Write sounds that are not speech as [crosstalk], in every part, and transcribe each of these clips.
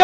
ก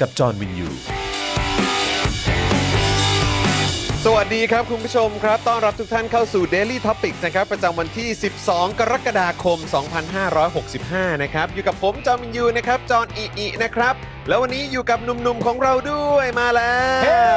กับจอห์นวินยู สวัสดีครับ คุณผู้ชมครับ ต้อนรับทุกท่านเข้าสู่ Daily Topics นะครับ ประจำวันที่ 12 กรกฎาคม 2565 นะครับ อยู่กับผมจอมินยูนะครับ จอห์นอิอินะครับ แล้ววันนี้อยู่กับหนุ่มๆของเราด้วยมาแล้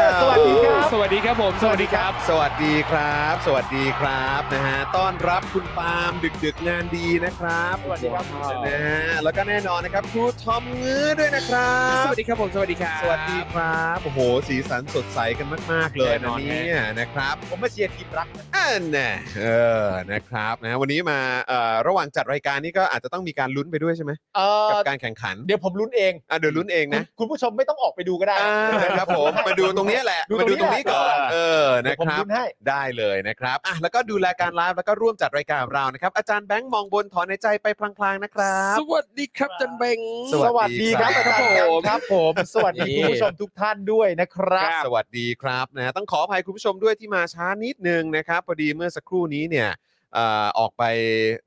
ว สวัสดีครับ สวัสดีครับผม สวัสดีครับ สวัสดีครับ สวัสดีครับนะฮะต้อนรับคุณปาล์มดึกดึกๆงานดีนะครับสวัสดีครับนะฮะแล้วก็แน่นอนนะครับครูทอมงื้อด้วยนะครับ สวัสดีครับผม สวัสดีครับ สวัสดีครับโอ้โห สีสันสดใสกันมาก ๆ เลย แน่น นะ อน เนี่ยนะครับ ผมมาเชียร์ทีมรักอันน่ะเออนะครับนะวันนี้มาเอ่อระหว่างจัดรายการนี่ก็อาจจะต้องมีการลุ้นไปด้วยใช่ไหม เออ กับการแข่งขัน เดี๋ยวผมลุ้นเอง อ่ะเดี๋ยวลุ้นเอง นะ นะ คุณผู้ชมไม่ต้องออกไปดูก็ได้ อ่านะครับผมมาดูตรงเนี้ยแหละ มา ดูตดูตร รง งนี้ นี้ แหละ ก่อน เออ เออ เดี๋ย นะ วผม ครับ ลุ้นให้ ได้เลยนะครับอ่ะแล้วก็ดูแลการไลฟ์แล้วก็ร่วมจัดรายการของเรานะครับ อาจารย์แบงค์มองบนถอนในใจไปพลางๆนะครับ สวัสดีครับจันเบง ส ส วั วั ส ส ดี ดี ค ค รั รั บบ อาจารย์ ครับผม ครับผม สวัสดี นี่ คุณผู้ชมทุกท่านด้วยนะครับ สวัสดีครับนะต้องขออภัยคุณผู้ชมด้วยที่มาช้านิดนึงนะครับพอดีเมื่อสักครู่นี้เนี่ยเอ่อออกไป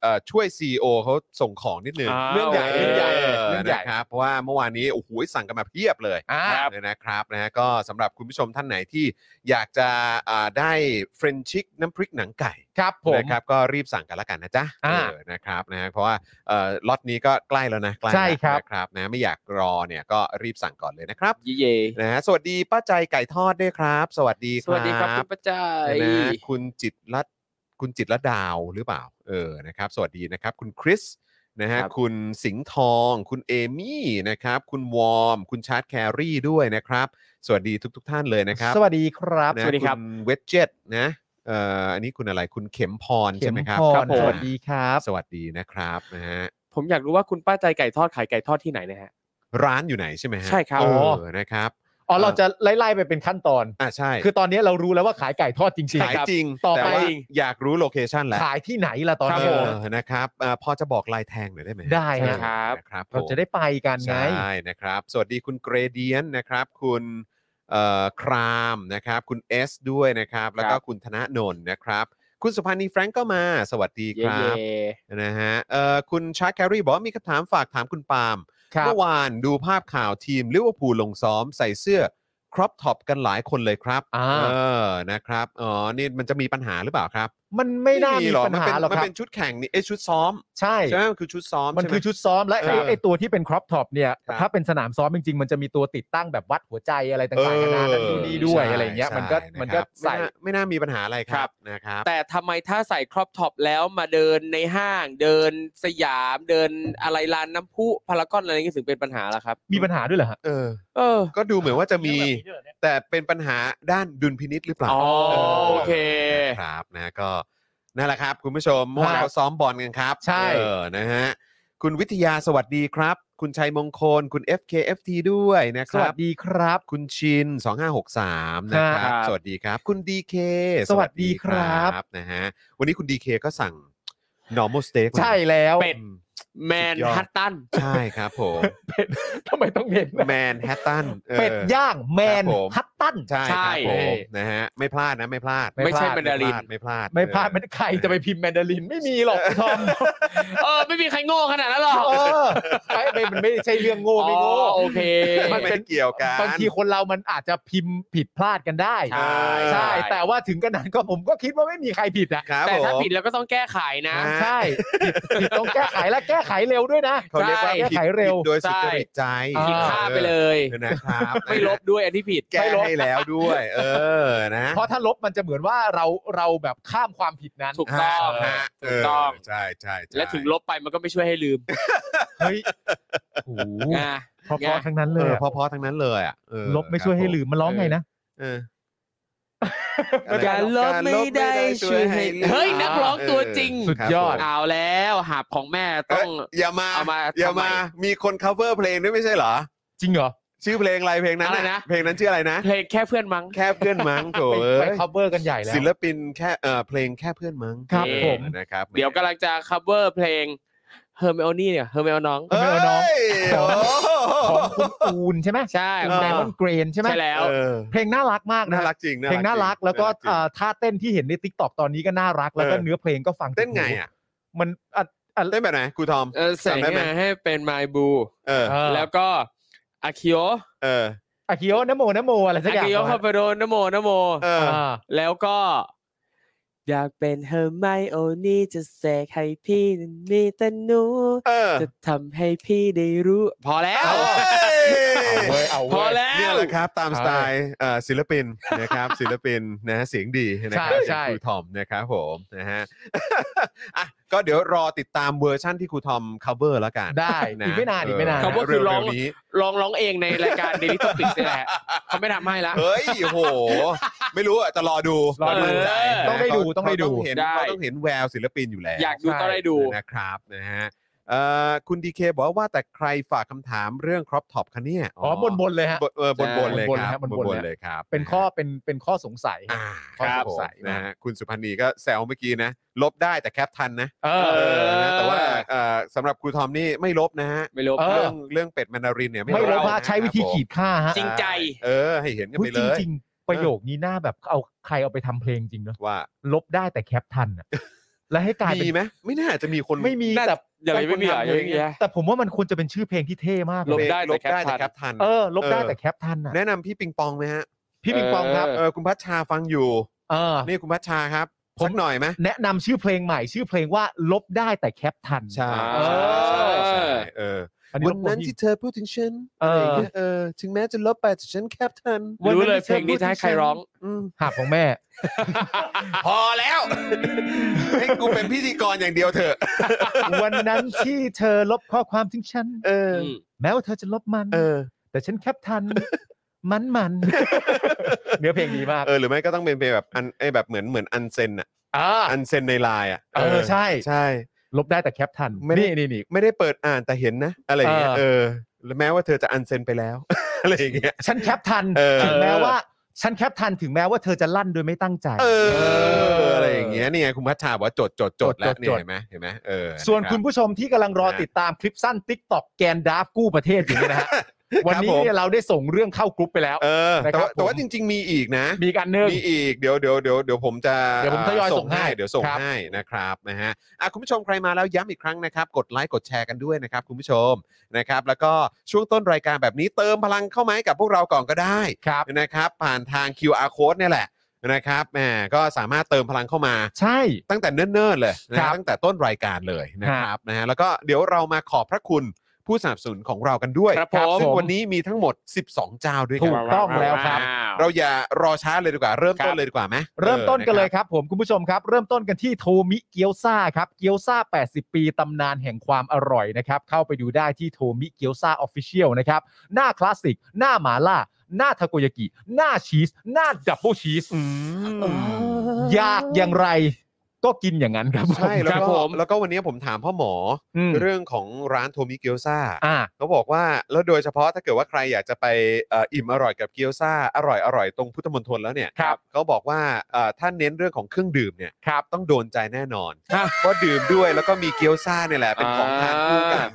เอ่อช่วย CEO เขาส่งของนิดนึง อ้าว เรื่องใหญ่เรื่องใหญ่ เออ เรื่องใหญ่ นะครับเพราะว่าเมื่อวานนี้โอ้โหสั่งกันมาเพียบเลย อ่า เลยนะครับนะฮะก็สำหรับคุณผู้ชมท่านไหนที่อยากจะอ่าได้เฟรนชิกน้ำพริกหนังไก่ ครับผม นะครับก็รีบสั่งกันละกันนะจ๊ะ อ่า เออนะครับนะเพราะว่าเอ่อล็อตนี้ก็ใกล้แล้วนะใกล้แล้ว ใช่ครับ นะครับนะไม่อยากรอเนี่ยก็รีบสั่งก่อนเลยนะครับ เย่เย่ นะฮะสวัสดีป้าใจไก่ทอดด้วยครับ สวัสดี สวัสดีครับคุณประจัย นะฮะคุณจิตรลัดคุณจิตรละดาวหรือเปล่าเออนะครับ สวัสดีนะครับ คุณคริสนะฮะ ครับ คุณสิงห์ทอง คุณเอมี่นะครับคุณวอร์ม คุณชาร์ตแครี่ด้วยนะครับ สวัสดีทุก ๆ ท่านเลยนะครับ สวัสดีครับ นะ สวัสดีครับ ณเวจเจ็ตนะเอ่ออันนี้คุณอะไรคุณเข็มพร เข็ ใช่ ม ไหมครับ พ ค ร รับผม สวัสดีครับ สวัสดีนะครับนะฮะ ผมอยากรู้ว่าคุณป้าใจไก่ทอดขายไก่ทอดที่ไหนนะฮะ ร้านอยู่ไหนใช่ไหมฮะ ใช่ครับ เอ อ๋ อ อ นะครับ อ๋อเราจะไล่ๆไปเป็นขั้นตอน อ่ะใช่ คือตอนนี้เรารู้แล้วว่าขายไก่ทอดจริง ขายจริง ต่อไป แต่ว่าอยากรู้โลเคชันแหละ ๆ ขายที่ไหนล่ะตอน ครับ นี้ ผม เออนะครับอ่าพอจะบอกลายแทงหน่อยได้ไหมฮะ ได้ฮะ เออ ครับ นะครับ เราจะได้ไปกันไง ใช่นะครับ สวัสดีคุณเกรเดียนนะครับ คุณเอ่อครามนะครับ คุณเอสด้วยนะครับ แล้วก็ ครับ คุณธนนนท์นะครับ คุณสุพันธ์นีแฟรงก์ก็มาสวัสดีค เย่ รับ เย่ นะฮะเอ่อคุณชาร์คแครีบอกว่ามีคำถามฝากถามคุณปาล์ม ครับ เมื่อวานดูภาพข่าวทีมลิเวอร์พูลลงซ้อมใส่เสื้อครอปท็อปกันหลายคนเลยครับ อ่า เออนะครับอ๋อนี่มันจะมีปัญหาหรือเปล่าครับ มันไม่น่ามีปัญ มัน หา เป็น หรอก มัคนรับ เป็นชุดแข่งนี่เอ้ยชุดซ้อม ใช่ ใช่ไหมมันคือชุดซ้อม มันคือ ใช่ไห ชุดซ้อมและไอ้ ครับ ไอตัวที่เป็นครอปท็อปเนี่ย ครับ ถ้าเป็นสนามซ้อมจริงๆ มันจะมีตัวติดตั้งแบบวัดหัวใจอะไรต่างๆนานา เออ นั่นนู่นนี่ด้วย ใช่ อะไรเงี้ย ใช่ มันก็ นะครับ มันก็ใส่ ไม่น่ามีปัญหาอะไรค ครั รับบ นะครับ แต่ทำไมถ้าใส่ครอปท็อปแล้วมาเดินในห้าง เดินสยาม เดินอะไรลานน้ำพุพารากอนอะไรอย่างนี้ถึงเป็นปัญหาล่ะครับ มีปัญหาด้วยเหรอฮะ เออ เออ ก็ดูเหมือนว่าจะมีแต่เป็นปัญหาด้านดุลพินิษหรือเปล่า อ๋อโอเค นะครับนะก็นั่นแหละครับ คุณผู้ชมเมื่อวานเขาซ้อมบอลกันครับ ใช่ เออนะฮะคุณวิทยาสวัสดีครับ คุณชัยมงคล คุณ FKFT ด้วยนะค ส รั วั บ สดีครับ คุณชิน 2563 นะค ครั รับ บ สวัสดีครับ คุณ DK สวัสดีครับ นะฮะวันนี้คุณ DK ก็สั่ง normal steak ใช่แล้ว เป็ด อืม แมนฮัตตัน ใช่ครับผม ทำไมต้องเป็น แมนแฮตตัน เป็ดย่างแมน ครับผม ฮัตตัน ใช่ครับ ใช่ ผมนะฮะไม่พลาดนะ ไม่พลาด ไม่ใช่ พล แมนดาริน ไม่พลาด ไม่พลาด เออ มันใครจะไปพิมพ์แมนดารินไม่มีหรอกทอม เออ ไม่มีใครโง่ขนาดนั้นหรอก เออไม่ไม่มันไม่ใช่เรื่องโง่ไม่โง่ อ๋อโอเค มันเป็นเกี่ยวกัน บางทีคนเรามันอาจจะพิมพ์ผิดพลาดกันได้ ใช่ ใช่ แต่ว่าถึงกระนั้นก็ผมก็คิดว่าไม่มีใครผิดอะ ครับ แต่ ผม ถ้าผิดแล้วก็ต้องแก้ไขนะ ฮะ ใช่ผิดผิดต้องแก้ไขและ แก้ไขเร็วด้วยนะ เขาเรียกว่า ใช่ แก้ ผิด ไขเร็ว ผิดโดยสุจริตใจ ใช่ ผิดค่าไปเลย ออนะครับ ไม่ลบด้วยอันที่ผิด แก้ ไม่ลบ ให้แล้วด้วย เออนะ เพราะถ้าลบมันจะเหมือนว่าเราเราแบบข้ามความผิดนั้น ถูกต้อง ฮะ ถูกต้อง เใช่ใช่ใช่ และถึงลบไปมันก็ไม่ช่วยให้ลืม เฮ้ยโอ้โห อ่า พอๆทั้งนั้นเล เอยอ อะ พอๆทั้งนั้นเลยอ่ะเออ ลบไม่ช่วยให้ลืมมันร้องไงนะ เออ เออการลบไม่ได้ช่วยให้ลืมเฮ้ยนักร้องตัวจริง ครับผม สุดยอด เอาแล้วหาบของแม่ต้อง อย่ามา เอามา อย่า ทำไม มา มีคน cover เพลงด้วยไม่ใช่เหรอ จริงเหรอ ชื่อเพลงอะไรเพลงนั้น อะไรนะ เพลงนั้นชื่ออะไรนะ เพลงแค่เพื่อนมั้ง แค่เพื่อนมั้งโถ ไป เอ้ ไป ย cover กันใหญ่แล้ว ศิลปินแค่เออเพลงแค่เพื่อนมั้ง ครับ เออ ผม นะครับ เดี๋ยวกำลังจะ cover เพลง h e r m i o n e เนี่ย h e r m i o n น้อง เอ้ย เดี๋ยวน้อง โอ้โห ของคุณอูนใช่ไหม ใช่ คุณ เออ ไดมอนด์เกรนใช่ไหม ใช่แล้ว เออ เพลงน่ารักมากนะ น่ารักจริง เพลงน่ารัก จง แล้วก็ น่าจริง เอ่อท่าเต้นที่เห็นในทิกตอกตอนนี้ก็น่ารักแล้วก็ เออ เนื้อเพลงก็ฟัง เต้นไงอ่ะ มันอ่ะอ่ะ เต้นแบบไหนครูทอม เออแสง จำได้ไหม มาให้เป็นไมบู เออ เออ แล้วก็อาคิโอ เออ อากิโอะนะโมนะโมอะไรสัก อา อย่าง คิโอคาเปโดนโมนโม เออ อ่า แล้วก็ อยากเป็นเฮอร์ไมโอนี่จะแสกให้พี่นั้นมีแต่หนู เออ จะทำให้พี่ได้รู้ พอแล้ว เอา เอา เว้ เว้ ย ยเอา พอ เว้ย แล้ว เนี่ยแหละครับตามสไตล์เอ่อศิลปินนะครับ ศิลปินนะฮะเสียงดีนะครับ ใช่ อ ใช่ ย่างครูทอมนะครับผมนะฮะ อ่ะก็เดี๋ยวรอติดตามเวอร์ชั่นที่ครูทอม cover แล้วกัน ได้ ะ อีกไม่นานอีกไม่นาน เ cover คือร้อง เวๆนี้ ลองร้องเองในรายการ Daily Topics นี่แหละเขาไม่ทำให้ละ เฮ้ยโห ไม่รู้อะจะรอดู รอดู มั่นใจ ต้องได้ดูต้องได้ดู เขาเห็น ได้ เขาต้องเห็นแววศิลปินอยู่แล้ว อยากดูต้องได้ดู นะครับนะฮะเอ่อคุณดีเคบอกว่าแต่ใครฝากคำถามเรื่องครอปท็อปคะเนี่ย อ๋อบนบนๆเลยฮะ บนเออบนบนเลยครับ บน บบนนเล เลย ย ค ครั รับ บ เป็นข้อเป็นเป็นข้อสงสัย อ่า ข้อ ครับ สงสัย ผมนะฮะคุณสุพันธ์นีก็แซวเมื่อกี้นะ ลบได้แต่แคปทันนะ เอ เอ อ อ นะแต่ว่าเอ่อสำหรับครูทอมนี่ไม่ลบนะฮะ ไม่ลบ เอ เรื่ เรื่ อ อง งเรื่องเป็ดแมนดารินเนี่ย ไม่รู้ว่า นะ ใช้วิธี ครับผม ขีดค่าฮะ จริงใจ เออ ให้เห็นกัน เฮ้ ไป ยจเลริง ย จริงๆประโยคนี้หน้าแบบเอาใครเอาไปทำเพลงจริงเนาะ ว่า ลบได้แต่แคปทันอะและให้กลายเป็น มีไหมไม่น่าจะมีคน ไม่มี น่า แต่ เดี๋ยวยังไม่มีเหรอยังไม่มีเหรอ แต่ผมว่ามันควรจะเป็นชื่อเพลงที่เท่มาก ล เล บ ย ได้ ล แต่ บได้แต่ แค แค ป ป ทั ทั น น เออ ลบได้ เออ แต่แคปทันอะ แนะนำพี่ปิงปองไหมฮะ พี่ปิงปองครับ เออ เออคุณพัชชาฟังอยู่ เออ นี่คุณพัชชาครับ ผม สักหน่อยไหม แนะนำชื่อเพลงใหม่ชื่อเพลงว่าลบได้แต่แคปทัน ใช่ เอ ใช่ อ ใช่ใช่เออ อันนี้ วัน รบกว นั้น พี่ ที่เธอพูดถึงฉัน เออ ะไรย่างงี้ยเออ ถึงแม้จะลบไปแต่ฉันแคปทัน รู้เลยเพลงนี้จะให้ใครร้อง อืม หาบของแม่ [laughs] พอแล้ว ให้กูเป็นพิธีกรอย่างเดียวเถอะ วันนั้นที่เธอลบข้อความถึงฉัน เออ ม แม้ว่าเธอจะลบมัน เออ แต่ฉันแคปทัน มันมัน เนื้อเพลงดีมาก เออ หรือไม่ก็ต้องเป็นเพลงแบบอันไอยแบบเหมือนเหมือนอันเซนอะ อ่า อันเซนในไลน์อะ เออใช่ ใช่ ลบได้แต่แคปทัน ไม่ได้ นี่นี่นี่ ไม่ได้เปิดอ่านแต่เห็นนะ อะไรอย่างเงี้ย เออ เออแล้วแม้ว่าเธอจะอันเซนไปแล้ว [laughs] อะไรอย่างเงี้ย ฉันแคปทัน เออ ถึงแม้ว่า ฉันแคปทันถึงแม้ว่าเธอจะลั่นโดยไม่ตั้งใจ เอออะไรอย่างเงี้ยนี่ไงคุณพัชชาบอกว่าจดจดจดแล้ว จดจด เนี่ยเห็นไหมเห็นไหมเออ ส่วน นะรับ คุณผู้ชมที่กำลังรอติดตามคลิปสั้น Tik t o k แกนดราฟกู้ประเทศอยู่เนี่ยนะ [laughs] ฮะ วันนี้ ผม เนี่ยเราได้ส่งเรื่องเข้ากรุ๊ปไปแล้ว เออ นะ แต่ ครับ ว่าแต่ผว่าม จริง ๆ มีอีกนะ มีอีกอันหนึ่ง มีอีกเดี๋ยวเดี๋ยวเดี๋ยวเดี๋ยวผมจะ เดี๋ยวผมทยอยส่งให้ เดี๋ยวส่ง ครับ ให้นะครับนะฮะอ่ะคุณผู้ชมใครมาแล้วย้ำอีกครั้งนะครับ กดไลค์กดแชร์กันด้วยนะครับ คุณผู้ชมนะครับ แล้วก็ช่วงต้นรายการแบบนี้เติมพลังเข้ามาให้กับพวกเราก่อนก็ได้ ครับ นะครับผ่านทาง QR code เนี่ยแหละนะครับแหมก็สามารถเติมพลังเข้ามา ใช่ ตั้งแต่เนิ่นๆเลยนะ ค ฮะ รับ ตั้งแต่ต้นรายการเลยนะคครั รับบ นะฮะแล้วก็เดี๋ยวเรามาขอบพระคุณผู้สนับสนุนของเรากันด้วย ครับ ครับ ผม ซึ่งวันนี้มีทั้งหมด 12 เจ้าด้วยกั ถู น กต้องแล้วครับ เราอย่ารอช้าเลยดีกว่า เริ่มต้ ครั น บ เลยดีกว่าไหม เริ่มต้นกันเลย ออะค ครับผมคุณผู้ชมครับ เริ่มต้นกันที่โทมิเกียวซาครับ เกียวซา80 ปีตำนานแห่งความอร่อยนะครับ เข้าไปดูได้ที่โทมิเกียวซาออฟฟิเชียลนะครับ หน้าคลาสสิก หน้าหมาล่า หน้าทาโกยากิ หน้าชีส หน้าดับเบิลชีส รับ อยากอย่างไร ก็กินอย่างนั้นครับผม ใช่แล้ คก็วรับผม แล้วก็วันนี้ผมถามพ่อหมอ อื อ ม เรื่องของร้านโทมิเกียวซา อ่า เขาบอกว่าแล้วโดยเฉพาะถ้าเกิดว่าใครอยากจะไปเอ่ออิ่มอร่อยกับเกียวซาอร่อยอร่อยตรงพุทธมณฑลแล้วเนี่ย ครับ เขาบอกว่าเอ่อถ้าเน้นเรื่องของเครื่องดื่มเนี่ย ครับ ต้องโดนใจแน่นอน เพราะดื่มด้วยแล้วก็มีเกี๊ยวซ่าเนี่ยแหละ เป็นของทานคู่กัน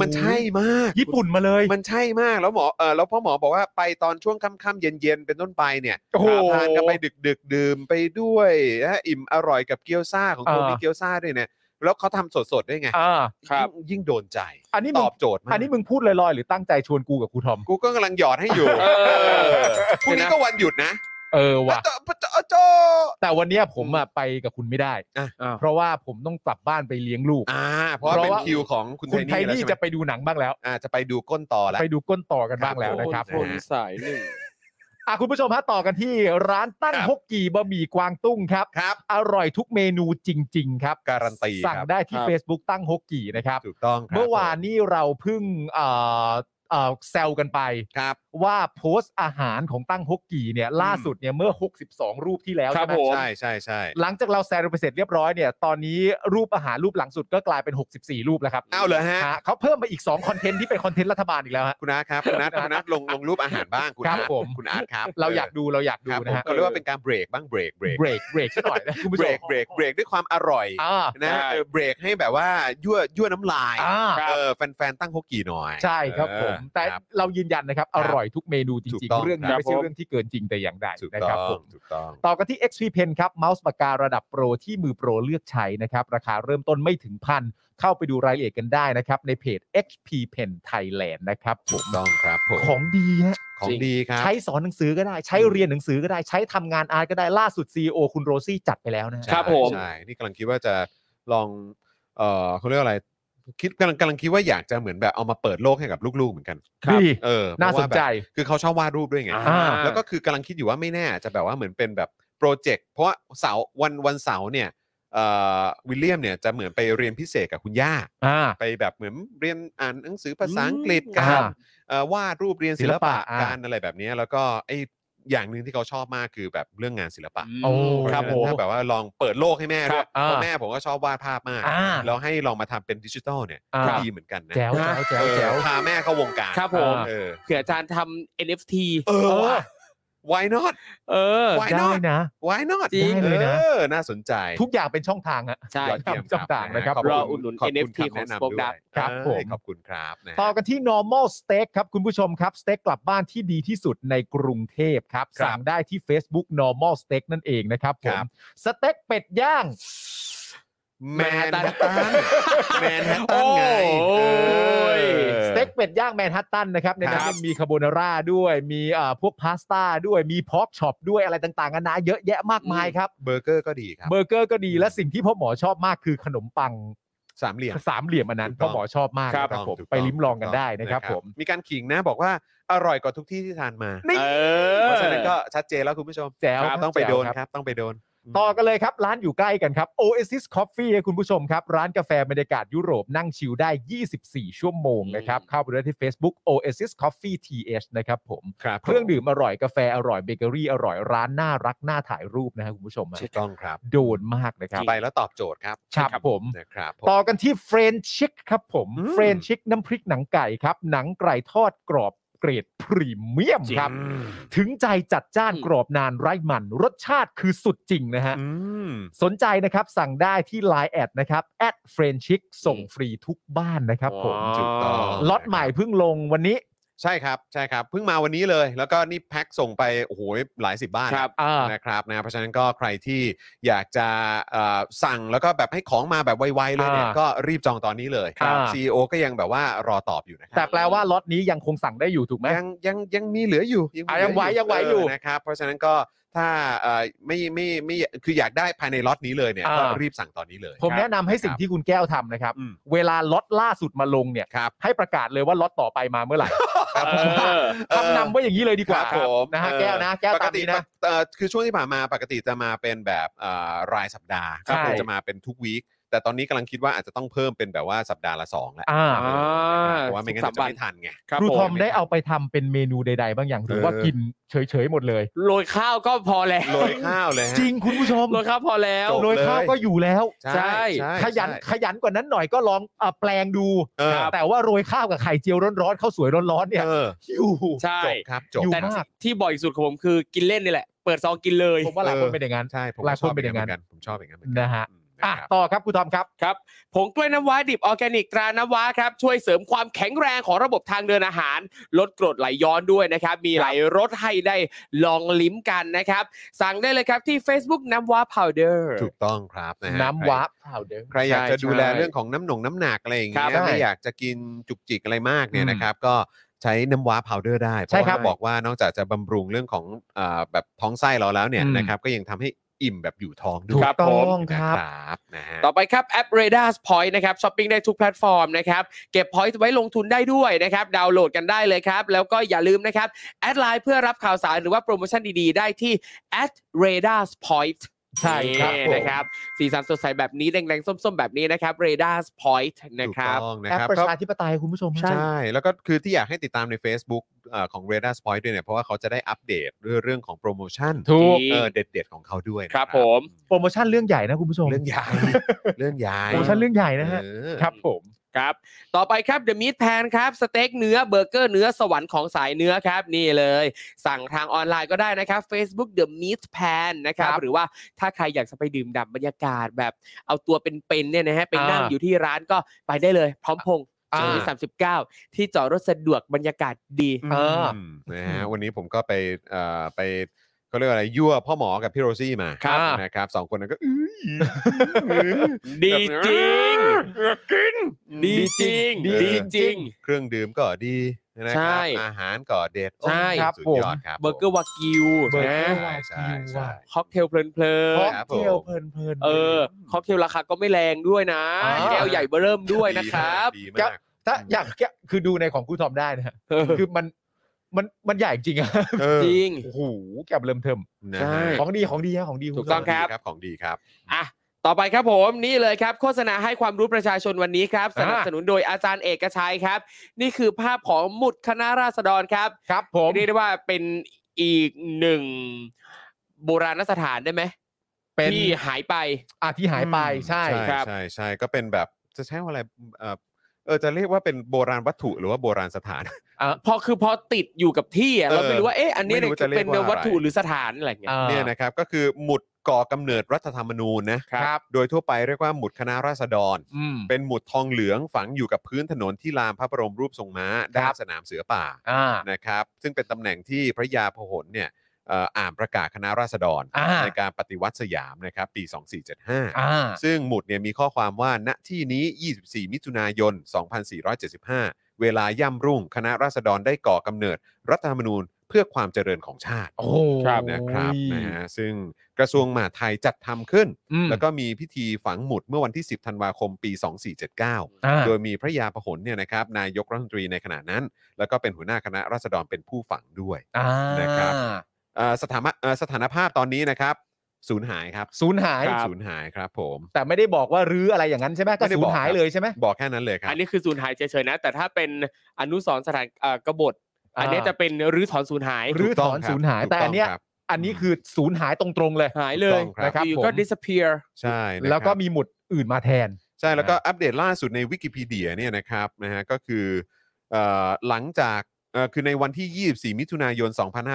มันใช่มาก ญี่ปุ่นมาเลย มันใช่มากแล้วหมอเออแล้วพ่อหมอบอกว่าไปตอนช่วงค่ำๆเย็นๆเป็นต้นไปเนี่ย โอ้โห ทานกันไปดึกๆ ดื่มไปด้วยนะอิ่มอร่อยกับเกี๊ยวซ่าของ เออ โทมิเกี๊ยวซ่าด้วยเนี่ยแล้วเขาทำสดๆด้วยไง อ่า ครับ ยิ่งยิ่งโดนใจ อันนี้ ต มึง อบโจทย์มา อั ก นนี้มึงพูดลอยๆหรือตั้งใจชวนกูกับครูทอม กูก็กำลังหยอดให้อยู่ เออ พรุ่งนี้ก็วันหยุดนะ เออว่ะ เจ้าเจ้าเจ้า แต่วันเนี้ยผมอะไปกับคุณไม่ได้ อ่ะ เพราะว่าผมต้องกลับบ้านไปเลี้ยงลูก อ่าเพราะว่าเป็น เพราะว่า คิวของคุณ คุณไท ไทนี่ นี่ แล้วใช่ไหม จะไปดูหนังบ้างแล้ว อ่าจะไปดูก้นต่อแล้ว ไปดูก้นต่อกันบ้างแล้วนะครับ คนสายหนึ่ง อ่ะคุณผู้ชมฮะต่อกันที่ร้านตั้ง ครับ ฮกกีบะหมี่กวางตุ้งครับ ครับ อร่อยทุกเมนูจริง ๆ ครับ การันตี สั่ง ครับ ได้ที่ ครับ Facebook ตั้งฮกกีนะครับ ถูกต้องครับ เมื่อวานนี้เราเพิ่งเอ่อเอ่อแซวกันไป ครับ ว่าโพสต์อาหารของตั้งฮกกีเนี่ยล่าสุดเนี่ยเมื่อ 62 รูปที่แล้ว ครับ ใช่ไหม ผม ใช่ใช่ใช่ หลังจากเราแซวไปเสร็จเรียบร้อยเนี่ยตอนนี้รูปอาหารรูปหลังสุดก็กลายเป็น 64 รูปแล้วครับ เอาเหรอฮะ ฮะเขาเพิ่มไปอีก 2 คอนเทนต์ที่เป็นคอนเทนต์รัฐบาลอีกแล้วฮะ คุณอาร์ตครับคุณอาร์ตคุณอาร์ตลงลงรูปอาหารบ้างคุณคอาร์ รั ต บผม คุณอาร์ตครับ เราอยากดูเราอยาก ค ดู รับผ นะ ม ฮะ ก็เรียกว่าเป็นการเบรกบ้างเบรกเบรก เบรกเบรกซะหน่อยนะคุณผู้ช เบร ม กเบรกเบรกด้วยความอร่อย อ่า นะ ใช่ เออเบรกให้แบบว่ายั่วยั่วน้ำลาย อ่า เออแฟนๆตั้งฮกกี่หน่อย ใช่ครับผม เออ แต่ ครับ เรายืนยันนะครับ อร่อยทุกเมนูจ ถูก ริง ต้อๆงเรื่อง ค นี้ รับ ไม่ใช่ ผม เรื่องที่เกินจริงแต่อย่างใด ถูก นะคต้อ รับผ ง ม ถูกต้อง ต่อกันที่ XP Pen ครับเมาส์ปากการะดับโปรที่มือโปรเลือกใช้นะครับ ราคาเริ่มต้นไม่ถึงพัน เข้าไปดูรายละเอียดกันได้นะครับ ในเพจ XP Pen Thailand นะครับผ ถู ม กต้องครับผม ของดีฮะ ของดีครับ ใช้สอนหนังสือก็ได้ ใช้เรียนหนังสือก็ได้ ใช้ทำงานอาร์ตก็ได้ล่าสุด CEO คุณโรซี่จัดไปแล้วนะฮะ ครับ ผม ใช่นี่กำลังคิดว่าจะลอง เอ่อเขาเรียกอะไร คิดกำลังกำลังคิดว่าอยากจะเหมือนแบบเอามาเปิดโลกให้กับลูกๆเหมือนกัน ครับ เออเพระ น่าสนใจ ว่แบบคือเขาชอบวาดรูปด้วยไง อ่า แล้วก็คือกำลังคิดอยู่ว่าไม่แน่จะแบบว่าเหมือนเป็นแบบโปรเจกต์เพราะว่าเสาร์วันวันเสาร์เนี่ยเอ่อวิลเลียมเนี่ยจะเหมือนไปเรียนพิเศษกับคุณย่า อ่า ไปแบบเหมือนเรียนอ่านหนังสือภาษาอังกฤษ อืม การ อ่า เอ่อวาดรูปเรียนศิล ศิลปะ ปะ อ่า การอะไรแบบเนี้ยแล้วก็ไออย่างหนึ่งที่เขาชอบมากคือแบบเรื่องงานศิลปะ โอ้ เพาะ ครับ ฉะนั้ ผ น ม ถ้าแบบว่าลองเปิดโลกให้แม่ด้ ครั วย บ เพราะ อ่า แม่ผมก็ชอบวาดภาพมาก อ่า แล้วให้ลองมาทำเป็นดิจิทัลเนี่ย อ่า ก็ดีเหมือนกันนะ แจ๋วแจ๋วแจ๋ว เออ แจ๋ว พาแม่เข้าวงการ ครับผม เออ เผื่ออาจารย์ทำ NFT เออว่ะ why not เออ why ได้ not นะ why not จริง เอ เลยนะ อน่าสนใจ ทุกอย่างเป็นช่องทางอะ ใช่ ยอดเยี่ยม ช่องทางนะครับ ขณ รออุดหนุน ขบคุณ NFT คำแนะ ของ Spoke นำด้วย Dark ครับผม เออขอบคุณครับนะ ต่อกันที่ normal steak ครับ คุณผู้ชมครับ สเต็กกลับบ้านที่ดีที่สุดในกรุงเทพครับ ครับ สั่งได้ที่ Facebook normal steak นั่นเองนะครับผมครับ สเต็กเป็ดย่าง แมน [laughs] ฮัตตันแมนฮัตตันไง โอ้ย เออ สเต็กเป็ดย่างแมนฮัตตันนะครับ ในนั้น ครับ มีคาโบนาร่าด้วยมีเอ่อพวกพาสต้าด้วยมีพอกช็อปด้วยอะไรต่างๆนานาเยอะแยะมากมายครับ เบอร์เกอร์ก็ดีครับ เบอร์เกอร์ก็ดีและสิ่งที่พ่อหมอชอบมากคือขนมปัง สามเหลี่ยม สามเหลี่ยมอันนั้น ถูกต้ พ่ อ อง หมอชอบมาก ครับ นะครับผม ถูต้ ไปลิ้มลองกันได้นะครับผม มีการขิงนะบอกว่าอร่อยกว่าทุกที่ที่ทานมา เออ เพราะฉะนั้นก็ชัดเจนแล้วคุณผู้ชม แจ๋ว คครัรับบ ต้องไป แจ๋ว โดน ครับ ครับ ต้องไปโดน ต่อกันเลยครับ ร้านอยู่ใกล้กันครับ Oasis Coffee ครับคุณผู้ชมครับ ร้านกาแฟบรรยากาศยุโรปนั่งชิลได้ 24 ชั่วโมงนะครับ เข้าไปได้ที่ Facebook Oasis Coffee TH นะครับผม ครับ เครื่องดื่มอร่อยกาแฟอร่อยเบเกอรี่อร่อยร้านน่ารักน่าถ่ายรูปนะครับคุณผู้ชมฮะ ถูกต้องครับ โดนมากนะครับ ไปแล้วตอบโจทย์ครับ ครับผม นะครับผม ต่อกันที่เฟรนชิกครับผม อืม เฟรนชิกน้ำพริกหนังไก่ครับ หนังไก่ทอดกรอบเกรดพรีเมียมครับ ถึงใจจัดจ้าน อืม กรอบนานไร้มัน รสชาติคือสุดจริงนะฮะ อืม สนใจนะครับสั่งได้ที่ Line แอดนะครับแอดเฟรนชิกส่งฟรีทุกบ้านนะครับผม อ๋อ ถูกต้อง ล็อตใหม่เพิ่งลงวันนี้ ใช่ครับใช่ครับเพิ่งมาวันนี้เลย แล้วก็นี่แพ็คส่งไปโอ้โหหลายสิบบ้าน ครับ อ่า นะครับนะเพราะฉะนั้นก็ใครที่อยากจะเอ่อสั่งแล้วก็แบบให้ของมาแบบไวๆเลยเนี่ย อ่า ก็รีบจองตอนนี้เลย ครับ ซีโอก็ยังแบบว่ารอตอบอยู่นะครั แต่แปลว่าล็อตนี้ยังคงสั่งได้อยู่ถูกไหม ยังยังยังมีเหลืออยู่ อ่ะ มี ยังไหว เลือ ยังไหวอยู่ เนะครับเพราะฉะนั้นก็ถ้าเอ่อไม่ไม่ไม่คืออยากได้ภายในล็อตนี้เลยเนี่ย อ่า ก็รีบสั่งตอนนี้เลย ผมแนะนำให้สิ่ง ครับ ที่คุณแก้วทำนะครับ อืม เวลาล็อตล่าสุดมาลงเนี่ย ครับ ให้ประกาศเลยว่าล็อตต่อไปมาเมื่อไหร่ ครับผม เออ ทำนำไว้อย่างนี้เลยดีกว่า ครับผม นะฮะ เออ แก้วนะ แก้ว ปก ตาม ติ นี้นะ เอ่อคือช่วงที่ผ่านมาปกติจะมาเป็นแบบเอ่อรายสัปดาห์ ใช่ ผมจะมาเป็นทุกวีคแต่ตอนนี้กำลังคิดว่าอาจจะต้องเพิ่มเป็นแบบว่าสัปดาห์ละสองแล้ว อ่า เออนะครับเพราะว่าไม่งั้น สาม จะ วัน ไม่ทันไง ครับ ครู ผ ทอ ม มได้เอาไปทำเป็นเมนูใด ๆ บางอย่างหรือว่า เออ กินเฉยๆหมดเลย โรยข้าวก็พอแล้ว โรยข้าวเลยฮะ จริงคุณผู้ชม โรยข้าวพอแล้ว จบ โรยข้าวก็อยู่แล้ว ใช่ ขยัน ใช่ ขยันกว่านั้นหน่อยก็ลองเอ่อแปลงดู เออ แต่ว่าโรยข้าวกับไข่เจียวร้อนๆข้าวสวยร้อนๆเนี่ย เออ อยู่ ใช่ จบครับจบ อยู่ แต่ ครับ มาก ที่บ่อยสุดของผมคือกินเล่นนี่แหละ เปิดซองกินเลย ผมว่าหลายคนเป็นอย่างนั้น ใช่ผม หลาย ชอคบนเป็นอย่างนั้น หมืกัผมชอบอย่างนั้นเหมือนกัน นะฮะ อืม อ่ะ ครับ ต่อครับครูทอมครับ ครับผงกล้วยน้ำว้าดิบออร์แกนิกตราน้ำว้าครับ ช่วยเสริมความแข็งแรงของระบบทางเดินอาหาร ลดกรดไหลย้อนด้วยนะครับ มีหลายรสให้ได้ลองลิ้มกันนะครับ สั่งได้เลยครับที่ Facebook น้ำว้าพาวเดอร์ ถูกต้องครับนะฮะ น้ำวับเผาเดิม ใครใครอยากจะ ใช่ ดูแลเรื่องของน้ำหนงน้ำหนักอะไรอย่าง ค เงี้ รับ ยไม่ ใช่ อยากจะกินจุกจิกอะไรมากเนี่ย อืม นะครับ ก็ ใช้น้ำว้าพาวเดอร์ได้เพ ใช่ ราะ ครั ว่า บ บอกว่านอกจากจะบำรุงเรื่องของอาแบบท้องไส้เราแล้วเนี่ย อืม นะครับก็ยังทำให้อิ่มแบบอยู่ท้องด้ ถู วย ก ครับ ต้ ผ อ ม งคนะค รั รับ บนะฮะ ต่อไปครับแอป r a d a r Point นะครับช้อปปิ้งได้ทุกแพลตฟอร์มนะครับเก็บ Point ไว้ลงทุนได้ด้วยนะครับดาวน์โหลดกันได้เลยครับ แล้วก็อย่าลืมนะครับ แอดไลน์เพื่อรับข่าวสารหรือว่าโปรโมชั่นดีๆ ได้ที่ r a d a r Point ใช่ครับ นี่ ผม นะครับสีสันสดใสแบบนี้แดงๆ ส้มๆ แบบนี้นะครับ r a d a r Point นะครับ ถูกต้องนะ แอป ครับ ประ ก็ ชาธิปไตยคุณผู้ชม ใช่ แล้วก็คือที่อยากให้ติดตามใน Facebook เอ่อของ r a d a r Point ด้วยเนี่ยเพราะว่าเขาจะได้อัปเดตเรื่องเรื่องของโปรโมชั่น ถูก เออเด็ดๆ ของเขาด้วยนะครับ ผม โปรโมชั่นเรื่องใหญ่นะคุณผู้ชม เรื่องใหญ่ เรื่องใหญ่ โปรโมชั่นเรื่องใหญ่นะฮะ เออ ครับผม ครับ ต่อไปครับ The Meat Pan ครับ สเต็กเนื้อเบอร์เกอร์เนื้อสวรรค์ของสายเนื้อครับ นี่เลย สั่งทางออนไลน์ก็ได้นะครับ Facebook The Meat Pan นะครับ ครับ หรือว่าถ้าใครอยากจะไปดื่มด่ำบรรยากาศแบบ เอาตัวเป็นๆเนี่ยนะฮะไปนั่ง อ่า อยู่ที่ร้านก็ไปได้เลย พร้อมพงษ์ อ่า ศูนย์สามสิบเก้าที่จอดรถสะดวกบรรยากาศดี เออ มนะฮะวันนี้ผมก็ไปเอ่อไปเขาเรียกว่าอะไรยั่วพ่อหมอกับพี่โรซี่มา ครับ นะครับสองคนนั้นก็ ดีจริงกินดีจริง ดีจริ ดี ง จริง เครื่องดื่มก็ดีนะ ใช่ ครับอาหารก็เด็ดโอ้ย ใช่ สุดยอดครับ เบอร์เกอร์วากิว เบอร์เกอร์ นะ ใช่ใช่ใช่ ค็อกเทลเพลิน เพราะ ๆ ครับผม เที่ยวเพลินเพลิน เออค็อกเทลราคาก็ไม่แรงด้วยนะ อ่า แก้วใหญ่เบอร์เริ่มด้วยนะครับ ดี แก้ มาว ก ถ้าอยากแก้วคือดูในของคุณทอมได้นะฮะ เออ คือมันมันมันใหญ่จริงอะ [laughs] เออ จริง โอ้โหแก้วเริ่มเทิม นะ ใช่ ฮะ ของดีของดีฮะของดีณ ถู ผู้ ก ชม ต้องครับ ของดีครับ อ่ะต่อไปครับผมนี่เลยครับ โฆษณาให้ความรู้ประชาชนวันนี้ครับ อ่า สนับสนุนโดยอาจารย์เอกชัยครับ นี่คือภาพของหมุดคณะราษฎรครับ ครับผม เรียกได้ว่าเป็นอีกหนึ่งโบราณสถานได้ไหม เป็น ที่หายไป อ่ะที่หายไป อืม ใช่ ใช่ ครับ ใช่ใช่ก็เป็นแบบจะใช้ว่าอะไรเอ่อเออจะเรียกว่าเป็นโบราณวัตถุหรือว่าโบราณสถาน พอคือพอติดอยู่กับที่อะเราไม่รู้ว่าเอ๊ะอันนี้ ไม่รู้จะเรียก เป็น ว่าอะไร วัตถุหรือสถานอะไรอย่างเงี้ย อ่า เนี่ยนะครับก็คือหมุดก่อกำเนิดรัฐธรรมนูญนะครับ โดยทั่วไปเรียกว่าหมุดคณะราษฎร อืม เป็นหมุดทองเหลืองฝังอยู่กับพื้นถนนที่ลานพระบรมรูปทรงม้าด้านสนามเสือป่า อ่า นะครับซึ่งเป็นตำแหน่งที่พระยาพหลเนี่ยเอ่ออ่านประกาศคณะราษฎร อ่า ในการปฏิวัติสยามนะครับปี 2475 อ่า ซึ่งหมุดเนี่ยมีข้อความว่าณที่นี้ 24 มิถุนายน 2475 เวลาย่ำรุ่ง คณะราษฎรได้ก่อกำเนิด รัฐธรรมนูญเพื่อความเจริญของชาติ โอ้โห นะครับนะฮะซึ่งกระทรวงมหาดไทยจัดทำขึ้น อืม แล้วก็มีพิธีฝังหมุดเมื่อวันที่ 10 ธันวาคมปี 2479 อ่า โดยมีพระยาพหลเนี่ยนะครับนายกรัฐมนตรีในขณะนั้น แล้วก็เป็นหัวหน้าคณะราษฎรเป็นผู้ฝังด้วย อ่า นะครับ เอ่อสถานะเอ่อสถานภาพตอนนี้นะครับสูญหายครับ สูญหาย สูญหายครับผม แต่ไม่ได้บอกว่ารื้ออะไรอย่างนั้นใช่ไหมก็ ไม่ได้ สู บ ญ อก หาย ครับ เลยใช่ไหม บอกแค่นั้นเลยครับ อันนี้คือสูญหายเฉยๆนะ แต่ถ้าเป็นอนุสรณ์สถานเอ่อกบฏ อ่า อันนี้จะเป็นรื้อถอนสูญหาย รื้อ ถนสูญหายแต่อันเนี้ย อันนี้คือสูญหายตรงๆเลย หายเลย ถูกต้องครับ นะครับอยู่ ผม ๆก็ disappear ใช่นะครับ แล้วก็มีหมุดอื่นมาแทน ใช่แล้วก็อัปเดตล่าสุดในวิกิพีเดียเนี่ยนะครับนะฮะก็คือเอ่อหลังจากเอ่อคือในวันที่ 24 มิถุนายน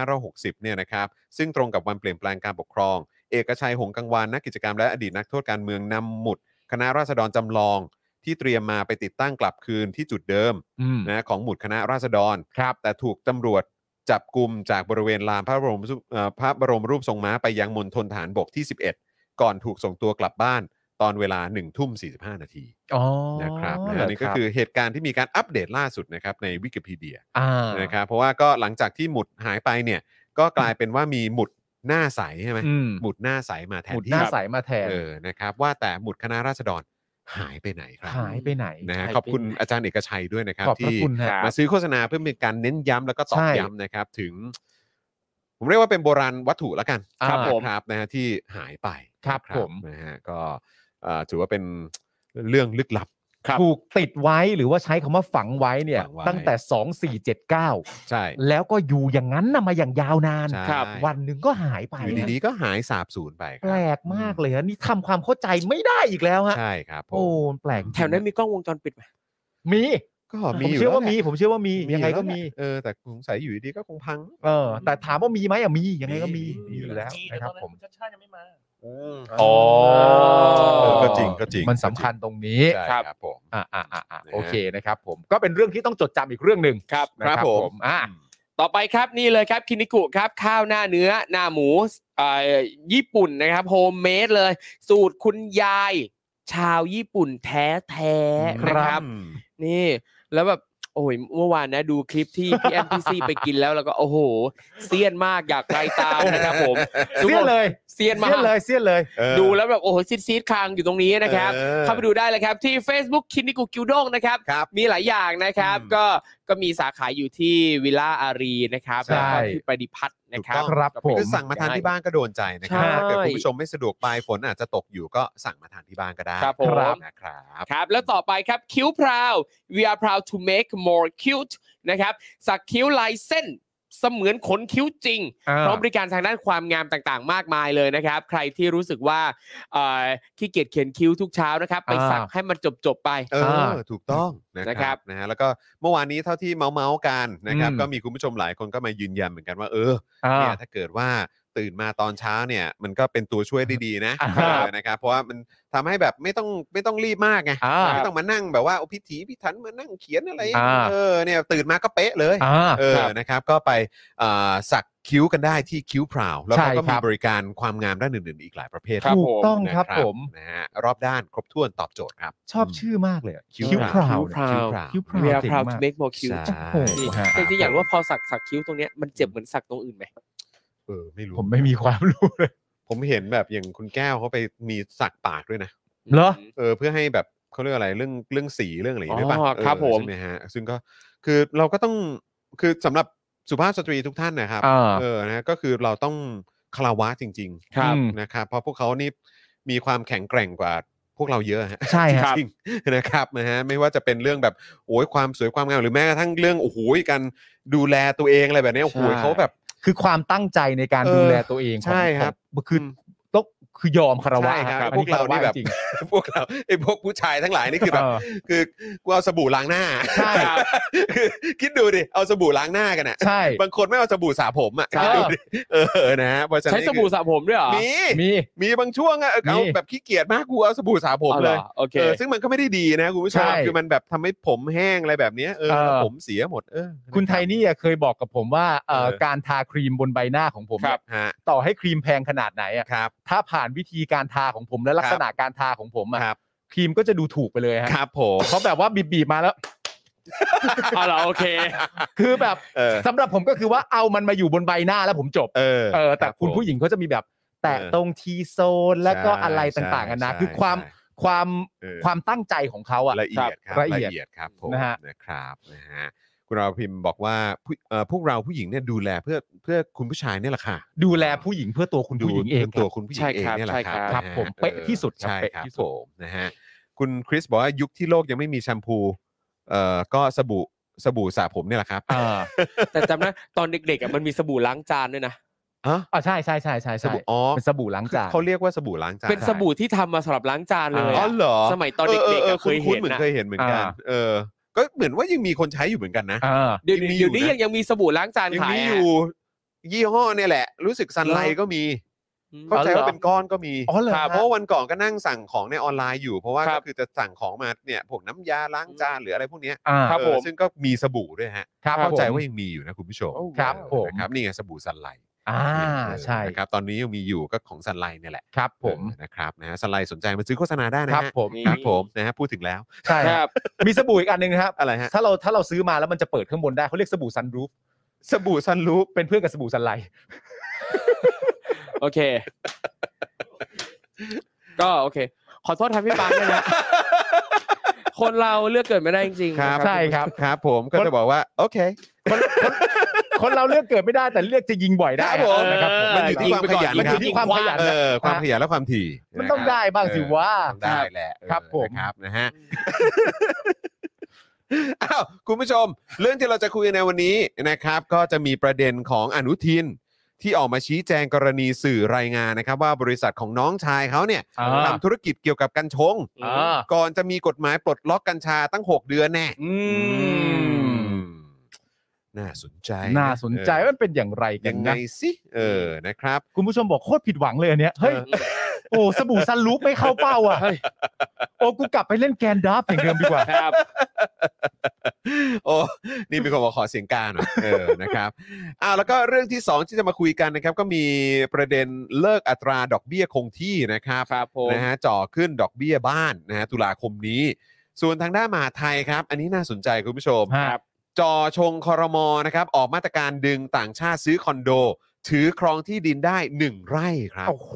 2560 เนี่ยนะครับ ซึ่งตรงกับวันเปลี่ยนแปลงการปกครอง เอกชัยหงส์กังวานนักกิจกรรมและอดีตนักโทษการเมืองนำหมุด คณะราษฎรจำลองที่เตรียมมาไปติดตั้งกลับคืนที่จุดเดิม อืม นะของหมุดคณะราษฎร ครับ แต่ถูกตำรวจจับกลุ่มจากบริเวณลานพระบรมรูปเอ่อพระบรมรูปทรงม้าไปยังมณฑลฐานบกที่ 11 ก่อนถูกส่งตัวกลับบ้านตอนเวลา1ทุ่ม45 นาที อ๋อ นะครับนะ เหร ฮะนี่ก็คือเหตุการณ์ที่มีการอัปเดตล่าสุดนะครับในวิกิพีเดีย อ่า นะครับเพราะว่าก็หลังจากที่หมุดหายไปเนี่ยก็กลายเป็นว่ามีหมุดหน้าใสใช่ไหม อืม หมุดหน้าใสมาแท หมุ น ดห ที่ น้าใสมาแทน เออนะครับว่าแต่หมุดคณะราษฎรหายไปไหนครับ หายไปไหน นะฮะ หายไป ขอบคุณอาจารย์เอกชัยด้วยนะครับ ขอบพระ ที่ คุณฮะ มาซื้อโฆษณาเพื่อเป็นการเน้นย้ำแล้วก็ตอก ใช่ ย้ำนะครับ ถึง ผมเรียกว่าเป็นโบราณวัตถุแล้วกัน ครับ นะ ผม ครับนะฮะที่หายไป ครับ นะ ผม นะฮะก็เอ่อถือว่าเป็นเรื่องลึกลับ ถูกติดไว้หรือว่าใช้คำว่าฝังไว้เนี่ย ฝังไว้ ตั้งแต่ 2479 ใช่ แล้วก็อยู่อย่างนั้นนะมาอย่างยาวนาน ใช่ วันหนึ่งก็หายไป อยู่ นะ ดีๆก็หายสาบสูญไปค แป รั ล บ กมากเลยฮะนี่ทำความเข้าใจไม่ได้อีกแล้วฮะ ใช่ครับผม โอ้แปลก แถวนั้นมีกล้องวงจรปิดไหม มี ก็ ผ มี ม ยู่ เชื่อว่ามี แล้แหละ ผมเชื่อว่ามียังไง อ ก็ แหละ มี เออแต่สงสัยอยู่ดีๆก็คงพัง เออ แต่ถามว่ามีไหมอ่ะมียังไงก็มีมีมีอ อยู่ ยู่แล้แล้ว วนะครับผม อ๋อ เออก็จริงก็จริง มันสำคัญตรงนี้ ใช่ ครับ ครับผม อ่าอ่าอ่าอ่า นะฮะ โอเคนะครับผมก็เป็นเรื่องที่ต้องจดจำอีกเรื่องหนึ่ง ครับ นะอ่า ต่อไปครับนี่เลยครับคินิกุครับข้าวหน้าเนื้อหน้าหมูเอ่อญี่ปุ่นนะครับโฮมเมดเลย สูตรคุณยาย ชาวญี่ปุ่นแท้ๆนะครับ นี่แล้วแบบ โอ้ยเมื่อวานนะดูคลิปที่พี่แอมพี่ซีไปกินแล้วแล้วก็โอ้โหเซียนมากอยากไปตามนะครับผมทุก เสี้ย คนน เลย เซียนมา เสี้ยน ก เลยเสี้ยนเลย เออ ดูแล้วแบบโอ้โหซีดซีดๆคางอยู่ตรงนี้นะครับ เออ เข้าไปดูได้เลยครับที่ Facebook คินิกุกิวด้งนะครับ ครับ มีหลายอย่างนะครับ อืม ก็ก็มีสาขาอยู่ที่วิลล่าอารีนะครับ ใช่ แล้วก็ที่ประดิพัฒน์นะครั ถูกบต้อง ครับผม คือสั่งมาทานที่บ้านก็โดนใจนะครับ ใช่ ถ้าเกิดคุณผู้ชมไม่สะดวกไปฝนอาจจะตกอยู่ก็สั่งมาทานที่บ้านก็ได้ ครับผม นะครับ ครับ แล้วต่อไปครับคิ้วพราว we are proud to make more cute นะครับ สักคิ้วลายเส้นเสมือนขนคิ้วจริง พร้อมบริการทางด้านความงามต่างๆ มากมายเลยนะครับ ใครที่รู้สึกว่าเอ่อขี้เกียจเขียนคิ้วทุกเช้านะครับ ไป อ่า สักให้มันจบๆไป เอ อ่า อถูกต้องนะค นะครั รับบ นะฮะแล้วก็เมื่อวานนี้เท่าที่เมาเมาส์ๆกันนะครับ อืม ก็มีคุณผู้ชมหลายคนก็มายืนยันเหมือนกันว่าเออ อ่า เนี่ยถ้าเกิดว่าตื่นมาตอนเช้าเนี่ยมันก็เป็นตัวช่วยได้ดีนะ อ่า เออนะครับเพราะว่ามันทำให้แบบไม่ต้องไม่ต้องรีบมากไง อ่า ไม่ต้องมานั่งแบบว่าโอ้พิถีพิถันมานั่งเขียนอะไร อ่า เออเนี่ยตื่นมาก็เป๊ะเลย อ่า เออ ครับ นะครับก็ไปอ่าสักคิ้วกันได้ที่คิ้วพราวแล้ว ใช่ ก็ ค มี รับบ ริการความงามด้านอื่นๆอีกหลายประเภท ครับ ถูกต้อง นะครับ ผม นะฮะรอบด้านครบถ้วนตอบโจทย์ครับ ชอบชื่อมากเลยอะ คิ้ว คิ้วพราว คิ้วพราว คิ้วพราวคิ้วพราว we are เจ๋ง proud มา to ก make more cute ใช่ โอ้โห นี่ ฮะ แต่ที่อยากรู้ว่าพอสักสักคิ้วตรงเนี้ยมันเจ็บเหมือนสักตรงอื่นไหม เออไม่รู้ ผมไม่มีความรู้เลย ผมเห็นแบบอย่างคุณแก้วเขาไปมีสักปากด้วยนะ เหรอ เออเพื่อให้แบบเขาเรียกอะไรเรื่องเรื่องสีเรื่องอะไรอย่างงี้ด้วยป่ะ อ๋อครับ เออ ผม ใช่ไหมฮะซึ่งก็คือเราก็ต้องคือสำหรับสุภาพสตรีทุกท่านนะครับ อ่า เออนะฮะก็คือเราต้องคารวะจริง ครับ อืม นะครับเพราะพวกเขานี่มีความแข็งแกร่งกว่าพวกเราเยอะฮะ ใช่ฮะ [laughs] จริงๆนะครับนะฮะไม่ว่าจะเป็นเรื่องแบบโอ้ยความสวยความงามหรือแม้กระทั่งเรื่องโอ้โหการดูแลตัวเองอะไรแบบเนี้ยโอ้โห ใช่ เขาแบบ [laughs] คือความตั้งใจในการ เออ ดูแลตัวเองของ ใช่ครับ ของคืออ ม ต้องคือยอมคารวะ ใช่ครับ อั พวกเรานี่แบบ ควะจริง พวกเราไอ้พวกผู้ชายทั้งหลายนี่คือ [laughs] แบบ เออ คือกูเอาสบู่ล้างห [laughs] น้า ใช่ คือคิดดูดิ เอาสบู่ล้างหน้ากันอ่ะ ใช่ บางคนไม่เอาสบู่สระผมอ่ะ ใช่ คิดดูดิเออนะฮะเพราะฉะ ใช้ นั้น สบู่สระผมด้วยเหรอ มี มี มีบางช่วงอ่ะเอา มี แบบขี้เกียจมากกูเอาสบู่สระผม อ๋อหรอ เลย โอเค เออซึ่งมันก็ไม่ได้ดีนะคุณผู้ชม ใช่ คือมันแบบทำให้ผมแห้งอะไรแบบเนี้ยเออ เออ ผมเสียหมดเออ คุณไทนี่อะเคยบอกกับผมว่าเอ่อ เออ การทาครีมบนใบหน้าของผม ค เนี่ยรับฮะ ต่อให้ครีมแพงขนาดไหนอะ ครับ ถ้าผ่านวิธีการทาของผมและลักษณะการทาของผมอะ ครับ ครีมก็จะดูถูกไปเลยฮะ ครับผม เขาแบบว่าบีบๆมาแล้ว อ๋อเหรอโอเค คือแบบ เออ สำหรับผมก็คือว่าเอามันมาอยู่บนใบหน้าแล้วผมจบ เออ เออแต่ รับ คุณ ผม ผู้หญิงเขาจะมีแบบ แตะ เออ ตรงทีโซนแล้วก็ ใช่ อะไรต่างๆกันานะ ใช่ คือความ ใช่ ความ เออ ความตั้งใจของเขาอะ ละเอียดครับ ละเอียด ครับผม นะฮะ นะครับนะฮะคุณเราวพิมพ์บอกว่าผู้เอ่อพวกเราผู้หญิงเนี่ยดูแลเพื่อเพื่อคุณผู้ชายเนี่ยแหละค่ะ ดูแลผู้หญิงเพื่อตัวคุณ ดู ผู้หญิงเอง พื่ ค ตั รั ว บ คุณผู้หญิ ใช่ งเอง ครับ เนี่ยแหละ ใช่ ค ค รั รั บบ ครับผนะฮะมเป๊ะ ออ ที่สุดครับ ใช่ เป๊ะ ครับ ที่สุด ผมนะฮะคุณคริสบอกว่ายุคที่โลกยังไม่มีแชมพูเอ่อก็สบู่สบู่สระผมเนี่ยแหละครับ อ่า แต่จำนะตอนเด็กๆอ่ะมันมีสบู่ล้างจานด้วยนะ อ๋อ อ่าใช่ใช่ใช่ใช่ ส ใช่ บู่อ๋อ เป็นสบู่ล้างจาน เขาเรียกว่าสบู่ล้างจาน เป็นสบู่ที่ทำมาสำหรับล้างจานเลย อ๋อ อะ เหรอ สมัยตอนเด็กๆอะเคย คุ้นๆเห็น เหมือน นะ เคยเห็นเหมือนกัน อ่า เออก็เหมือนว่ายังมีคนใช้อยู่เหมือนกันนะ อ่า เดี๋ยวนี้ มีอยู่ เดี๋ยวนี้ นะ ยังยังมีสบู่ล้างจาน ยัง ขาย มีออะยู่ยี่ห้อเนี่ยแหละ รู้สึกซันไล เหรอ ก็มี อืม เข้าใจว่าเป็นก้อนก็มี อ๋อเหรอ ครับ เพราะว่าวันก่อนก็นั่งสั่งของในออนไลน์อยู่ เพราะว่า ครั ก็ บ คือจะสั่งของมาเนี่ยพวกน้ำยาล้างจานหรืออะไรพวกเนี้ย อ่า ครับ เออ ผม ซึ่งก็มีสบู่ด้วยฮะ ครับ เข้าใจ ผม ว่ายังมีอยู่นะคุณผู้ชม ครับผม นะครับนี่ไงสบู่สันไล อ่าใช่ นะครับตอนนี้ยังมีอยู่ก็ของสันไลเนี่ยแหละ ครับผม เออนะครับนะฮะสันไลสนใจมาซื้อโฆษณาได้ ค นะ รับ ฮะ ผม นี่ ครับผมนะฮะพูดถึงแล้ว ใช่ ค ฮะ รับ มีสบู่อีกอันหนึ่งนะครับ อะไรฮะ ถ้าเราถ้าเราซื้อมาแล้วมันจะเปิดข้างบนได้เขาเรียกสบู่ซันรูฟ สบู่ซันรูป เป็นเพื่อนกับสบู่ซันไลท์ โอเค ก็โอเค ขอโทษทำพี่ปานด้วย [laughs] นะ คนเราเลือกเกิดไม่ได้จริงๆนะ ใช่ครับ ครับผมก็จะบอกว่าโอเค คนเราเลือกเกิดไม่ได้แต่เลือกจะยิงบ่อยได้ ครับผม นะครับผม มันอยู่ที่ความขยัน มัน ค อ รับ ยู่ที่ความขยัน เอ นะ อความขยันและความถี่ มันต้องได้บ้างสิวะ ต้องได้แหละ ครับผม ครับนะฮะอ้าวคุณผู้ชม เรื่องที่เราจะคุยในวันนี้นะครับ ก็จะมีประเด็นของอนุทิน ที่ออกมาชี้แจงกรณีสื่อรายงานนะครับ ว่าบริษัทของน้องชายเขาเนี่ย อ่า ทำธุรกิจเกี่ยวกับกัญชง อืม อ่า ก่อนจะมีกฎหมายปลดล็อกกัญชาตั้ง 6 เดือนแน่ อืม น่าสนใจ น่าสนใจ เออ มันเป็นอย่างไรกั ยั น งไง นะ สิเออนะครับ คุณผู้ชมบอกโคตรผิดหวังเลยอันเนี้ยเฮ้ยโอ้สบู่ซันลูปไม่เข้าเป้า [laughs] อ่ะ เฮ้ย โอ้กูกลับไปเล่นแกนดับอย่างเดิมดีกว่า ครับ โอ้ นี่มีคนบอกขอเสียงกลารหน่อยเออ นะครับอ้าวแล้วก็เรื่องที่ 2 ที่จะมาคุยกันนะครับ ก็มีประเด็นเลิกอัตราดอกเบี้ยคงที่นะครับ ครับผม นะฮะจ่อขึ้นดอกเบี้ยบ้านนะฮะตุลาคมนี้ ส่วนทางด้านมหาดไทยครับ อันนี้น่าสนใจคุณผู้ชม ฮะครับ จอชงคอรมอนะครับ ออกมาตรการดึงต่างชาติซื้อคอนโด ถือครองที่ดินได้ 1 ไร่ครับ โอ้โห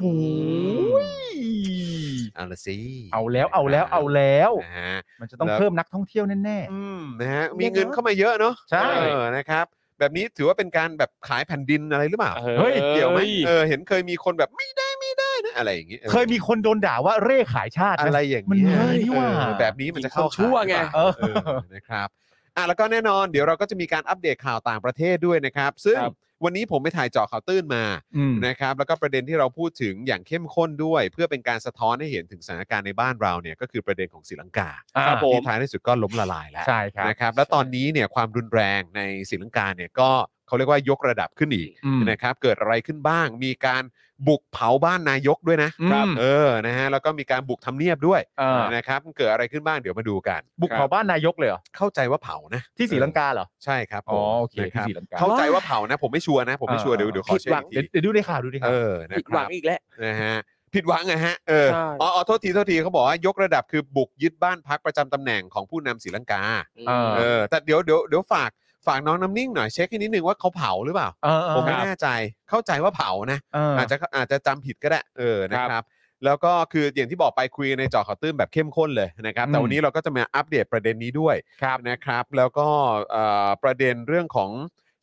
เอาละสิ เอาแล้วเอาแล้วเอาแล้ว นะฮะ มันจะต้อง แล้ว เพิ่มนักท่องเที่ยวแน่ อืมนะฮะมี เยอะ เงินเข้ามาเยอะเนาะ ใช่ เออนะครับ แบบนี้ถือว่าเป็นการแบบขายแผ่นดินอะไรหรือเปล่า เฮ้ย เกี่ยวไหมเออเห็นเคยมีคนแบบไม่ได้ไม่ได้นะอะไรอย่างเงี้ย ๆ เคยมีคนโดนด่าว่าเร่ขายชาติ อะ นะ ไรอย่าง มัน เงี้ย เฮ้ยนี่หว่า เออแบบนี้มันจะเข้า ชั่วไง ขายหรือเปล่าเออนะครับอ่ะแล้วก็แน่นอนเดี๋ยวเราก็จะมีการอัปเดตข่าวต่างประเทศด้วยนะครับ ซึ่ง ครับ วันนี้ผมไปถ่ายเจาะข่าวตื้นมา อืม นะครับ แล้วก็ประเด็นที่เราพูดถึงอย่างเข้มข้นด้วย เพื่อเป็นการสะท้อนให้เห็นถึงสถานการณ์ในบ้านเราเนี่ยก็คือประเด็นของศรีลังกา อ่าครับผม ที่ท้ายที่สุดก็ล้มละลายแล้ว ใช่ครับ นะครับและตอนนี้เนี่ยความรุนแรงในศรีลังกาเนี่ยก็เขาเรียกว่ายกระดับขึ้นอีก อืม นะครับเกิดอะไรขึ้นบ้าง มีการบุกเผาบ้านนายกด้วยนะครับ เออนะฮะแล้วก็มีการบุกทำเนียบด้วย เออ นะครับเกิดอะไรขึ้นบ้างเดี๋ยวมาดูกัน บุกเผาบ้านนายกเลยเหรอ เข้าใจว่าเผานะ ที่ศรีลังกาเหรอ ใช่ครับผม อ๋อโอเค นะ ที่ รับ ศรีลังกา เข้าใจว่าเผานะผมไม่ชัวร์นะผมไม่ชัวร์ เออ เดี๋ยวเดี๋ยวขอเช็คอีกที เดี๋ยวเดี๋ยวดูในข่าวดูในข่า เอ ว อนะ ผิด ค ห รั วั บ งอีกแล้ว นะฮะผิดหวังนะฮะเออ ใช่ อ๋ออ๋อโทษทีโทษทีเขาบอกว่ายกระดับคือบุกยึดบ้านพักประจำตำแหน่งของผู้นำศรีลังกา เออ เออแต่เดี๋ยวเดี๋ยวเดี๋ยวฝากฝากน้องน้ำนิ่งหน่อยเช็คให้นิดนึงว่าเขาเผาหรือเปล่า เออ ผมไม่แน่ใจเข้าใจว่าเผานะ เออ อาจจะอาจจะจำผิดก็ได้เออนะครับ แล้วก็คืออย่างที่บอกไปคุยกันในเจอข่าวตื้นแบบเข้มข้นเลยนะครับ แต่วันนี้เราก็จะมาอัปเดตประเด็นนี้ด้วย ครับ นะครับ แล้วก็เอ่อประเด็นเรื่องของ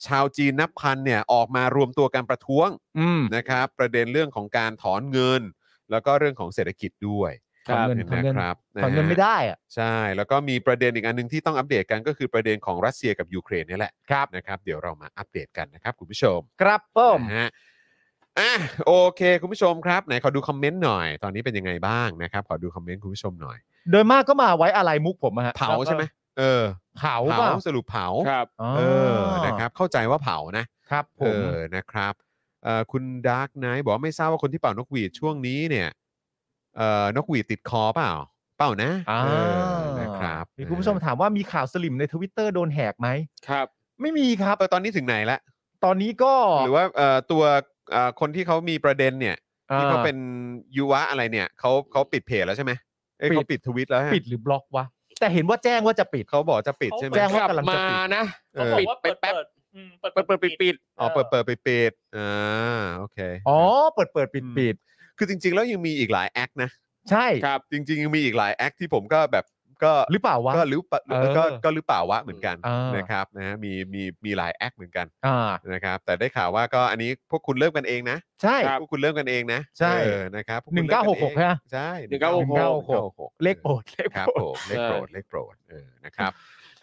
ชาวจีนนับพันเนี่ยออกมารวมตัวกันประท้วง อืม นะครับ ประเด็นเรื่องของการถอนเงิน แล้วก็เรื่องของเศรษฐกิจด้วย ถอนเงินถอนเงิน นะครับ ถอนเงินไม่ ะฮะ ได้อะ ใช่ แล้วก็มีประเด็นอีกอันหนึงที่ต้องอัปเดตกันก็คือประเด็นของรัสเซียกับยูเครนเนี่ยแหละ ครับ นะครับ เดี๋ยวเรามาอัปเดตกันนะครับ คุณผู้ชม ครับผม นะฮะอ่ะโอเค คุณผู้ชมครับไหนขอดูคอมเมนต์หน่อย ตอนนี้เป็นยังไงบ้างนะครับ ขอดูคอมเมนต์คุณผู้ชมหน่อย โดยมากก็มาไว้อะไรมุกผมอะฮะ เผาใช่ไหมเออ เผา เผา เปล่า สรุปเผา ครับ เออนะครับ เข้าใจว่าเผานะครับ ผ เอ ม อนะครับเอ่อคุณดาร์กไนท์บอกว่าไม่ทราบว่าคนที่เป่านกหวีดช่วงนี้เนี่ยเอ่อนกหวีดติดคอเปล่า เปล่านะ า เออนะครับ มีคุณผู้ชมถามว่ามีข่าวสลิมในทวิตเตอร์โดนแหกไหม ครับ ไม่มีครับ เออตอนนี้ถึงไหนละ ตอนนี้ก็ หรือว่าเอ่อตัวเอ่อคนที่เขามีประเด็นเนี่ยที่เขาเป็นยุวะอะไรเนี่ยเขาเขาปิดเพจแล้วใช่ไหมเอ้ยเขาปิดทวิตแล้วฮะ ปิดหรือบล็อกวะ แต่เห็นว่าแจ้งว่าจะปิด เขาบอกจะปิดใช่ไหม แจ้ง ก ว่า ลับ กำลังจะ มา ปิด นะ เออ ปิดไปแป๊บ อืมเปิด เปิดเปิดปิดปิด อ๋อเปิดเปิดไปปิดอ่าโอเค อ๋อ เปิดเปิดปิดปิด คือจริง ๆ แล้วยังมีอีกหลายแอคนะ ใช่ ครับ จริง ๆ ยังมีอีกหลายแอคที่ผมก็แบบก็ หรือเปล่าวะ ก็หรือปะ เออ ก็ก็หรือเปล่าวะเหมือนกัน อ่าน นะครับนะฮะมีมีมีหลายแอคเหมือนกัน อ่า นะครับ แต่ได้ข่าวว่าก็อันนี้พวกคุณเริ่มกันเองนะ ใช่ พวกคุณเริ่มกันเองนะ ใช่ เออนะครับพวคุณเริ่มนเอง 1966ฮะ ใช่ 1966 1966 เลขโปรดเลข [laughs] ครับ โปรดผมเลขโปรดเลขโปรดเออนะครับ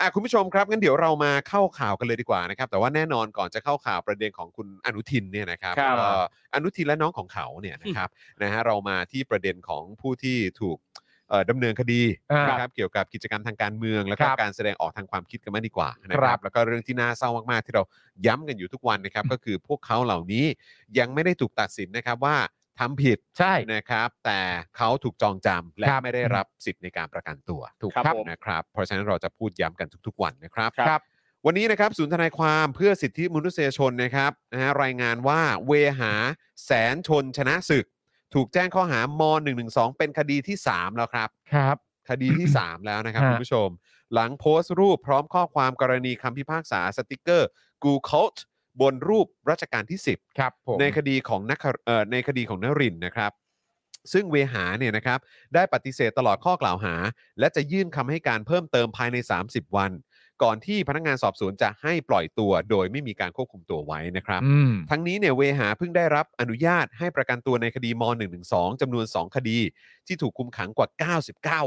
อ่ะคุณผู้ชมครับงั้นเดี๋ยวเรามาเข้าข่าวกันเลยดีกว่านะครับ แต่ว่าแน่นอนก่อนจะเข้าข่าวประเด็นของคุณอนุทินเนี่ยนะครับ ครับ เอ่ออนุทินและน้องของเขาเนี่ยนะครับนะฮะเรามาที่ประเด็นของผู้ที่ถูกเอ่อดำเนินคดี อ่าน นะครับเกี่ยวกับกิจกรรมทางการเมือง และก็ ครับ การแสดงออกทางความคิดกันมากดีกว่านะค ครั รับบ แล้วก็เรื่องที่น่าเศร้ามากๆ ที่เราย้ำกันอยู่ทุกวันนะครับ ก็คือพวกเขาเหล่านี้ยังไม่ได้ถูกตัดสินนะครับว่าทำผิด ใช่ นะครับแต่เขาถูกจองจำและ ครับ ไม่ได้รับสิทธิ์ในการประกันตัว ถูกครับครับผม นะครับ เพราะฉะนั้นเราจะพูดย้ำกันทุกๆวันนะครับ ครับ วันนี้นะครับศูนย์ทนายความเพื่อสิทธิมนุษยชนนะครับนะฮะรายงานว่าเวหาแสนชนชนะศึก ถูกแจ้งข้อหาม112 เป็นคดีที่ 3 แล้วครับ ครับ คดีที่ 3 แล้วนะครับ ฮะ คุณผู้ชม หลังโพสต์รูปพร้อมข้อความกรณีคำพิพากษาสติกเกอร์ กูเคิลบนรูปรัชกาลที่ 10 ครับผม ในคดีของนักเอ่อในคดีของนรินทร์นะครับ ซึ่งเวหาเนี่ยนะครับได้ปฏิเสธตลอดข้อกล่าวหา และจะยื่นคำให้การเพิ่มเติมภายใน 30 วัน ก่อนที่พนักงานสอบสวนจะให้ปล่อยตัวโดยไม่มีการควบคุมตัวไว้นะครับ อืม ทั้งนี้เนี่ยเวหาเพิ่งได้รับอนุญาตให้ประกันตัวในคดีม .112 จำนวน 2 คดี ที่ถูกคุมขังกว่า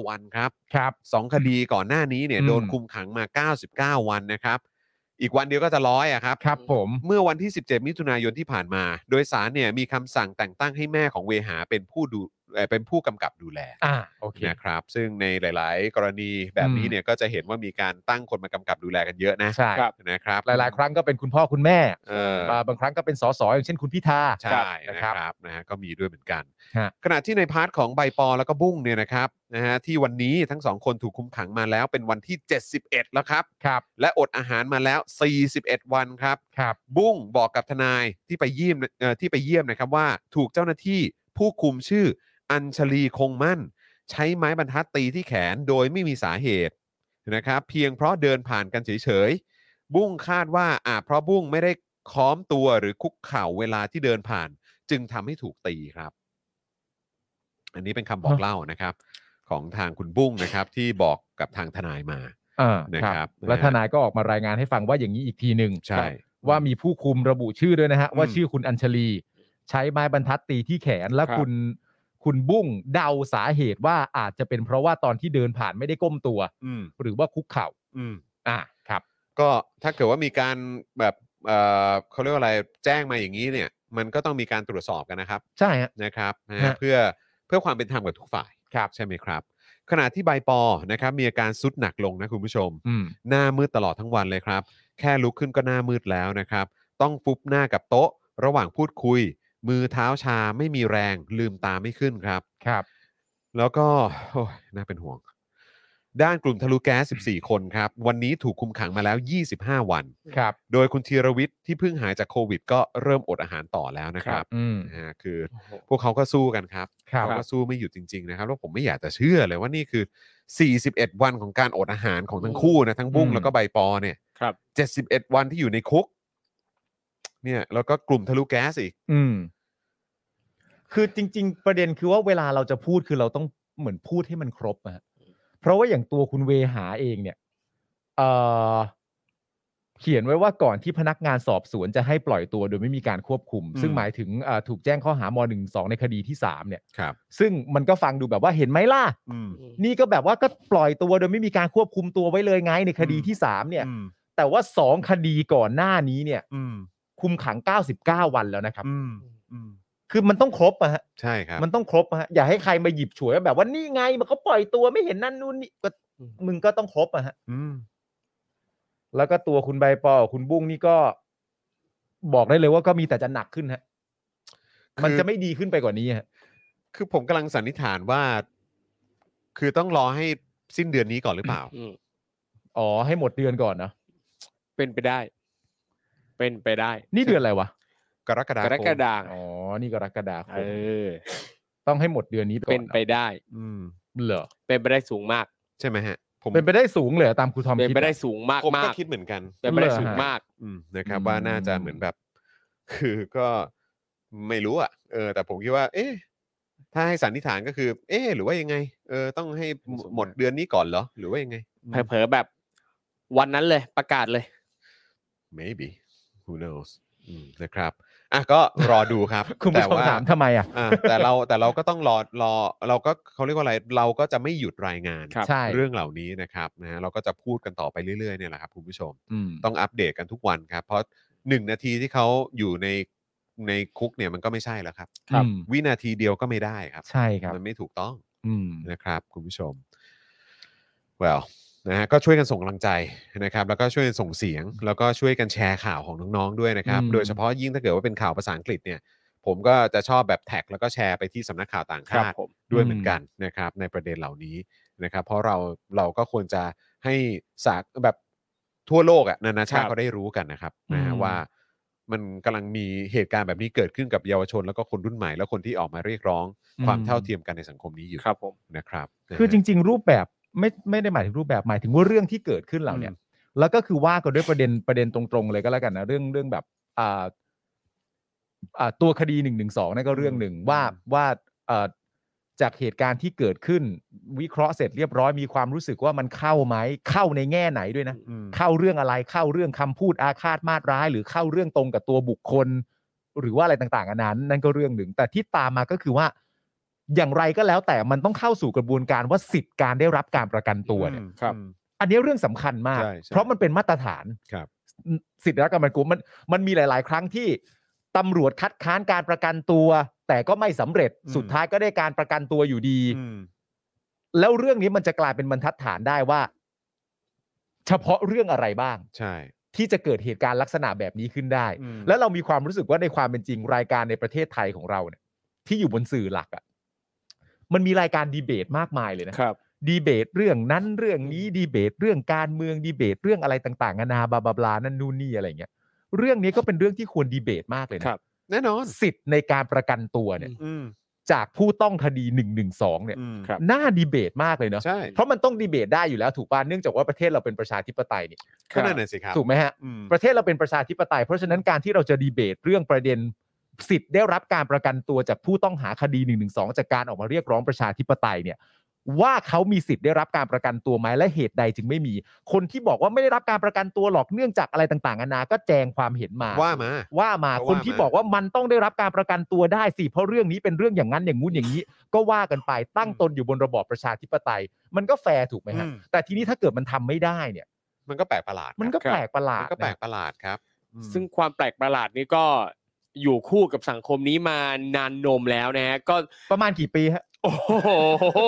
99 วันครับ ครับ 2 คดีก่อนหน้านี้เนี่ย อืม โดนคุมขังมา 99 วันนะครับ อีกวันเดียวก็จะร้อยอะครับ ครับผม เมื่อวันที่ 17 มิถุนายนที่ผ่านมา โดยสารเนี่ยมีคำสั่งแต่งตั้งให้แม่ของเวหาเป็นผู้ดูเอ่อเป็นผู้กำกับดูแล อ่า โอเค นะครับ ซึ่งในหลาย ๆ กรณีแบบนี้ อืม เนี่ยก็จะเห็นว่ามีการตั้งคนมากำกับดูแลกันเยอะนะ ใช่ ครับ นะครับ หลาย ๆ ครั้งก็เป็นคุณพ่อคุณแม่ เออ บางครั้งก็เป็นสสอย่างเช่นคุณพิธา ใช่ นะ นะ ค ค รั รับ บนะฮะก็มีด้วยเหมือนกัน ฮะ ขณะที่ในพาร์ทของใบปอแล้วก็บุ้งเนี่ยนะครับนะฮะที่วันนี้ทั้งสองคนถูกคุมขังมาแล้วเป็นวันที่ 71 แล้วครับ ครับ และอดอาหารมาแล้ว 41 วันครับ ครับ บุ้งบอกกับทนายที่ไปเยี่ยมเอ่อที่ไปเยี่ยมนะครับว่าถูกเจ้าหน้าที่ผู้คุมชื่ออัญชลีคงมั่น ใช้ไม้บรรทัดตีที่แขนโดยไม่มีสาเหตุนะครับเพียงเพราะเดินผ่านกันเฉยๆ บุ้งคาดว่าอาจเพราะบุ้งไม่ได้ค้อมตัวหรือคุกเข่าเวลาที่เดินผ่าน จึงทำให้ถูกตีครับ อันนี้เป็นคำบอกเล่านะครับ ของทางคุณบุ้งนะครับ ที่บอกกับทางทนายมา อ่า นะครับ และ นะฮะ ทนายก็ออกมารายงานให้ฟังว่าอย่างนี้อีกทีหนึ่ง ใช่ ว่ามีผู้คุมระบุชื่อด้วยนะฮะ ว่า อืม ชื่อคุณอัญชลี ใช้ไม้บรรทัดตีที่แขนและ ครับ คุณคุณบุ้งเดาสาเหตุว่าอาจจะเป็นเพราะว่าตอนที่เดินผ่านไม่ได้ก้มตัว อืม หรือว่าคุกเข่า อืม อ่าครับ ก็ถ้าเกิดว่ามีการแบบเอ่อเขาเรียกว่าอะไรแจ้งมาอย่างนี้เนี่ย มันก็ต้องมีการตรวจสอบกันนะครับ ใช่ฮะ นะครับนะ ฮะ ฮะเพื่อเพื่อความเป็นธรรมกับทุกฝ่ายครับใช่ไหมครับ ขณะที่ใบปอนะครับมีอาการซุดหนักลงนะคุณผู้ชม อืม หน้ามืดตลอดทั้งวันเลยครับ แค่ลุกขึ้นก็หน้ามืดแล้วนะครับ ต้องฟุบหน้ากับโต๊ะ ระหว่างพูดคุย มือเท้าชาไม่มีแรงลืมตาไม่ขึ้นครับ ครับ แล้วก็โอ้ยน่าเป็นห่วง ด้านกลุ่มทะลุแก๊ส 14 คนครับ วันนี้ถูกคุมขังมาแล้ว 25 วัน ครับ โดยคุณธีรวิทย์ที่เพิ่งหายจากโควิด ก็เริ่มอดอาหารต่อแล้วนะครับ อืม นะฮะคือพวกเขาก็สู้กันครับ ครับ เขาก็สู้ไม่หยุดจริง ๆ นะครับ แล้วผมไม่อยากจะเชื่อเลยว่านี่คือ 41 วันของการอดอาหารของทั้งคู่นะทั้งบุ้ง อืม แล้วก็ใบปอเนี่ย ครับ 71 วันที่อยู่ในคุก เนี่ยแล้วก็กลุ่มทะลุแก๊สอีก อืม คือจริง ๆ ประเด็นคือว่าเวลาเราจะพูดคือเราต้องเหมือนพูดให้มันครบอะฮะเพราะว่าอย่างตัวคุณเวหาเองเนี่ยเอ่อเขียนไว้ว่าก่อนที่พนักงานสอบสวนจะให้ปล่อยตัวโดยไม่มีการควบคุม อืม ซึ่งหมายถึงเอ่อถูกแจ้งข้อหามหนึ่งสองในคดีที่สามเนี่ย ครับ ซึ่งมันก็ฟังดูแบบว่าเห็นไหมล่ะ อืม นี่ก็แบบว่าก็ปล่อยตัวโดยไม่มีการควบคุมตัวไว้เลยไงในคดีที่สามเนี่ย อืม แต่ว่าสองคดีก่อนหน้านี้เนี่ย อืม คุมขัง 99 วันแล้วนะครับ อืมอืม คือมันต้องครบอะฮะ ใช่ครับ มันต้องครบอะฮะ อย่าให้ใครมาหยิบฉวยว่าแบบว่านี่ไง มันก็ปล่อยตัวไม่เห็นนั่นนู่นนี่ก็ อืม มึงก็ต้องครบอะฮะ อืม แล้วก็ตัวคุณใบปอกับคุณบุ้งนี่ก็บอกได้เลยว่าก็มีแต่จะหนักขึ้นฮะ คือ มันจะไม่ดีขึ้นไปกว่านี้ฮะ คือผมกำลังสันนิษฐานว่า คือต้องรอให้สิ้นเดือนนี้ก่อนหรือเปล่า อืม อ๋อ ให้หมดเดือนก่อนเนาะ เป็นไปได้ เป็นไปได้ นี่เดือนอะไรวะ กรกฎาคม กรกฎาคม อ๋อ นี่กรกฎาค เอ ม อ ต้องให้หมดเดือนนี้ก่อน เป็นไปได้ อืม เหรอ เป็นไปได้สูงมาก ใช่ไหมฮะ ผม เป็นไปได้สูงเลยเหรอตามครูทอม เป็น คิด ไปได้ อะ สูงมาก ผม มา ก็ ก คิดเหมือนกัน เป็นไปได้ เหรอ สูง ฮะ มาก อืมนะครับ อืม ว่าน่าจะเหมือนแบบ [laughs] คือก็ไม่รู้อ่ะเออ แต่ผมคิดว่า เอ๊ะถ้าให้สันนิษฐานก็คือ เอ๊ะหรือว่ายังไง เออ ต้องให้หมดเดือนนี้ก่อนเหรอ หรือว่ายังไง เผลอๆแบบ วันนั้นเลยประกาศเลย maybe who knows อืมนะครับอ่ะก็รอดูครับ [laughs] คุณผู้ แต่ ชม ว่า ถามทำไมอ่ะ อ่าแต่เราแต่เราก็ต้องรอรอเราก็เขาเรียกว่าอะไรเราก็จะไม่หยุดรายงาน ครับ ใช่ เรื่องเหล่านี้นะครับนะฮะเราก็จะพูดกันต่อไปเรื่อยๆเนี่ยแหละครับคุณผู้ชม อืม ต้องอัปเดตกันทุกวันครับ เพราะหนึ่งนาทีที่เขาอยู่ในในคุกเนี่ยมันก็ไม่ใช่แล้วครับ ครับ วินาทีเดียวก็ไม่ได้ครับ ใช่ครับ มันไม่ถูกต้อง อืม นะครับคุณผู้ชม well นะฮะก็ช่วยกันส่งกำลังใจนะครับ แล้วก็ช่วยกันส่งเสียง แล้วก็ช่วยกันแชร์ข่าวของน้องๆด้วยนะครับ อืม โดยเฉพาะยิ่งถ้าเกิดว่าเป็นข่าวภาษาอังกฤษเนี่ย ผมก็จะชอบแบบแท็ก แล้วก็แชร์ไปที่สำนักข่าวต่างชาติ ผม ด้วยเหมือนกันนะครับในประเด็นเหล่านี้นะครับ เพราะเราเราก็ควรจะให้สากแบบทั่วโลกอะนานาชาติ ครับ เขาได้รู้กันนะครับนะฮะ อืม ว่ามันกำลังมีเหตุการณ์แบบนี้เกิดขึ้นกับเยาวชน แล้วก็คนรุ่นใหม่ และคนที่ออกมาเรียกร้อง ความเท่าเทียมกันในสังคมนี้อยู่ ครับผม นะครับ คือจ นะฮะ ริง ๆ รูปแบบไม่ไม่ได้หมายถึงรูปแบบหมายถึงว่าเรื่องที่เกิดขึ้นเหล่าเนี้ยแล้วก็คือว่ากันด้วยประเด็นประเด็นตรงๆเลยก็แล้วกันนะเรื่องเรื่องแบบอ่าอ่าตัวคดีหนึ่งหนึ่งสองนั่นก็เรื่องหนึ่งว่าว่าเอ่อจากเหตุการณ์ที่เกิดขึ้น วิเคราะห์เสร็จเรียบร้อยมีความรู้สึกว่ามันเข้าไหมเข้าในแง่ไหนด้วยนะ อืม เข้าเรื่องอะไรเข้าเรื่องคำพูดอาฆาตมาดร้าย หรือเข้าเรื่องตรงกับตัวบุคคล หรือว่าอะไรต่างๆอันนั้น นั่นก็เรื่องหนึ่ง แต่ที่ตามมาก็คือว่า อย่างไรก็แล้วแต่มันต้องเข้าสู่กระบวนการว่าสิทธิ์การได้รับการประกันตัวเนี่ย อืม ครับ อันนี้เรื่องสำคัญมาก ใช่ใช่ เพราะมันเป็นมาตรฐาน ครับ สิทธิรักการประกันตัวมันมันมีหลาย ๆ ครั้งที่ตำรวจคัดค้านการประกันตัว แต่ก็ไม่สำเร็จสุดท้ายก็ได้การประกันตัวอยู่ดี อืม แล้วเรื่องนี้มันจะกลายเป็นบรรทัดฐานได้ว่า เฉพาะเรื่องอะไรบ้าง ใช่ ที่จะเกิดเหตุการณ์ลักษณะแบบนี้ขึ้นได้ อืม แล้วเรามีความรู้สึกว่าในความเป็นจริงรายการในประเทศไทยของเราเนี่ยที่อยู่บนสื่อหลักอะ่ะมันมีรายการดีเบตมากมายเลยนะครับ ดีเบตเรื่องนั้นเรื่องนี้ดีเบตเรื่องการเมืองดีเบตเรื่องอะไรต่างๆนานาบลาบลาบลานั่นนู่นนี่อะไรเงี้ยเรื่องนี้ก็เป็นเรื่องที่ควรดีเบตมากเลยนะครับ แน่นอน สิทธิ์ในการประกันตัวเนี่ย อืม จากผู้ต้องคดี 112 เนี่ย อืม ครับ น่าดีเบตมากเลยเนาะ ใช่ เพราะมันต้องดีเบตได้อยู่แล้วถูกป่ะเนื่องจากว่าประเทศเราเป็นประชาธิปไตยนี่ ก็นั่นน่ะสิครับ ถูกไหมฮะ อืม ประเทศเราเป็นประชาธิปไตย เพราะฉะนั้นการที่เราจะดีเบตเรื่องประเด็นสิทธิ์ได้รับการประกันตัวจากผู้ต้องหาคดี1นึจากการออกมาเรียกร้องประชาธิปไตยเนี่ย ว่าเขามีสิทธิ์ได้รับการประกันตัวไหมและเหตุใดจึงไม่มี คนที่บอกว่าไม่ได้รับการประกันตัวหรอกเนื่องจากอะไรต่างๆนานาก็แจงความเห็นมา ว่ามา ว่ามาคก็ว่ามานที่บอกว่ามันต้องได้รับการประกันตัวได้สิเพราะเรื่องนี้เป็นเรื่องอย่างนั้นอย่างงู้นอย่างนี้ ก็ว่ากันไปตั้งตนอยู่บนระบอบประชาธิปไตย มันก็แฟร์ถูกไหมฮะแต่ทีนี้ถ้าเกิดมันทำไม่ได้เนี่ย มันก็แปลกประหลาด มันก็ ครับ แปลกประหลาด มันก็แปลกประหลาดครับอืม ซึ่งความแปลกประหลาดนี้ก็อยู่คู่กับสังคมนี้มานานนมแล้วนะฮะก็ ประมาณกี่ปีฮะ โอ้โห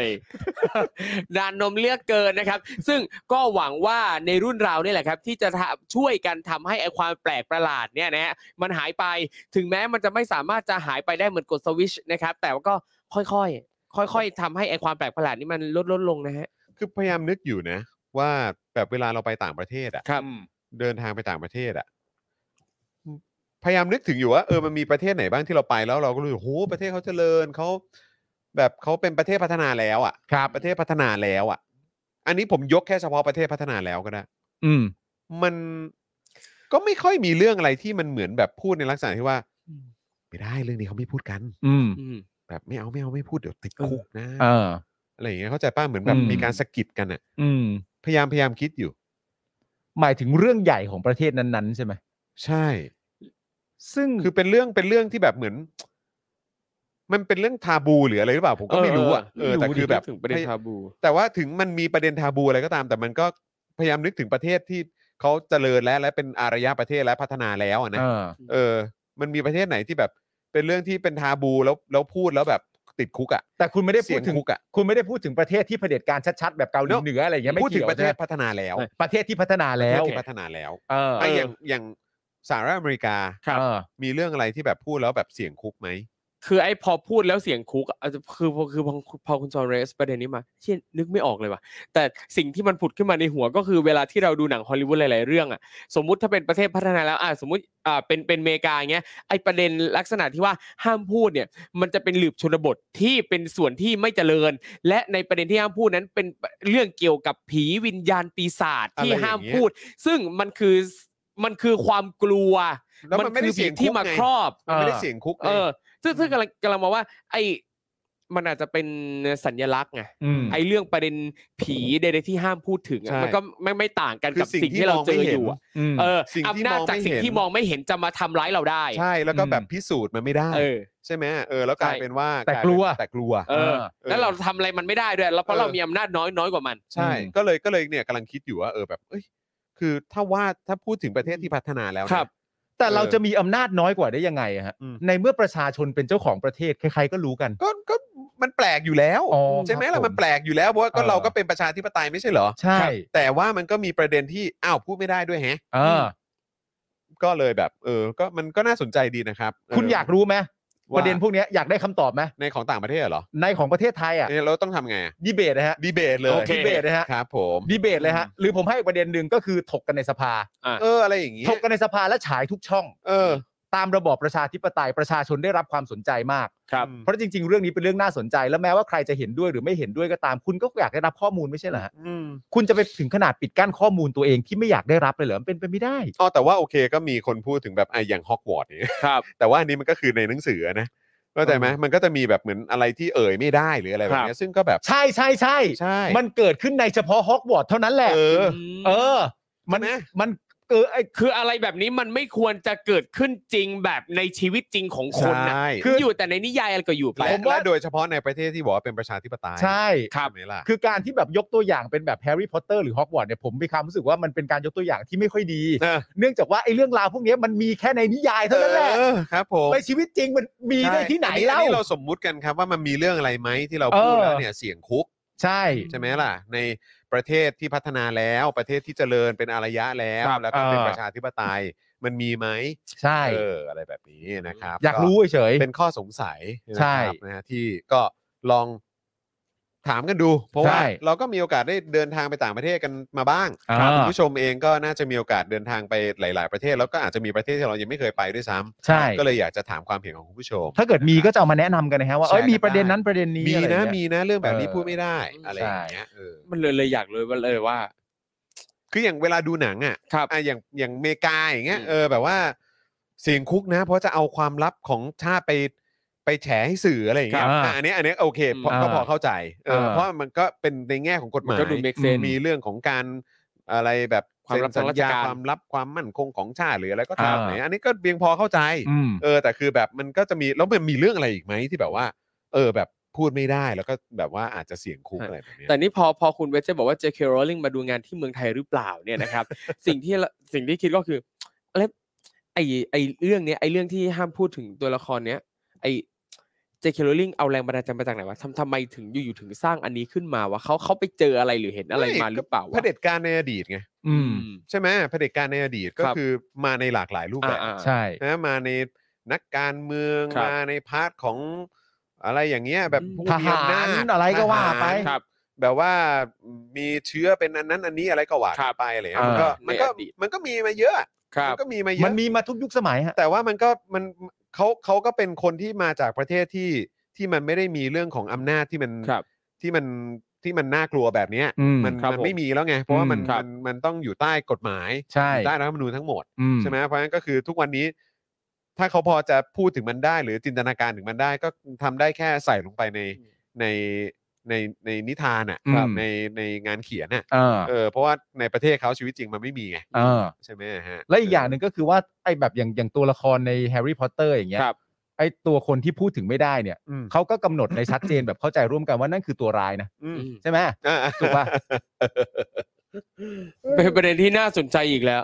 ย ดานนมเลือกเกินนะครับ ซึ่งก็หวังว่าในรุ่นเราเนี่ยแหละครับ ที่จะทำช่วยกันทำให้ไอความแปลกประหลาดเนี่ยนะฮะมันหายไปถึงแม้มันจะไม่สามารถจะหายไปได้เหมือนกดสวิตชนะครับ แต่ว่าก็ค่อยๆ ค่อยๆทำให้ไอความแปลกประหลาดนี้มันลดลดลงนะฮะ คือพยายามนึกอยู่นะ ว่าแบบเวลาเราไปต่างประเทศอ่ะเดินทางไปต่างประเทศอ่ะพยายามนึกถึงอยู่ว่าเออมันมีประเทศไหนบ้างที่เราไปแล้วเราก็รู้สึกโหประเทศเขาเจริญเขาแบบเขาเป็นประเทศพัฒนาแล้วอ่ะ ครับ ประเทศพัฒนาแล้วอ่ะ อันนี้ผมยกแค่เฉพาะประเทศพัฒนาแล้วก็ได้ อืม มันก็ไม่ค่อยมีเรื่องอะไรที่มันเหมือนแบบพูดในลักษณะที่ว่า อืม ไม่ได้เรื่องนี้เขาไม่พูดกัน อืม อืม แบบไม่เอาไม่เอาไม่พูดเดี๋ยวติดคุกนะ เออ อะไรอย่างเงี้ยเข้าใจป้ะเหมือนแบบ อืม มีการสะกิดกันอ่ะ อืม พยายามพยายามคิดอยู่ หมายถึงเรื่องใหญ่ของประเทศนั้นๆ ใช่ไหม ใช่ ซึ่ง คือเป็นเรื่องเป็นเรื่องที่แบบเหมือน มันเป็นเรื่องทาบูหรืออะไรหรือเปล่าผมก็ไม่รู้อ่ะ เออ เออแต่ ไม่รู้ คือแบบ ถึงประเด็นทาบู แต่ว่าถึงมันมีประเด็นทาบูอะไรก็ตาม แต่มันก็พยายามนึกถึงประเทศที่เขาเจริญแล้วและเป็นอารยะประเทศและพัฒนาแล้วอะนะ เออ เออ มันมีประเทศไหนที่แบบ เป็นเรื่องที่เป็นทาบูแล้วแล้วพูดแล้วแบบติดคุกอ่ะ แต่คุณไม่ได้ เสี พู ย ดถึง คุกอ่ะ คุณไม่ได้พูดถึงประเทศที่เผด็จการชัดๆ แบบเกาหลี เนอะ เหนืออะไรอย่างเงี้ยไม่ พูดถึ เกี่ยงว ประเทศ ใช่ไหม พัฒนาแล้ว ประเทศที่พัฒนา ประ แล้ เทศ ว ที่พัฒนาแล้ว เออ ไอ้อย่างอย่างสหรัฐอเมริกา เออ มีเรื่องอะไรที่แบบพูดแล้วแบบเสี่ยงคุกไหม คือไอ้พอพูดแล้วเสียงคุกอะอาจจะคือพอคือพอพอคุณซอเรสประเด็นนี้มาเช่นนึกไม่ออกเลยว่ะแต่สิ่งที่มันผุดขึ้นมาในหัวก็คือเวลาที่เราดูหนังฮอลลีวูดหลายๆเรื่องอ่ะสมมุติถ้าเป็นประเทศพัฒนาแล้วอ่ะสมมติอ่าเป็นเป็นอเมริกาอย่างเงี้ยไอ้ประเด็นลักษณะที่ว่าห้ามพูดเนี่ยมันจะเป็นหลืบชนบทที่เป็นส่วนที่ไม่เจริญ และในประเด็นที่ห้ามพูดนั้นเป็นเรื่องเกี่ยวกับผีวิญญาณปีศาจอะไรอย่างที่เงี้ย ห้ามพูด ซึ่งมันคือมันคือความกลัว แล้วมันไม่ คื ได้ อ เสี่ยง ผี คุ ที่ ก มา ไง ครอบ มันไม่ได้เสี่ยงคุกไง เออซึ่งซึ่งกำลังกำลังมองว่า ไอมันอาจจะเป็นสัญลักษณ์ไง อืม ไอเรื่องประเด็นผีใดๆที่ห้ามพูดถึงอะ ใช่ มันก็ไม่ไม่ต่างกัน คือ กับ สิ่ง สิ่ง ที่ ที่เรา มอง เจ ไม่ อ เห็น อยู่อะ อืม เออ สิ่งที่ อำนามจองไม่ จากสิ่ง เห็น ที่มองไม่เห็นจะมาทำร้ายเราได้ ใช่แล้วก็ อืม แบบพิสูจน์มันไม่ได้ เออ ใช่ไหมเออแล้วกลาย ใช่ เป็นว่า แต่ ายเป็น กลัว แต่กลัว เออ แล้วเราทำอะไรมันไม่ได้ด้วยแล้วเพราะ เออ เรามีอำนาจน้อยน้อยกว่ามัน ใช่ ก็เลยก็เลยเนี่ยกำลังคิดอยู่ว่าเออแบบ เอ้ย คือถ้าว่าถ้าพูดถึงประเทศที่พัฒนาแล้วนะ ครับ แต่เรา เออ จะมีอำนาจน้อยกว่าได้ยังไงอะฮะ อืม ในเมื่อประชาชนเป็นเจ้าของประเทศใครๆก็รู้กัน ก็ก็มันแปลกอยู่แล้ว อ๋อ ใช่ไหม ครับ ล่ะ ผม มันแปลกอยู่แล้วเพราะว่าก็ เออ เราก็เป็นประชาธิปไตยไม่ใช่เหรอ ใช่ แต่ว่ามันก็มีประเด็นที่อ้าวพูดไม่ได้ด้วยแฮะ เออ ก็เลยแบบ เออ ก็มันก็น่าสนใจดีนะครับเ คุณอยากรู้ไหม ว่า ประเด็นพวกเนี้ยอยากได้คำตอบไหม ในของต่างประเทศเหรอ ในของประเทศไทยอ่ะ เอ้ยเราต้องทำไงอะ ดีเบตนะฮะ ดีเบตเลย โอเค ดีเบตนะฮะ ครับ ผม ดีเบตเลยฮะหรือผมให้อีกประเด็นหนึ่งก็คือถกกันในสภา เอออะไรอย่างงี้ ถกกันในสภาและฉายทุกช่อง เออ ตามระบอบประชาธิปไตยประชาชนได้รับความสนใจมาก ครับ เพราะจริงๆ เรื่องนี้เป็นเรื่องน่าสนใจ แล้วแม้ว่าใครจะเห็นด้วยหรือไม่เห็นด้วยก็ตาม คุณก็อยากได้รับข้อมูลไม่ใช่เหรอฮะ อืม คุณจะไปถึงขนาดปิดกั้นข้อมูลตัวเองที่ไม่อยากได้รับเลยเหรอมันเป็นไปไม่ได้ อ๋อแต่ว่าโอเคก็มีคนพูดถึงแบบไอ้อย่าง [laughs] ฮอกวอตส์นี่ ครับ แต่ว่าอันนี้มันก็คือในหนังสือนะเข้าใจไหมมันก็จะมีแบบเหมือนอะไรที่เอ่ยไม่ได้หรืออะไรแบบเนี้ยซึ่งก็แบบ ใช่ใช่ใช่ ใช่ มันเกิดขึ้นในเฉพาะฮอกวอตส์เท่านั้นแหละ เออ เออ มัน ใช่ไหม มันเกิดไอ้ คืออะไรแบบนี้มันไม่ควรจะเกิดขึ้นจริงแบบในชีวิตจริงของคนนะ ใช่ คือ อยู่แต่ในนิยายอะไรก็อยู่ไป และ ผมว่า และโดยเฉพาะในประเทศที่บอกว่าเป็นประชาธิปไตย ใช่ ครับไหมล่ะ คือการที่แบบยกตัวอย่างเป็นแบบแฮร์รี่พอตเตอร์หรือฮอกวอตส์เนี่ยผมมีความรู้สึกว่ามันเป็นการยกตัวอย่างที่ไม่ค่อยดี เออ เนื่องจากว่าไอ้เรื่องราวพวกเนี้ยมันมีแค่ในนิยายเท่านั้นแหละ เออครับผม ในชีวิตจริงมันมีได้ที่ไหน อั เล่า อัเราสมมุติกันครับว่ามันมีเรื่องอะไรไหมที่เราพูด เออ แล้วเนี่ยเสี่ยงคุก ใช่ ใช่ไหมล่ะ ในประเทศที่พัฒนาแล้วประเทศที่เจริญเป็นอารยะแล้ว ครับ แล้วก็เป็น เออ ประชาธิปไตยมันมีไหม ใช่ เอออะไรแบบนี้นะครับ อยากรู้เฉย เป็นข้อสงสัย ใช่ นะครับนะฮะที่ก็ลอง ถามกันดู เพราะว่า ใช่ เราก็มีโอกาสได้เดินทางไปต่างประเทศกันมาบ้าง ครับ คุณผู้ชมเองก็น่าจะมีโอกาสเดินทางไปหลาย ๆ ประเทศแล้วก็อาจจะมีประเทศที่เรายังไม่เคยไปด้วยซ้ำ ใช่ ก็เลยอยากจะถามความเห็นของคุณผู้ชม ถ้าเกิดมีก็จะเอามาแนะนำกันนะฮะว่าเอ้ย แชร์กัน มีประเด็นนั้นประเด็นนี้ มี อไรอ นะ ย่าง มี เงี้ย นะเรื่องแบบนี้ เออ พูดไม่ได้อะไรอ ใช่ ย่างเงี้ยเออ มันเลยเลยอยากเลยว่าเลยว่า คืออย่างเวลาดูหนังอ่ะ ครับ อ่ะอย่างอย่างอเมริกาอย่างเงี้ย อืม เออแบบว่าเสียงคุกนะ เพราะจะเอาความลับของชาติไปไปแฉให้สื่ออะไรอย่างเงี้ย ครับ อ่ะอันเนี้ยอันเนี้ยโอเคพอ อ่า ก็พอเข้าใจเออ เออ เพราะมันก็เป็นในแง่ของกฎหมาย ก็ดู make sense มีเรื่องของการอะไรแบบ ความลับ เซ็นสัญญา ทางราชการ ความลับความมั่นคงของชาติหรืออะไรก็ตามไหนอันนี้ก็เพียงพอเข้าใจ อืม เออแต่คือแบบมันก็จะมีแล้วมันมีเรื่องอะไรอีกไหมที่แบบว่า เออแบบพูดไม่ได้แล้วก็แบบว่าอาจจะเสี่ยงคุกอะไรแบบเนี้ย แต่นี่พอพอคุณเวชเจบอกว่า JK Rowling มาดูงานที่เมืองไทยหรือเปล่าเนี่ยนะครับ [laughs] สิ่งที่ละสิ่งที่คิดก็คือแล้วไอไอเรื่องเนี้ยไอเรื่องที่ห้ามพูดถึงตัวละครเนี้ยไอ JK Rowling เอาแรงบันดาลใจมาจากไหนวะทำทำไมถึงอยู่ๆถึงสร้างอันนี้ขึ้นมาวะเขาเขาไปเจออะไรหรือเห็นอะไร ไม่ มาหรือเปล่า ก็เผ วะ ด็จการในอดีตไง อืม ม ใช่ไหมเผด็จการในอดีตก็ ครับ คือมาในหลากหลายรูปแบบ อ่าๆ ใช่ นะมาในนักการเมือง ครับ มาในพาร์ทของอะไรอย่างเงี้ยแบบ อืม ผู้มีอำนาทจหารอะไรก็ว่าไป ทหร ครับ แบบว่ามีเชื้อเป็นอันนั้นอันนี้อะไรก็ว่า ครับ ไปอะไรเงี้ยมัน อ่า ก็มันก็ ในอดีต มันก็มีมาเยอะ ครั มั บ นก็มีมาเยอะ มันมีมาทุกยุคสมัยฮะ แต่ว่ามันก็มันเขาเขาก็เป็นคนที่มาจากประเทศที่ที่มันไม่ได้มีเรื่องของอำนาจที่มัน ครับ ที่มันที่มันน่ากลัวแบบเนี้ย อืม มัน ครับ มัน ผม ไม่มีแล้วไงเพราะว่ามัน ครับ มันมันต้องอยู่ใต้กฎหมาย ใช่ ใต้รัฐธรรมนูญทั้งหมด อืม ใช่ไหมเพราะงั้นก็คือทุกวันนี้ ถ้าเขาพอจะพูดถึงมันได้ หรือจินตนาการถึงมันได้ ก็ทำได้แค่ใส่ลงไปในในในในนิทานอ่ะ อืม ในในงานเขียนอ่ะ เออ เออเพราะว่าในประเทศเขาชีวิตจริงมันไม่มีไง เออ ใช่ไหมฮะ และอีกอย่างหนึ่งก็คือว่าไอ้แบบอย่างอย่างตัวละครในแฮร์รี่พอตเตอร์อย่างเงี้ย ครับ ไอ้ตัวคนที่พูดถึงไม่ได้เนี่ย อืม เขาก็กำหนดในชัดเจนแบบเข้าใจร่วมกันว่านั่นคือตัวร้ายนะ อืม อืม ใช่ไหม อ่า [laughs] ถูกป่ะ เป็นประเด็นที่น่าสนใจอีกแล้ว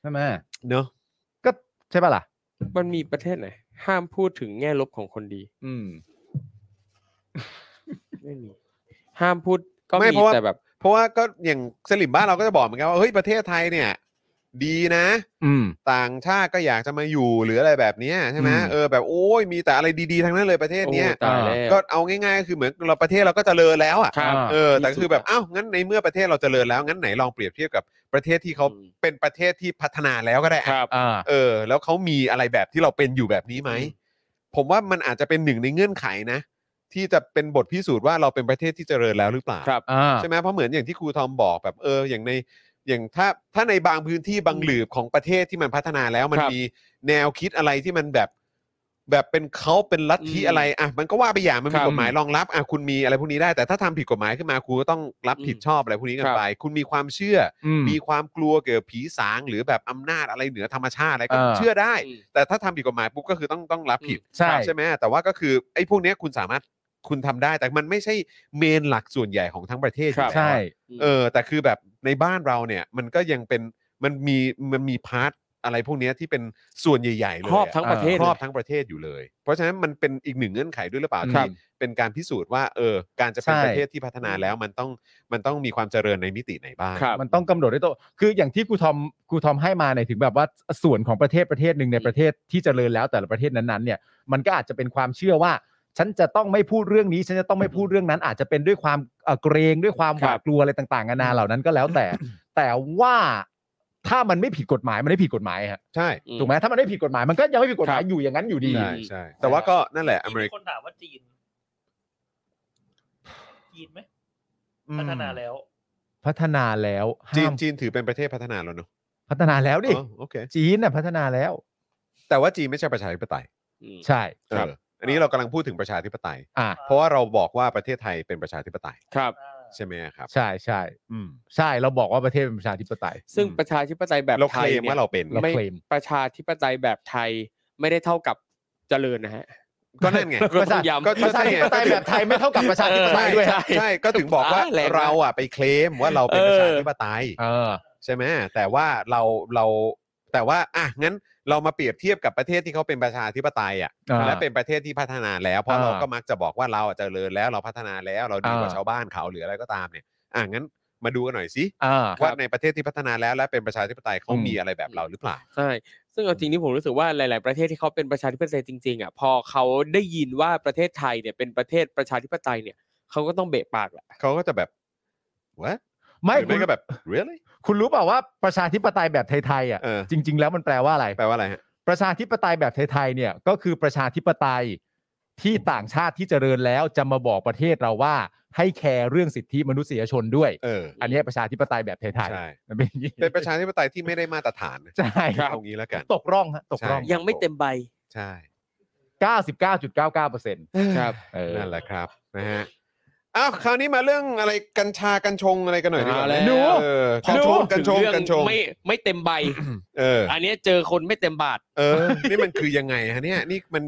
ใช่ไหม เนอะ ก็ใช่ป่ะล่ะ มันมีประเทศไหนห้ามพูดถึงแง่ลบของคนดี อืม ไม่มีห้ามพูดก็ ไม่ มี เพราะว่า แต่แบบ เพราะว่าก็อย่างสลิมบ้านเราก็จะบอกเหมือนกันว่าเฮ้ยประเทศไทยเนี่ย ดีนะ อืม ต่างชาติก็อยากจะมาอยู่หรืออะไรแบบเนี้ยใช่ไหม อืม เออแบบโอ้ยมีแต่อะไรดีๆทั้งนั้นเลยประเทศเนี้ย โอ้ตายแล้ว ก็เอาง่ายๆก็คือเหมือนเราประเทศเราก็เจริญแล้วอ่ะ ครับ เออ แต่ ที่สุด คือแบบ อะ อ้าวงั้นในเมื่อประเทศเราเจริญแล้วงั้นไหนลองเปรียบเทียบกับประเทศที่เขา อืม เป็นประเทศที่พัฒนาแล้วก็ได้ ค อะ รับ อ่า เออ แล้วเขามีอะไรแบบที่เราเป็นอยู่แบบนี้ไหม อืม ผมว่ามันอาจจะเป็นหนึ่งในเงื่อนไขนะ ที่จะเป็นบทพิสูจน์ว่าเราเป็นประเทศที่เจริญแล้วหรือเปล่า ครับ อ่า ใช่ไหมเพราะเหมือนอย่างที่ครูทอมบอกแบบเอออย่างในอย่างถ้าถ้าในบางพื้นที่บางหลืบของประเทศที่มันพัฒนาแล้วมัน ครับ มีแนวคิดอะไรที่มันแบบ แบบเป็นเขาเป็นลัทธิ อืม อะไรอ่ะมันก็ว่าไปอย่างมัน ค มี รับ กฎหมายรองรับอ่ะคุณมีอะไรพวกนี้ได้แต่ถ้าทำผิดกฎหมายขึ้นมาครูก็ต้องรับ อืม ผิดชอบอะไรพวกนี้กัน ครับ ไป คุณมีความเชื่อ อื อ ม มีความกลัวเกี่ยวกับผีสางหรือแบบอำนาจอะไรเหนือธรรมชาติอะไรก็ อ่า เชื่อได้ อืม แต่ถ้าทำผิดกฎหมายปุ๊บก็คือต้องต้องรับผิด ใช่ ใช่ไหมแต่ว่าก็คือไอ้พวกเนี้ยคุณสามารถคุณทำได้ แต่มันไม่ใช่เมนหลักส่วนใหญ่ของทั้งประเทศอยู่ ครับ แล้ว ใช่ เออแต่คือแบบในบ้านเราเนี่ยมันก็ยังเป็นมันมีมันมีพาร์ทอะไรพวกเนี้ยที่เป็นส่วนใหญ่ๆเลย ครอบทั้งประเทศ ครอบ เลย ทั้งประเทศอยู่เลย เพราะฉะนั้นมันเป็นอีกหนึ่งเงื่อนไขด้วยหรือเปล่า ครั ที่ บ เป็นการพิสูจน์ว่าเออการจะเป็น ใช่ ประเทศที่พัฒนาแล้วมันต้องมันต้องมีความเจริญในมิติไหนบ้าง ครับ มันต้องกำหนดด้วยตัว คืออย่างที่ครูทอมครูทอมให้มาในยถึงแบบว่าส่วนของประเทศประเทศหนึ่งใน อืม ประเทศที่เจริญแล้วแต่ละประเทศนั้นๆเนี่ย มันก็อาจจะเป็นความเชื่อว่า ฉันจะต้องไม่พูดเรื่องนี้ ฉันจะต้องไม่พูดเรื่องนั้น อาจจะเป็นด้วยความเอ่อเกรงด้วยความหวา ครั ด บ กลัวอะไรต่างๆนานาเหล่านั้นก็แล้วแต่ แต่ว่าถ้ามันไม่ผิดกฎหมายมันไม่ผิดกฎหมายฮะ ใช่ อื ถูกไหมถ้ามันไม่ผิดกฎหมายมันก็ยังไม่ผิดกฎหมาย ครับ อยู่อย่างนั้นอยู่ดี ใช่ใช่แต่ว่าก็นั่นแหละอเมริ มี ก คนถามว่าจีน จีนไหมพัฒนาแล้ว พัฒนาแล้ว จี ห้าน ม จีนถือเป็นประเทศพัฒนาแล้วเนอะ พัฒนาแล้วดิ อ๋อโอเค จีนน่ะพัฒนาแล้ว แต่ว่าจีนไม่ใช่ประชาธิปไตย อืม ใช่ ครับ เอออันนี้เรากำลังพูดถึงประชาธิปไตย อ่า เพราะว่าเราบอกว่าประเทศไทยเป็นประชาธิปไตย ครับ อ่า ใช่ไหมครับ ใช่ใช่ อืม ใช่เราบอกว่าประเทศเป็นประชาธิปไตย ซึ่ง อืม ประชาธิปไตยแบบ เรา ไท เคล ย ม นี่ย ว่าเราเป็น เรา ไม่ เคลม ประชาธิปไตยแบบไทยไม่ได้เท่ากับเจริญนะฮะ ก็นั่นไง ก็ต้อง ก็ ย้ำ ก็ ประชาธิปไตยแบบไทยไม่เท่ากับประชาธิปไตยด้วย ใช่ ฮะ ใช่ ก็ถึงบอกว่า อ่าแรงมาก เราอ่ะไปเคลมว่าเราเป็น เอปอระชาธิปไตย เออ ใช่ไหมแต่ว่าเราเราแต่ว่าอ่ะงั้นเรามาเปรียบเทียบกับประเทศที่เขาเป็นประชาธิปไตยอ่ะ อ่า และเป็นประเทศที่พัฒนาแล้ว เพราะ อ่า เราก็มักจะบอกว่าเราอ่ะเจริญแล้วเราพัฒนาแล้วเราดีกว่า อ่า ชาวบ้านเขาหรืออะไรก็ตามเนี่ยอ่ะงั้นมาดูกันหน่อยสิ อ่า ว่าในประเทศที่พัฒนาแล้วและเป็นประชาธิปไตยเขา อืม มีอะไรแบบเราหรือเปล่า ใช่ซึ่งเอาจริงนี่ผมรู้สึกว่าหลาย ๆ ประเทศที่เขาเป็นประชาธิปไตยจริง ๆ อ่ะ พอเขาได้ยินว่าประเทศไทยเนี่ยเป็นประเทศประชาธิปไตยเนี่ย เขาก็ต้องเบะปากแหละ เขาก็จะแบบ what ไม่ หรือ คุ ไม่ ณ ก็แบบ really คุณรู้เปล่าว่าประชาธิปไตยแบบไทยๆอ่ะ เออ จริง ๆ แล้วมันแปลว่าอะไร แปลว่าอะไรฮะ ประชาธิปไตยแบบไทยๆเนี่ยก็คือประชาธิปไตยที่ต่างชาติที่เจริญแล้วจะมาบอกประเทศเราว่าให้แคร์เรื่องสิทธิมนุษยชนด้วย เออ อันเนี้ยประชาธิปไตยแบบไทย ใช่ ๆมันเป็นอย่างนี้ เป็นประชาธิปไตยที่ไม่ได้มาตรฐานนะ ใช่ เอางี้แล้วกัน ตกร่องฮะตกร่อง ใช่ ยังไม่เต็มใบ ใช่ 99.99% ครับ เออ นั่นแหละครับนะฮะอ้าวคราวนี้มาเรื่องอะไรกัญชากัญชงอะไรกันหน่อยดีกว่า เอาแล้ว หนูเออกัญชงกัญชง เรื่อง กัญชง ไม่ไม่เต็มใบ เออ อันเนี้ยเจอคนไม่เต็มบาท เออ นี่มันคือยังไงฮะเนี่ย นี่มัน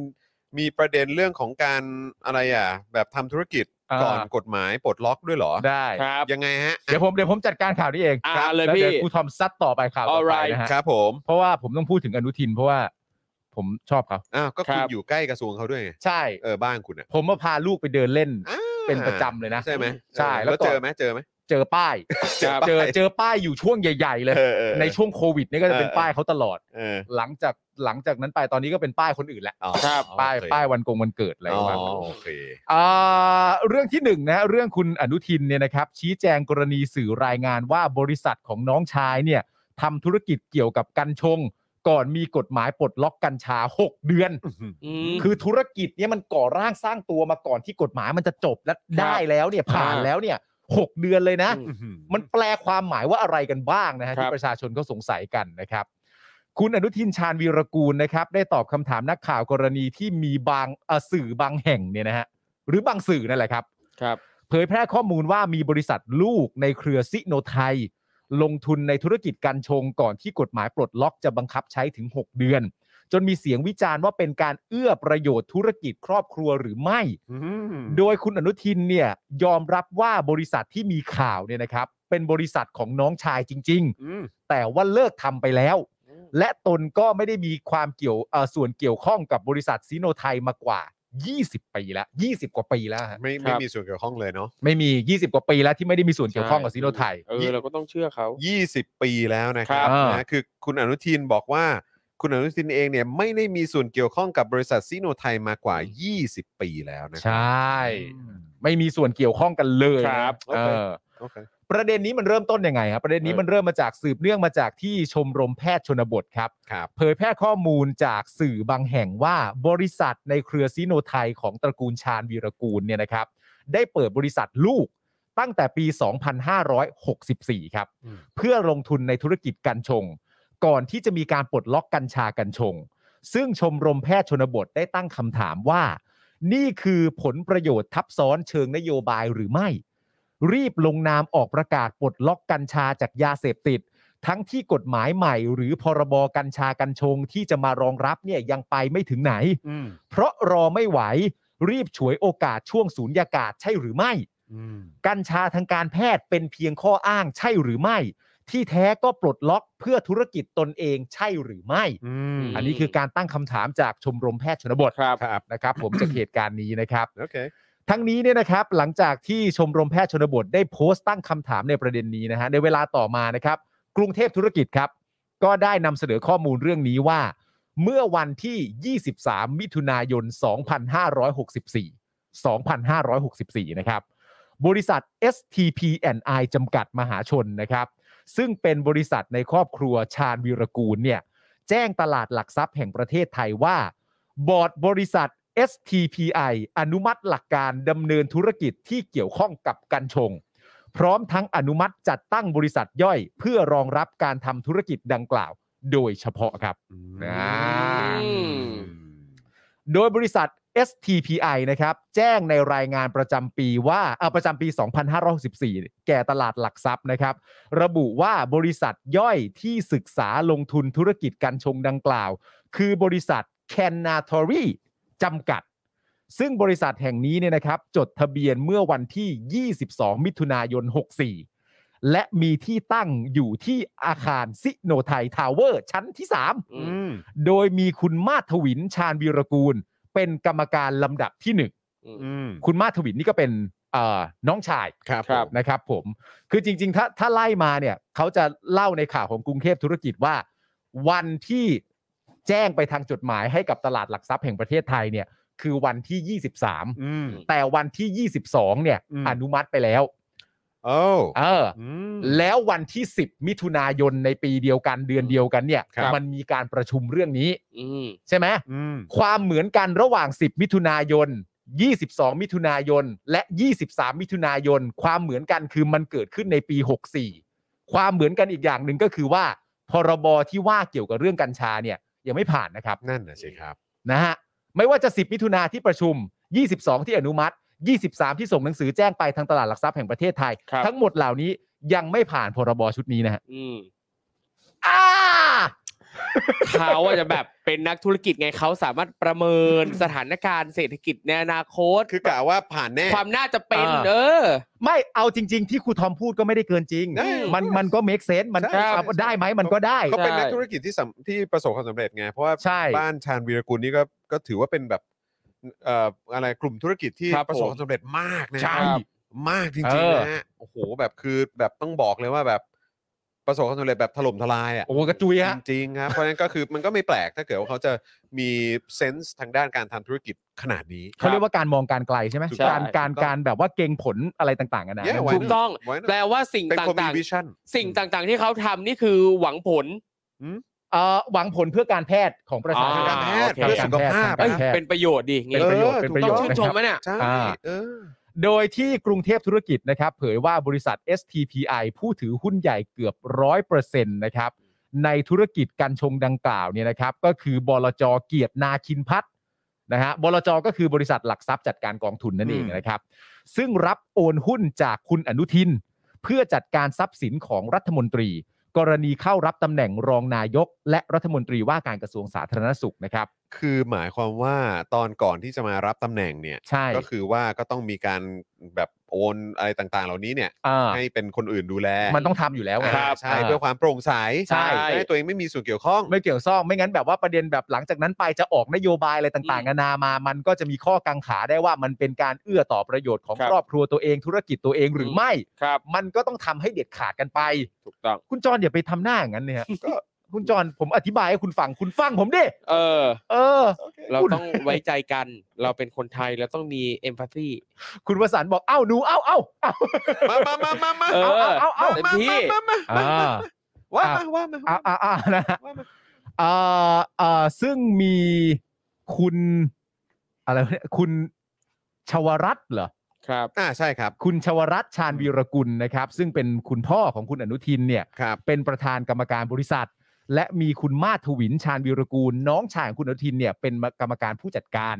มีประเด็นเรื่องของการอะไรอ่ะ แบบทำธุรกิจ อ่า ก่อนกฎหมายปลดล็อกด้วยเหรอ ได้ ครับ ยังไงฮะ เดี๋ยวผมเดี๋ยวผมจัดการข่าวนี้เอง อ่า ครับ เลย แว พี่ ดี๋วครูทอมซัดต่อไปข่าวต่อไป Alright นะฮะ ครับผม เพราะว่าผมต้องพูดถึงอนุทิน เพราะว่าผมชอบเขา อ้าวก็คุณ ครับ อยู่ใกล้กระทรวงเขาด้วยไง ใช่ เออบ้านคุณอ่ะ ผมมาพาลูกไปเดินเล่น อ้า เป็นประจำเลยนะ ใช่ไหม ใช่ เออ แล้ แล้วว ก่อน เจอไหมเจอไหม เจอป้าย เจอป้าย เจอเจอป้ายอยู่ช่วงใหญ่ ๆ เลย เออเออเออ ในช่วงโควิดเนี่ยก็จะเป็น เออ ป้ายเขาตลอด เออ หลังจากหลังจากนั้นไปตอนนี้ก็เป็นป้ายคนอื่นแหละ อ๋อ ป้าย โอเค ป้ายวันกงวันเกิดอะไร อ๋ ประมาณ อ นั้น โอเค อ่าเรื่องที่หนึ่งนะเรื่องคุณอนุทินเนี่ยนะครับ ชี้แจงกรณีสื่อรายงานว่าบริษัทของน้องชายเนี่ยทำธุรกิจเกี่ยวกับกัญชง ก่อนมีกฎหมายปลดล็อกกัญชา 6 เดือน อืม คือธุรกิจเนี่ยมันก่อร่างสร้างตัวมาก่อนที่กฎหมายมันจะจบและได้แล้วเนี่ยผ่าน อ่า แล้วเนี่ยหกเดือนเลยนะ อืม มันแปลความหมายว่าอะไรกันบ้างนะฮะ ครับ ที่ประชาชนเขาสงสัยกันนะครับ คุณอนุทินชาญวีรกูลนะครับ ได้ตอบคำถามนักข่าวกรณีที่มีบางเอ่อสื่อบางแห่งเนี่ยนะฮะหรือบางสื่อนั่นแหละครับ ครับ เผยแพร่ข้อมูลว่ามีบริษัทลูกในเครือซิโนไทย ลงทุนในธุรกิจการชงก่อนที่กฎหมายปลดล็อกจะบังคับใช้ถึง 6 เดือน จนมีเสียงวิจารณ์ว่าเป็นการเอื้อประโยชน์ธุรกิจครอบครัวหรือไม่ โดยคุณอนุทินเนี่ยยอมรับว่าบริษัทที่มีข่าวเนี่ยนะครับ เป็นบริษัทของน้องชายจริง ๆ แต่ว่าเลิกทำไปแล้ว และตนก็ไม่ได้มีความเกี่ยวเอ่อส่วนเกี่ยวข้องกับบริษัทซิโนไทยมากว่า 20 ปีแล้ว 20 กว่าปีแล้วฮะ ไม่ไม่มีส่วนเกี่ยวข้องเลยเนาะ ไม่มี 20 กว่าปีแล้วที่ไม่ได้มีส่วนเกี่ยวข้องกับซีโนไทย เออเราก็ต้องเชื่อเขา 20 ปีแล้วนะครับ ครับ นะคือคุณอนุทินบอกว่า คุณอนุทินเองเนี่ยไม่ได้มีส่วนเกี่ยวข้องกับบริษัทซีโนไทยมากว่า 20 ปีแล้วนะค ใช รับ ่ ไม่มีส่วนเกี่ยวข้องกันเลยนะครับ เออ โอเค ประเด็นนี้มันเริ่มต้นยังไงครับประเด็นนี้ เออ มันเริ่มมาจากสืบเนื่องมาจากที่ชมรมแพทย์ชนบทครับ ครับ เผยแพร่ข้อมูลจากสื่อบางแห่งว่าบริษัทในเครือซีโนไทยของตระกูลชาญวีรกูลเนี่ยนะครับ ได้เปิดบริษัทลูกตั้งแต่ปี 2564 ครับ อืม เพื่อลงทุนในธุรกิจกัญชง ก่อนที่จะมีการปลดล็อกกัญชากัญชง ซึ่งชมรมแพทย์ชนบทได้ตั้งคำถามว่า นี่คือผลประโยชน์ทับซ้อนเชิงนโยบายหรือไม่ รีบลงนามออกประกาศปลดล็อกกัญชาจากยาเสพติด ทั้งที่กฎหมายใหม่ หรือพรบกัญชากัญชงที่จะมารองรับเนี่ยยังไปไม่ถึงไหน เพราะรอไม่ไหว รีบฉวยโอกาสช่วงสูญยากาศใช่หรือไม่ กัญชาทางการแพทย์เป็นเพียงข้ออ้างใช่หรือไม่ ที่แท้ก็ปลดล็อกเพื่อธุรกิจตนเองใช่หรือไม่ อันนี้คือการตั้งคำถามจากชมรมแพทย์ชนบท ครับ ครับ นะครับ ผมจากเหตุการณ์นี้นะครับ โอเค ทั้งนี้เนี่ยนะครับหลังจากที่ชมรมแพทย์ชนบทได้โพสต์ตั้งคำถามในประเด็นนี้นะฮะในเวลาต่อมานะครับ กรุงเทพธุรกิจครับ ก็ได้นำเสนอข้อมูลเรื่องนี้ว่า เมื่อวันที่ 23 มิถุนายน 2564 2564 นะครับ บริษัท STPNI จำกัดมหาชนนะครับ ซึ่งเป็นบริษัทในครอบครัวชาญวีรกูลเนี่ยแจ้งตลาดหลักทรัพย์แห่งประเทศไทยว่า บอร์ดบริษัท STPI อนุมัติหลักการดำเนินธุรกิจที่เกี่ยวข้องกับกัญชง พร้อมทั้งอนุมัติจัดตั้งบริษัทย่อย เพื่อรองรับการทำธุรกิจดังกล่าว โดยเฉพาะครับนะ โดยบริษัท STPI นะครับ แจ้งในรายงานประจำปีว่าเอ่อประจำปี 2564 แก่ตลาดหลักทรัพย์นะครับ ระบุว่าบริษัทย่อยที่ศึกษาลงทุนธุรกิจกัญชงดังกล่าว คือบริษัท c a n a t o r y จำกัด ซึ่งบริษัทแห่งนี้เนี่ยนะครับ จดทะเบียนเมื่อวันที่ 22 มิถุนายน 64 และมีที่ตั้งอยู่ที่อาคารซิโนไทยทาวเวอร์ชั้นที่ 3 โดยมีคุณมาทวินชาญวีรกูล เป็นกรรมการลำดับที่หนึ่งคุณมาทวินนี่ก็เป็นเอ่อน้องชาย ครับ ครับ นะครับผม คือจริง ๆ ถ้าถ้าไล่มาเนี่ยเขาจะเล่าในข่าวของกรุงเทพธุรกิจว่า วันที่แจ้งไปทางจดหมายให้กับตลาดหลักทรัพย์แห่งประเทศไทยเนี่ย คือวันที่ 23 อืม แต่วันที่ 22 เนี่ย อืม อนุมัติไปแล้ว โอ้ เอออ อืม แล้ววันที่ 10 มิถุนายนในปีเดียวกันเดือนเดียวกันเนี่ย ครับ มันมีการประชุมเรื่องนี้ อืม ใช่ไหม อืม ความเหมือนกันระหว่าง 10 มิถุนายน 22 มิถุนายน และ 23 มิถุนายน ความเหมือนกันคือมันเกิดขึ้นในปี 64 ความเหมือนกันอีกอย่างหนึ่งก็คือว่า พรบที่ว่าเกี่ยวกับเรื่องกัญชาเนี่ยยังไม่ผ่านนะครับ นั่นนะสิครับ นะฮะ ไม่ว่าจะ 10 มิถุนาที่ประชุม 22 ที่อนุมัติ 23 ที่ส่งหนังสือแจ้งไปทางตลาดหลักทรัพย์แห่งประเทศไทย ครับ ทั้งหมดเหล่านี้ยังไม่ผ่านพรบชุดนี้นะฮะ อืม อ้า เขาอาจจะแบบเป็นนักธุรกิจไงเขาสามารถประเมินสถานการณ์เศรษฐกิจในอนาคต คือกะว่าผ่านแน่ ความน่าจะเป็น อ่า เออ ไม่เอาจริง ๆ ที่ครูทอมพูดก็ไม่ได้เกินจริง ได้ มันมันก็ make sense มัน ใช่ เอาได้ไหมมันก็ได้ เขาเป็น ใช่ นักธุรกิจที่สำที่ประสบความสำเร็จไง เพราะว่า ใช่ บ้านชาญวีรกุลนี่ก็ก็ถือว่าเป็นแบบเอ่ออะไรกลุ่มธุรกิจที่ ครับ ประสบความสำเร็จมากนะ ใช่ ครับมากจ เอ ริง อ ๆนะฮะโอ้โหแบบคือแบบต้องบอกเลยว่าแบบประสบความสำเร็จแบบถล่มทลายอ่ะ โอ้โหกระจุยฮะ จริงๆครับเพราะฉะนั้นก็คือมันก็ไม่แปลกถ้าเกิดว่าเขาจะมีเซนส์ทางด้านการทำธุรกิจขนาดนี้ เขาเรียกว่าการมองการไกลใช่ไหม ใช่ การการ ถูกต้อง การแบบว่าเก่งผลอะไรต่างๆกันานะ แย่ไว้ ถูกต้อง ไว้นะ แปลว่าสิ่ง เป็นคนมี ต่าง วิชั่น ๆ สิ่งต่างๆที่เขาทำนี่คือหวังผล เอ่อหวังผลเพื่อการแพทย์ของประชาชน อ่า โอเคเพื่อสุขภาพ กา เอ้ย รแพทย์ เป็นประโยชน์ดิ เป็ งี้ นประโยชน์ ออ เป็นประโยชน์ ถู ชื่น ก ช ต้ ม อง ไหมเนี่ย ใช่ อ่า เออ โดยที่กรุงเทพธุรกิจนะครับ เผยว่าบริษัท STPI ผู้ถือหุ้นใหญ่เกือบร้อยเปอร์เซ็นต์นะครับ ในธุรกิจการชงดังกล่าวเนี่ยนะครับ ก็คือบลจเกียรตินาคินพัฒน์นะฮะบลจก็คือบริษัทหลักทรัพย์จัดการกองทุนนั่นเอง อืม นะครับ ซึ่งรับโอนหุ้นจากคุณอนุทิน เพื่อจัดการทรัพย์สินของรัฐมนตรี กรณีเข้ารับตำแหน่งรองนายก และรัฐมนตรีว่าการกระทรวงสาธารณสุขนะครับ คือหมายความว่าตอนก่อนที่จะมารับตำแหน่งเนี่ย ใช่ ก็คือว่าก็ต้องมีการแบบโอนอะไรต่างๆ เหล่านี้เนี่ย อ่า ให้เป็นคนอื่นดูแล มันต้องทำอยู่แล้วไง อ่าใช่เพื่อความโปร่งใส ใช่ ห้ตัวเองไม่มีส่วนเกี่ยวข้อง ไม่เกี่ยวซ่องไม่งั้นแบบว่าประเด็นแบบหลังจากนั้นไปจะออกนโยบายอะไรต่างๆนานามา มันก็จะมีข้อกังขาได้ว่ามันเป็นการเอื้อต่อประโยชน์ของ ครับ ครอบครัวตัวเองธุรกิจตัวเองหรือไม่ ครับ มันก็ต้องทำให้เด็ดขาดกันไป ถูกต้อง คุณจรอย่าไปทำหน้าอย่างนั้นเนี่ยฮะคุณจรผมอธิบายให้คุณฟังคุณฟังผมดิ เออ เออ เราต้องไว้ใจกัน เราเป็นคนไทยเราต้องมีเอมพัตซี คุณวสันต์บอกเอ้าหนูเอ้าเอ้าเอ้า มามามามามา เออ เอาเอาเอา เต็มที่ มามามามามาว่า อ่ะ มาว่ามา อ่าอ่าอ่านะฮะ ว่ามา อ่าอ่าซึ่งมีคุณอะไรวะเนี่ยคุณชวรัตน์เหรอ ครับ อ่าใช่ครับ คุณชวรัตน์ชาญวีรกุลนะครับ ซึ่งเป็นคุณพ่อของคุณอนุทินเนี่ย ครับ เป็นประธานกรรมการบริษัท และมีคุณมาศทวินชาญวีรกูล น้องชายของคุณอนุทินเนี่ยเป็นกรรมการผู้จัดการ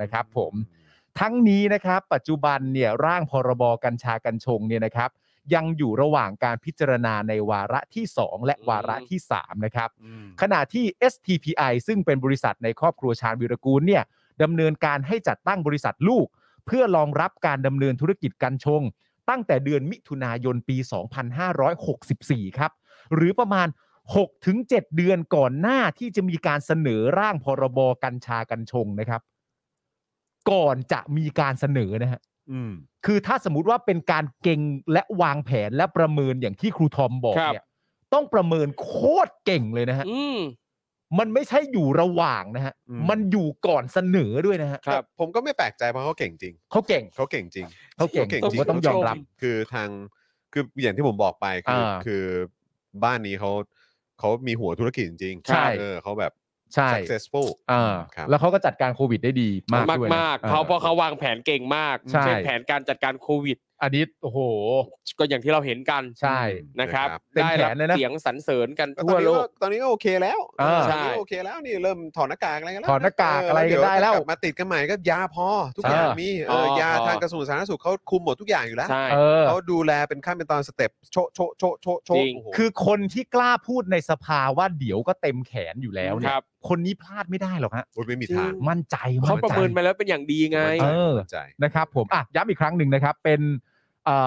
นะครับผม ทั้งนี้นะครับ ปัจจุบันเนี่ยร่างพรบกัญชากัญชงเนี่ยนะครับ ยังอยู่ระหว่างการพิจารณาในวาระที่ 2 และวาระที่ 3 นะครับ อืม ขณะที่ STPI ซึ่งเป็นบริษัทในครอบครัวชาญวิรกูลเนี่ยดำเนินการให้จัดตั้งบริษัทลูก เพื่อรองรับการดำเนินธุรกิจกัญชง ตั้งแต่เดือนมิถุนายนปี 2564 ครับ หรือประมาณ 6-7 เดือนก่อนหน้าที่จะมีการเสนอร่างพรบกัญชากัญชงนะครับ ก่อนจะมีการเสนอนะฮะ อืม คือถ้าสมมติว่าเป็นการเก่งและวางแผนและประเมินอย่างที่ครูทอมบอก ครับ เนี่ยต้องประเมินโคตรเก่งเลยนะฮะ อืม มันไม่ใช่อยู่ระหว่างนะฮะ มันอยู่ก่อนเสนอด้วยนะฮะ ครับ แต่ผมก็ไม่แปลกใจเพราะเขาเก่งจริง เขาเก่ง เขาเก่งจริง เขาเก่ง เก่ง ผ จ ม ริง ก็ต้องยอมรับ คือทางคืออย่างที่ผมบอกไปคือ อ่า คือบ้านนี้เขาเขามีหัวธุรกิจจริงๆ ใช่ เออเขาแบบ ใช่ successful อ่า ครับ แล้วเขาก็จัดการโควิดได้ดีมาก มาก ด้วยนะ มาก อ่ เขาเพราะเขาวางแผนเก่งมาก ใช่ เช่นแผนการจัดการโควิด อันนี้โอ้โห ก็อย่างที่เราเห็นกัน ใช่ นะครับ เต็ม ได้ แข รับ นเลยนะ เสียงสรรเสริญกัน ก็ตอทั่วน นี้ โล ก็ ก ตอนนี้ก็โอเคแล้ว อ่า ตอน ใช่ นี้ก็โอเคแล้วนี่เริ่มถอดหน้ากากอะไรกันแล้ว ถอดหน้ากากอะไรกันได้แล้ว เยกบมาติดกันใหม่ก็ยาพอ ทุกอย่างมีเออ พอย า พอ ทางกระทรวงสาธารณสุขเขาคุมหมดทุกอย่างอยู่แล้ว ใช่ เออ เขาดูแลเป็นขั้นเป็นตอนสเต็ปโชะโชะโชะโชะโชะ จริง โอ้โห คือคนที่กล้าพูดในสภาว่าเดี๋ยวก็เต็มแขนอยู่แล้วเนี่ ค ย รับ คนนี้พลาดไม่ได้หรอกฮะ โอ้ยไม่มีทาง มั่นใจว่ เขาประเมินไปแล้วเป็นอย่างดีไง เออ ใจ นะครับผมอ่ะย้ำอีกครั้งหนึ่งนะครับ เป็นเอ่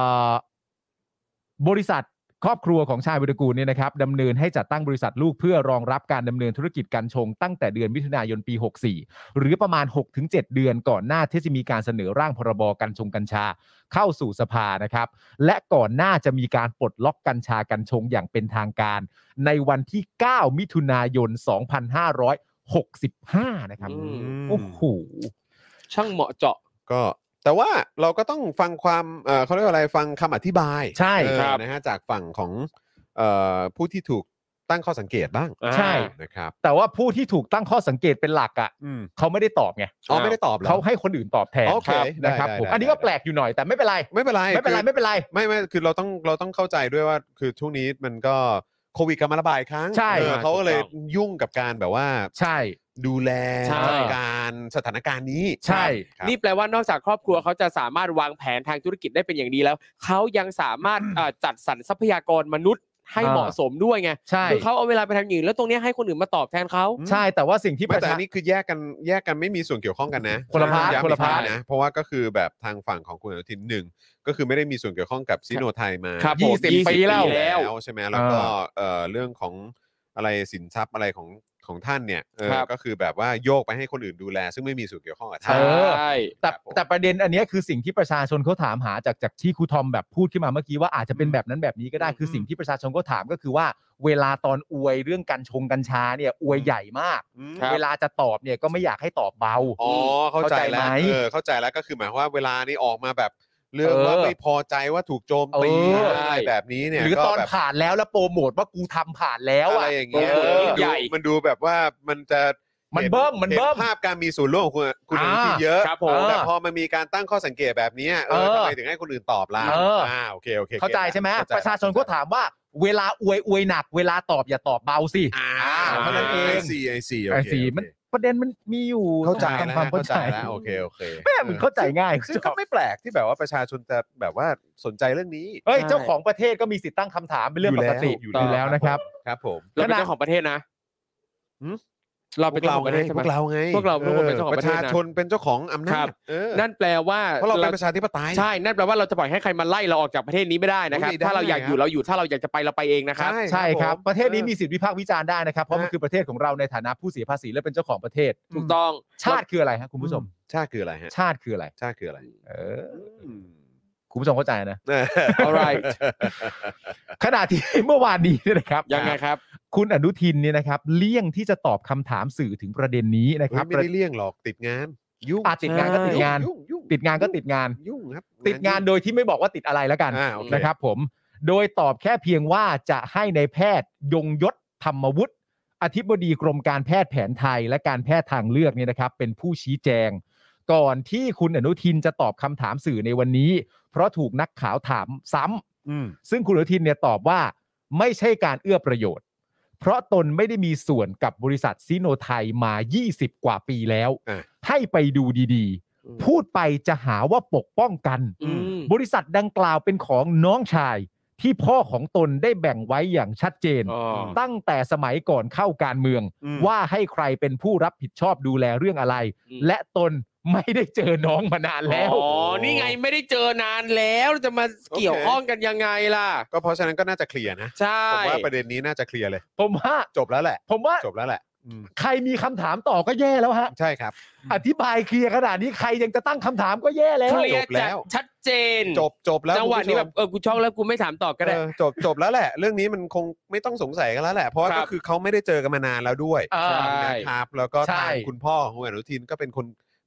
อบริษัทครอบครัวของชายวิรกูลเนี่ยนะครับดำเนินให้จัดตั้งบริษัทลูกเพื่อรองรับการดำเนินธุรกิจการชง ตั้งแต่เดือนมิถุนายนปี 64 หรือประมาณ 6-7 เดือนก่อนหน้าที่จะมีการเสนอร่างพรบกัญชงกัญชาเข้าสู่สภานะครับ และก่อนหน้าจะมีการปลดล็อกกัญชากัญชงอย่างเป็นทางการ ในวันที่ 9 มิถุนายน 2565 นะครับ อืม โอ้โห ช่างเหมาะเจาะ ก็แต่ว่าเราก็ต้องฟังความเอ่อเขาเรียกว่าอะไรฟังคำอธิบาย ใช่ เออ ครับ นะฮะจากฝั่งของเอ่อผู้ที่ถูกตั้งข้อสังเกตบ้าง ใช่ นะครับ แต่ว่าผู้ที่ถูกตั้งข้อสังเกตเป็นหลักอ่ะ อืม เขาไม่ได้ตอบไง อ๋อไม่ได้ตอบหรอ เขาให้คนอื่นตอบแทน โอเค ครับ ได้ นะครับ ได้ ผม ได้ อันนี้ก็แปลกอยู่หน่อยแต่ไม่เป็นไร ไม่เป็นไร ไม่เป็นไร คือ ไม่เป็นไร ไม่ไม่คือเราต้องเราต้องเข้าใจด้วยว่าคือช่วงนี้มันก็โควิดกำลังระบาดอีกครั้ง ใช่ เออเขาก็เลยยุ่งกับการแบบว่า ใช่ ดูแล ใช่ จัดการสถานการณ์นี้ ใช่ ครับ นี่แปลว่านอกจากครอบครัวเขาจะสามารถวางแผนทางธุรกิจได้เป็นอย่างดีแล้ว เขายังสา [coughs] มารถเอ่อจัดสรรทรัพยากรมนุษย์ให้ อ่า เหมาะสมด้วยไง ใช่ คือเขาเอาเวลาไปทำอย่างอื่นแล้วตรงเนี้ยให้คนอื่นมาตอบแทนเขา ใช่แต่ว่าสิ่งที่ป ไม่ ระ แต่ ชา อันนี้คือแยกกันแยกกันไม่มีส่วนเกี่ยวข้องกันนะ คนละพาร์ท ย้ำอีก คนละพาร์ท ทีนะเพราะว่าก็คือแบบทางฝั่งของคุณอนุทินหนึ่งก็คือไม่ได้มีส่วนเกี่ยวข้องกับซิโนไทยมา ครับผม 20 20 ปีแล้ว ปีแล้ว ใช่ไหมแล้วก็เอ่อเรื่องของอะไรสินทรัพย์อะไรของของท่านเนี่ยเออ ครับ ก็คือแบบว่าโยกไปให้คนอื่นดูแล ซึ่งไม่มีส่วนเกี่ยวข้องกับ เอ ท่าน อ ใช่ แต่ ครับผม แต่ประเด็นอันเนี้ยคือสิ่งที่ประชาชนเขาถามหาจากจากที่ครูทอมแบบพูดขึ้นมาเมื่อกี้ว่าอาจจะเป็นแบบนั้นแบบนี้ก็ได้คือสิ่งที่ประชาชนเขาถามก็คือว่าเวลาตอนอวยเรื่องกัญชงกัญชาเนี่ยอวยใหญ่มาก อืม ครับ เวลาจะตอบเนี่ยก็ไม่อยากให้ตอบเบา อ๋อเข้าใจ เข้าใจไหม แล้วเออเข้าใจแล้วก็คือหมายความว่าเวลานี้ออกมาแบบเรื่อง เออ ว่าไม่พอใจว่าถูกโจมตี เออ อะไรแบบนี้เนี่ย หรือตอน ก็แบบ ผ่านแล้วแล้วโปรโมทว่ากูทำผ่านแล้ว อะไร อ่ะ อย่างเงี้ย เออ มันดู ใหญ่ มันดูแบบว่ามันจะ มัน ห็ เบิ่มมัน ห็ เบิ่ม ภาพการมีส่วนร่วมของคุณคุณอ อ่า นุทินเยอะ ครับผม แต่พอมันมีการตั้งข้อสังเกตแบบเนี้ยเออ เออ ทำไมถึงให้คนอื่นตอบล่ะ เอออ่ าโอเคโอเค เข้าใจใช่ไหม เข้ ประชาชนก็ถามว่า เวลาอวยอวยหนัก เวลาตอบอย่าตอบเบาสิ อ่า อ่า มันนั่นเอเองไอง ซีไอซี ไอ้สีมันประเด็นมันมีอยู่ เข้าใจ ต้อง แล้ทำวความ เข้า เข้า ใจ ใจ แล้วโอเคโอเค แม่มึงเข้าใจง่าย ซึ่งก็ไม่แปลกที่แบบว่าประชาชนจะแบบว่าสนใจเรื่องนี้ เฮ้ยเจ้าของประเทศก็มีสิทธิ์ตั้งคำถามเป็นเรื่องปกติ อ อยู่ ยู่ แล้ว แล้วนะครับ ครับผม เราเป็นเจ้าของประเทศนะ หืม เราเป็นเจ้าของประเทศใช่ พ ไหม วกเราไง พวกเราพวกเราเป็นเจ้าของประเทศนะ ชาชนเป็นเจ้าของอำ ค นา รั จ บ เออ นั่นแปลว่า เพราะเราเป็นประชาธิปไตย ใช่นั่นแปลว่าเราจะปล่อยให้ใครมาไล่เราออกจากประเทศนี้ไม่ได้นะครับ โอ้ยไม่ได้ ถ้าเราอยากอยู่ ครับ เราอยู่ถ้าเราอยากจะไปเราไปเองนะครับ ใช่ครับ ผม ประเทศนี้มีสิทธิวิพากษ์วิจารณ์ได้นะครับ เพราะมัน ฮะ คือประเทศของเราในฐานะผู้เสียภาษีและเป็นเจ้าของประเทศ ถูกต้อง ชาติคืออะไรฮะคุณผู้ชม ชาติคืออะไรฮะ ชาติคืออะไร ชาติคืออะไร เออ คุณผู้ชมเข้าใจนะ [laughs] เออ alright ขณะที่ เมื่อวานนี้เนี่ยนะครับ ยังไงครับ คุณอนุทินเนี่ยนะครับ เลี่ยงที่จะตอบคำถามสื่อถึงประเด็นนี้นะค เฮ้ รั ย บ ไม่ได้เลี่ยงหรอกติดงาน ยุ่ง อ่ะติดงานก็ติดงาน ยุ่ยุ่ ติดงานก็ติดงาน ยุ่งครับ ติดงานโดยที่ไม่บอกว่าติดอะไรแล้วกัน อ่าโอเ นะครับผม โดยตอบแค่เพียงว่าจะให้ในายแพทย์ยงยศธรรมวุฒิอธิบดีกรมการแพทย์แผนไทยและการแพทย์ทางเลือกเนี่ยนะครับ เป็นผู้ชี้แจง ก่อนที่คุณอนุทินจะตอบคำถามสื่อในวันนี้ เพราะถูกนักข่าวถามซ้ อืม ำซึ่งคุณอนุทินเนี่ยตอบว่าไม่ใช่การเอื้อประโยชน์ เพราะตนไม่ได้มีส่วนกับบริษัทซิโนไทยมา 20 กว่าปีแล้ว อ่ะ ให้ไปดูดี อืม ๆ พูดไปจะหาว่าปกป้องกัน อืม [laughs] บริษัทดังกล่าวเป็นของน้องชาย ที่พ่อของตนได้แบ่งไว้อย่างชัดเจน อ๋อ ตั้งแต่สมัยก่อนเข้าการเมือง อืม ว่าให้ใครเป็นผู้รับผิดชอบดูแลเรื่องอะไร อืม และตนไม่ได้เจอน้องมานานแล้ว อ๋อนี่ไงไม่ได้เจอนานแล้วจะมาเกี่ยวข้องกันยังไงล่ะ ก็เพราะฉะนั้นก็น่าจะเคลียร์นะ ใช่ ผมว่าประเด็นนี้น่าจะเคลียร์เลย ผมว่า จบแล้วแหละ ผมว่า จบแล้วแหละอืม ใครมีคำถามต่อก็แย่แล้วฮะ ใช่ครับ อธิบายเคลียร์ขนาดนี้ใครยังจะตั้งคำถามก็แย่แล้ว เคลียร์ จบแล้ จัด ว ชัดเจน จบจบแล้ว จังหวะ คุณผู้ชม นี้แบบเออกูชอบแล้วกูไม่ถามต่อก็ได้ เออจบจบแล้วแหละ เรื่องนี้มันคงไม่ต้องสงสัยกันแล้วแหละ เพราะว่า ครั ก็ บ คือเขาไม่ได้เจอกันมานานแล้วด้วย อ่า นะครับแล้วก็ ใช่ ทางคุณพ่อของคุณอนุทินก็เป็นคน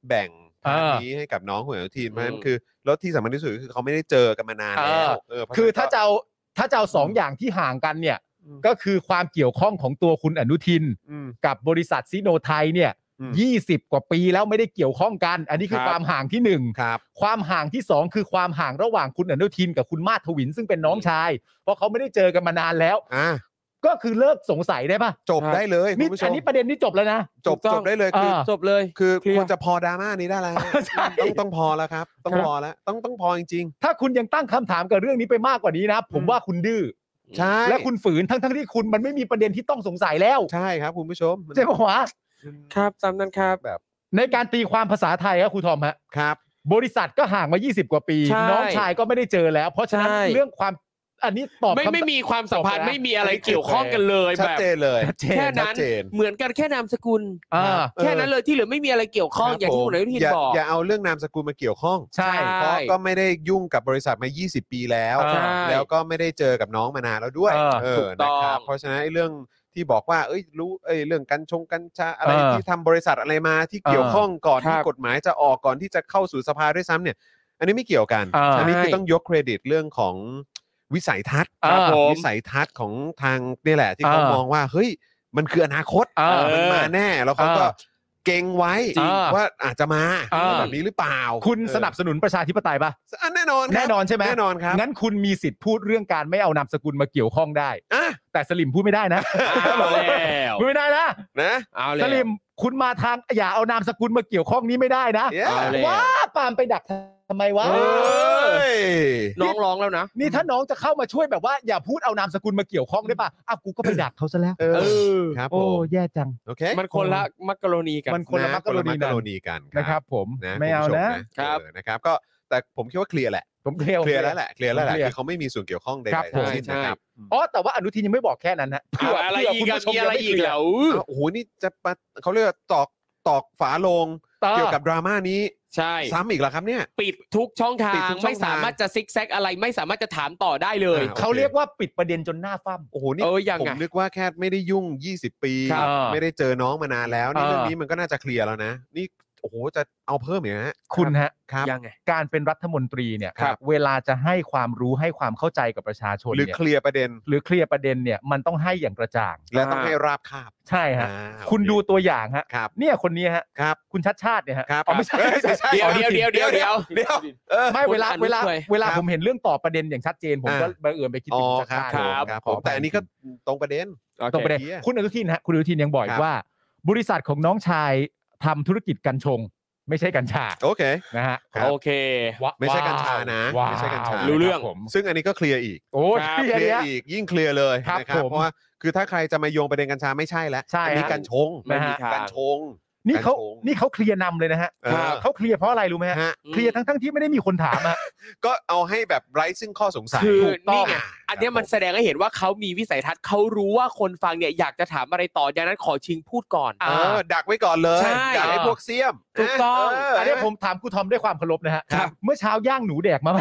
แบ่ง เออ ภาพนี้ให้กับน้องคุณอนุทินเพราะฉะนั้นคือแล้วที่สำคัญที่สุดก็คือเขาไม่ได้เจอกันมานานแล้วเเพระฉะนั้น คือถ้า ก็ จะเอาถ้าจะเอาสองอย่างที่ห่างกันเนี่ย อืม ก็คือความเกี่ยวข้องของตัวคุณอนุทิน อืม กับบริษัทซิโนไทยเนี่ย อืม 20 กว่าปีแล้วไม่ได้เกี่ยวข้องกัน อันนี้คือ ครับ ความห่างที่หนึ่ง ครับ ความห่างที่สองคือความห่างระหว่างคุณอนุทินกับคุณมาศทวิน ซึ่งเป็นน้องชาย เพราะเขาไม่ได้เจอกันมานานแล้ว อ่ะ ก็คือเลิกสงสัยได้ปะ จบได้เลยคุ นี่ ณผู้ช อัน ม นี้ประเด็นนี้จบแล้วนะ จบ ถูกต้ จ อง บได้เลยคือ เอ จบเลย คือ เคลียร์ ควรจะพอดราม่านี้ได้แล้ว ใช่ ต้องต้องพอแล้วครับ ต้องพอแล้ว ต้องต้องพอจริง ถ้าคุณยังตั้งคำถามกับเรื่องนี้ไปมากกว่านี้นะ ผม อืม ว่าคุณดื้อ ๆ ใช่ และคุณฝืนทั้งทั้งๆที่คุณมันไม่มีประเด็นที่ต้องสงสัยแล้ว ใช่ครับคุณผู้ชมมัน ใช่ปะวะ ครับจำนั้นครับ แบบ ในการตีความภาษาไทยครับครูทอมฮะ ครับ บริษัทก็ห่างมา 20 กว่าปี ใช่ น้องชายก็ไม่ได้เจอแล้ว เพราะฉะนั้น ใช่ เรื่องความอันนี้ตอบ ไม่ คำ ไม่มีความสัมพันธ์ไม่มีอะไร อันนี้คือ เกี่ยวข้องกันเลย ชั แบ ด บ เจนเลย ชัดเจ แค่ น นั้ ชั น ดเจน เหมือนกันแค่นามสกุล อ่า แค่นั้นเลยที่เหลือไม่มีอะไรเกี่ยวข้อง ครับ อย่างที่คุณอนุทิน ย่า บอก อย่าเอาเรื่องนามสกุลมาเกี่ยวข้อง ใช่เพใช่ราะก็ไม่ได้ยุ่งกับบริษัทมา 20 ปีแล้ว ใช่ แล้วก็ไม่ได้เจอกับน้องมานานแล้วด้วย เออ เอ ถู อก ต้อง นะครับเพราะฉะนั้นไอ้เรื่อง ที่บอกว่าเอ้ยรู้เอ้ยเรื่องกัญชงกัญชาอะไร เออ ที่ทำบริษัทอะไรมาที่ เออ เกี่ยวข้องก่อนที่ ครับ กฎหมายจะออกก่อนที่จะเข้าสู่สภาด้วยซ้ำเนี่ย อันนี้ไม่เกี่ยวกัน เอออั นนี้คือ ใช่ ต้องยกเครดิตเรื่องของวิสัยทัศน์ เออ ครับ ผม วิสัยทัศน์ของทางนี่แหละ ที่เขา เออ มองว่าเฮ้ยมันคืออนาคต เออ มันมาแน่แล้วเขาก็เก่งไว้ จริง ว่าอาจจะมา เออ แบบนี้หรือเปล่า คุณ เออ สนับสนุนประชาธิปไตยปะ อ่ะแน่นอนครับ แน่นอนใช่ไหม แน่นอนครับ งั้นคุณมีสิทธิ์พูดเรื่องการไม่เอานามสกุลมาเกี่ยวข้องได้ อ่ะ แต่สลิมพูดไม่ได้นะ เอาแล้ว พูดไม่ได้นะ นะ เอาแล้ สลิ ว มคุณมาทางอย่าเอานามสกุลมาเกี่ยวข้องนี้ไม่ได้นะ เย้ เอาแล้ว ว้าปาล์มไปดักทำไมวะ เออ เฮ้ย น้องร้องแล้วนะ นี่ถ้าน้องจะเข้ามาช่วยแบบว่า อย่าพูดเอานามสกุลมาเกี่ยวข้องได้ป่ะอ้าวกูก็ไปดักเขาซะแล้ว เออ อ ครับผ โอ้ ม แย่จัง โอเค มันคนละมักกะโรนีกัน มันคนละมักกะโรนีนะคละมักกะโรนีกัน นะครับ ผม นะ ไม่เอา คุณผู้ช นะ ครับ เออนะครับก็แต่ผมคิดว่าเคลียร์แหละ ผมเคลียร์ เคลียร์แล้วแหละเคลียร์แล้วแหละ เคลียร์ คือเขาไม่มีส่วนเกี่ยวข้องใด ครับ ๆ ผ ทั้ ม งสิ้น ใช่ นะครับ อ๋อแต่ว่าอนุทินยังไม่บอกแค่นั้นนะ เผื่ออะไรอีก เผื่ อะ คุณผู้ช มีอะไร ยังม่ อีกเหรอ อ้าวโอ้โหนี่จะปะเขาเรียกว่าตอกตอกฝาโลง ต่อ เกี่ยวกับดราม่านี้ ใช่ ซ้ำอีกแล้วครับเนี่ย ปิดทุกช่องทา ปิด ง ทุกช่องทาง ไม่สามารถจะซิกแซกอะไรไม่สามารถจะถามต่อได้เลย อ่ เขาเรียกว่าปิดประเด็นจนหน้าฟ้าม โอ้โหนี่ เออยัง ผ ไง มนึกว่าแค่ไม่ได้ยุ่ง 20 ปี ครับ ไม่ได้เจอน้องมานานแล้วนี่ เออ เรื่องนี้มันก็น่าจะเคลียร์แล้วนะ นี่โอ้โหจะเอาเพิ่มอีกนะฮะ คุณฮะ ครับ ยังไง การเป็นรัฐมนตรีเนี่ย ครับ เวลาจะให้ความรู้ให้ความเข้าใจกับประชาชน หรือ เนี่ย เคลียร์ประเด็น หรือเคลียร์ประเด็นเนี่ยมันต้องให้อย่างกระจ่าง และต้องให้ราบคาบ ใช่ฮะ อ่าโอเ คุณดูตัวอย่างฮะ ครับ เนี่ยคนนี้ฮะ ครับ คุณชัดชาติเนี่ยฮะ ครับ อ๋อไม่ใช่ เอ้ยไม่ใช่ เดี๋ยวเดี๋ยวเดี๋ยวเดี๋ยวเดี๋ยว เดี๋ยวเออ ไม่เวลา คุณอเวนุลา เคย เวลา ครับ ผมเห็นเรื่องต่อประเด็นอย่างชัดเจน ผม อ่า ก็บังเอิญไปคิด อ๋อ ถึงคุณ ค ชั รั ด บ ชาติครัผมครั บบ ผมแต่อันนี้ก็ตรงประเด็น ตรงประเด็น โอเค คุณอนุทินฮะคุณอนุทินยังบอกอี ครั ก บ ว่า บริษัทของน้องชายทำธุรกิจกัญชง ไม่ใช่กัญชา โอเค นะฮะ ครับ โอเค ว้าว ไม่ใช่กัญชานะ ว้าว ไม่ใช่กัญชา รู้เรื่อง คบผม ซึ่งอันนี้ก็เคลียร์อีก โอ้ย ครับ เคลียร์เนี่ย อีกยิ่งเคลียร์เลย ครับ นะครับ ผม เพราะว่าคือถ้าใครจะมาโยงประเด็นกัญชาไม่ใช่แล้ว ใช่ อันี้ ฮะ กัญชง ไม่มีทาง กัญชง นี่เขา กัญชง นี่เขาเคลียร์นำเลยนะฮะ เออ เขาเคลียร์เพราะอะไรรู้ไหมฮะ ฮะ อืม เคลียร์ทั้งทั้งๆที่ไม่ได้มีคนถามอะ ก็เอาให้แบบไร้ซึ่งข้อสงสัย คือ ถูกต้ นี่ ง ไง อ่ะ อันเนี้ยมัน ครับผ แสดงให้เห็นว่าเขามีวิสัยทัศน์เขารู้ว่าคนฟังเนี่ยอยากจะถามอะไรต่อดังนั้นขอชิงพูดก่อน เออดักไว้ก่อนเลย ใช่ ดักให้พวกเสียม ถูกต้อง เ อันนี้ผมถามครูทอมด้วยความเคารพนะฮะ ครับ เมื่อเช้าย่างหนูแดกมาไหม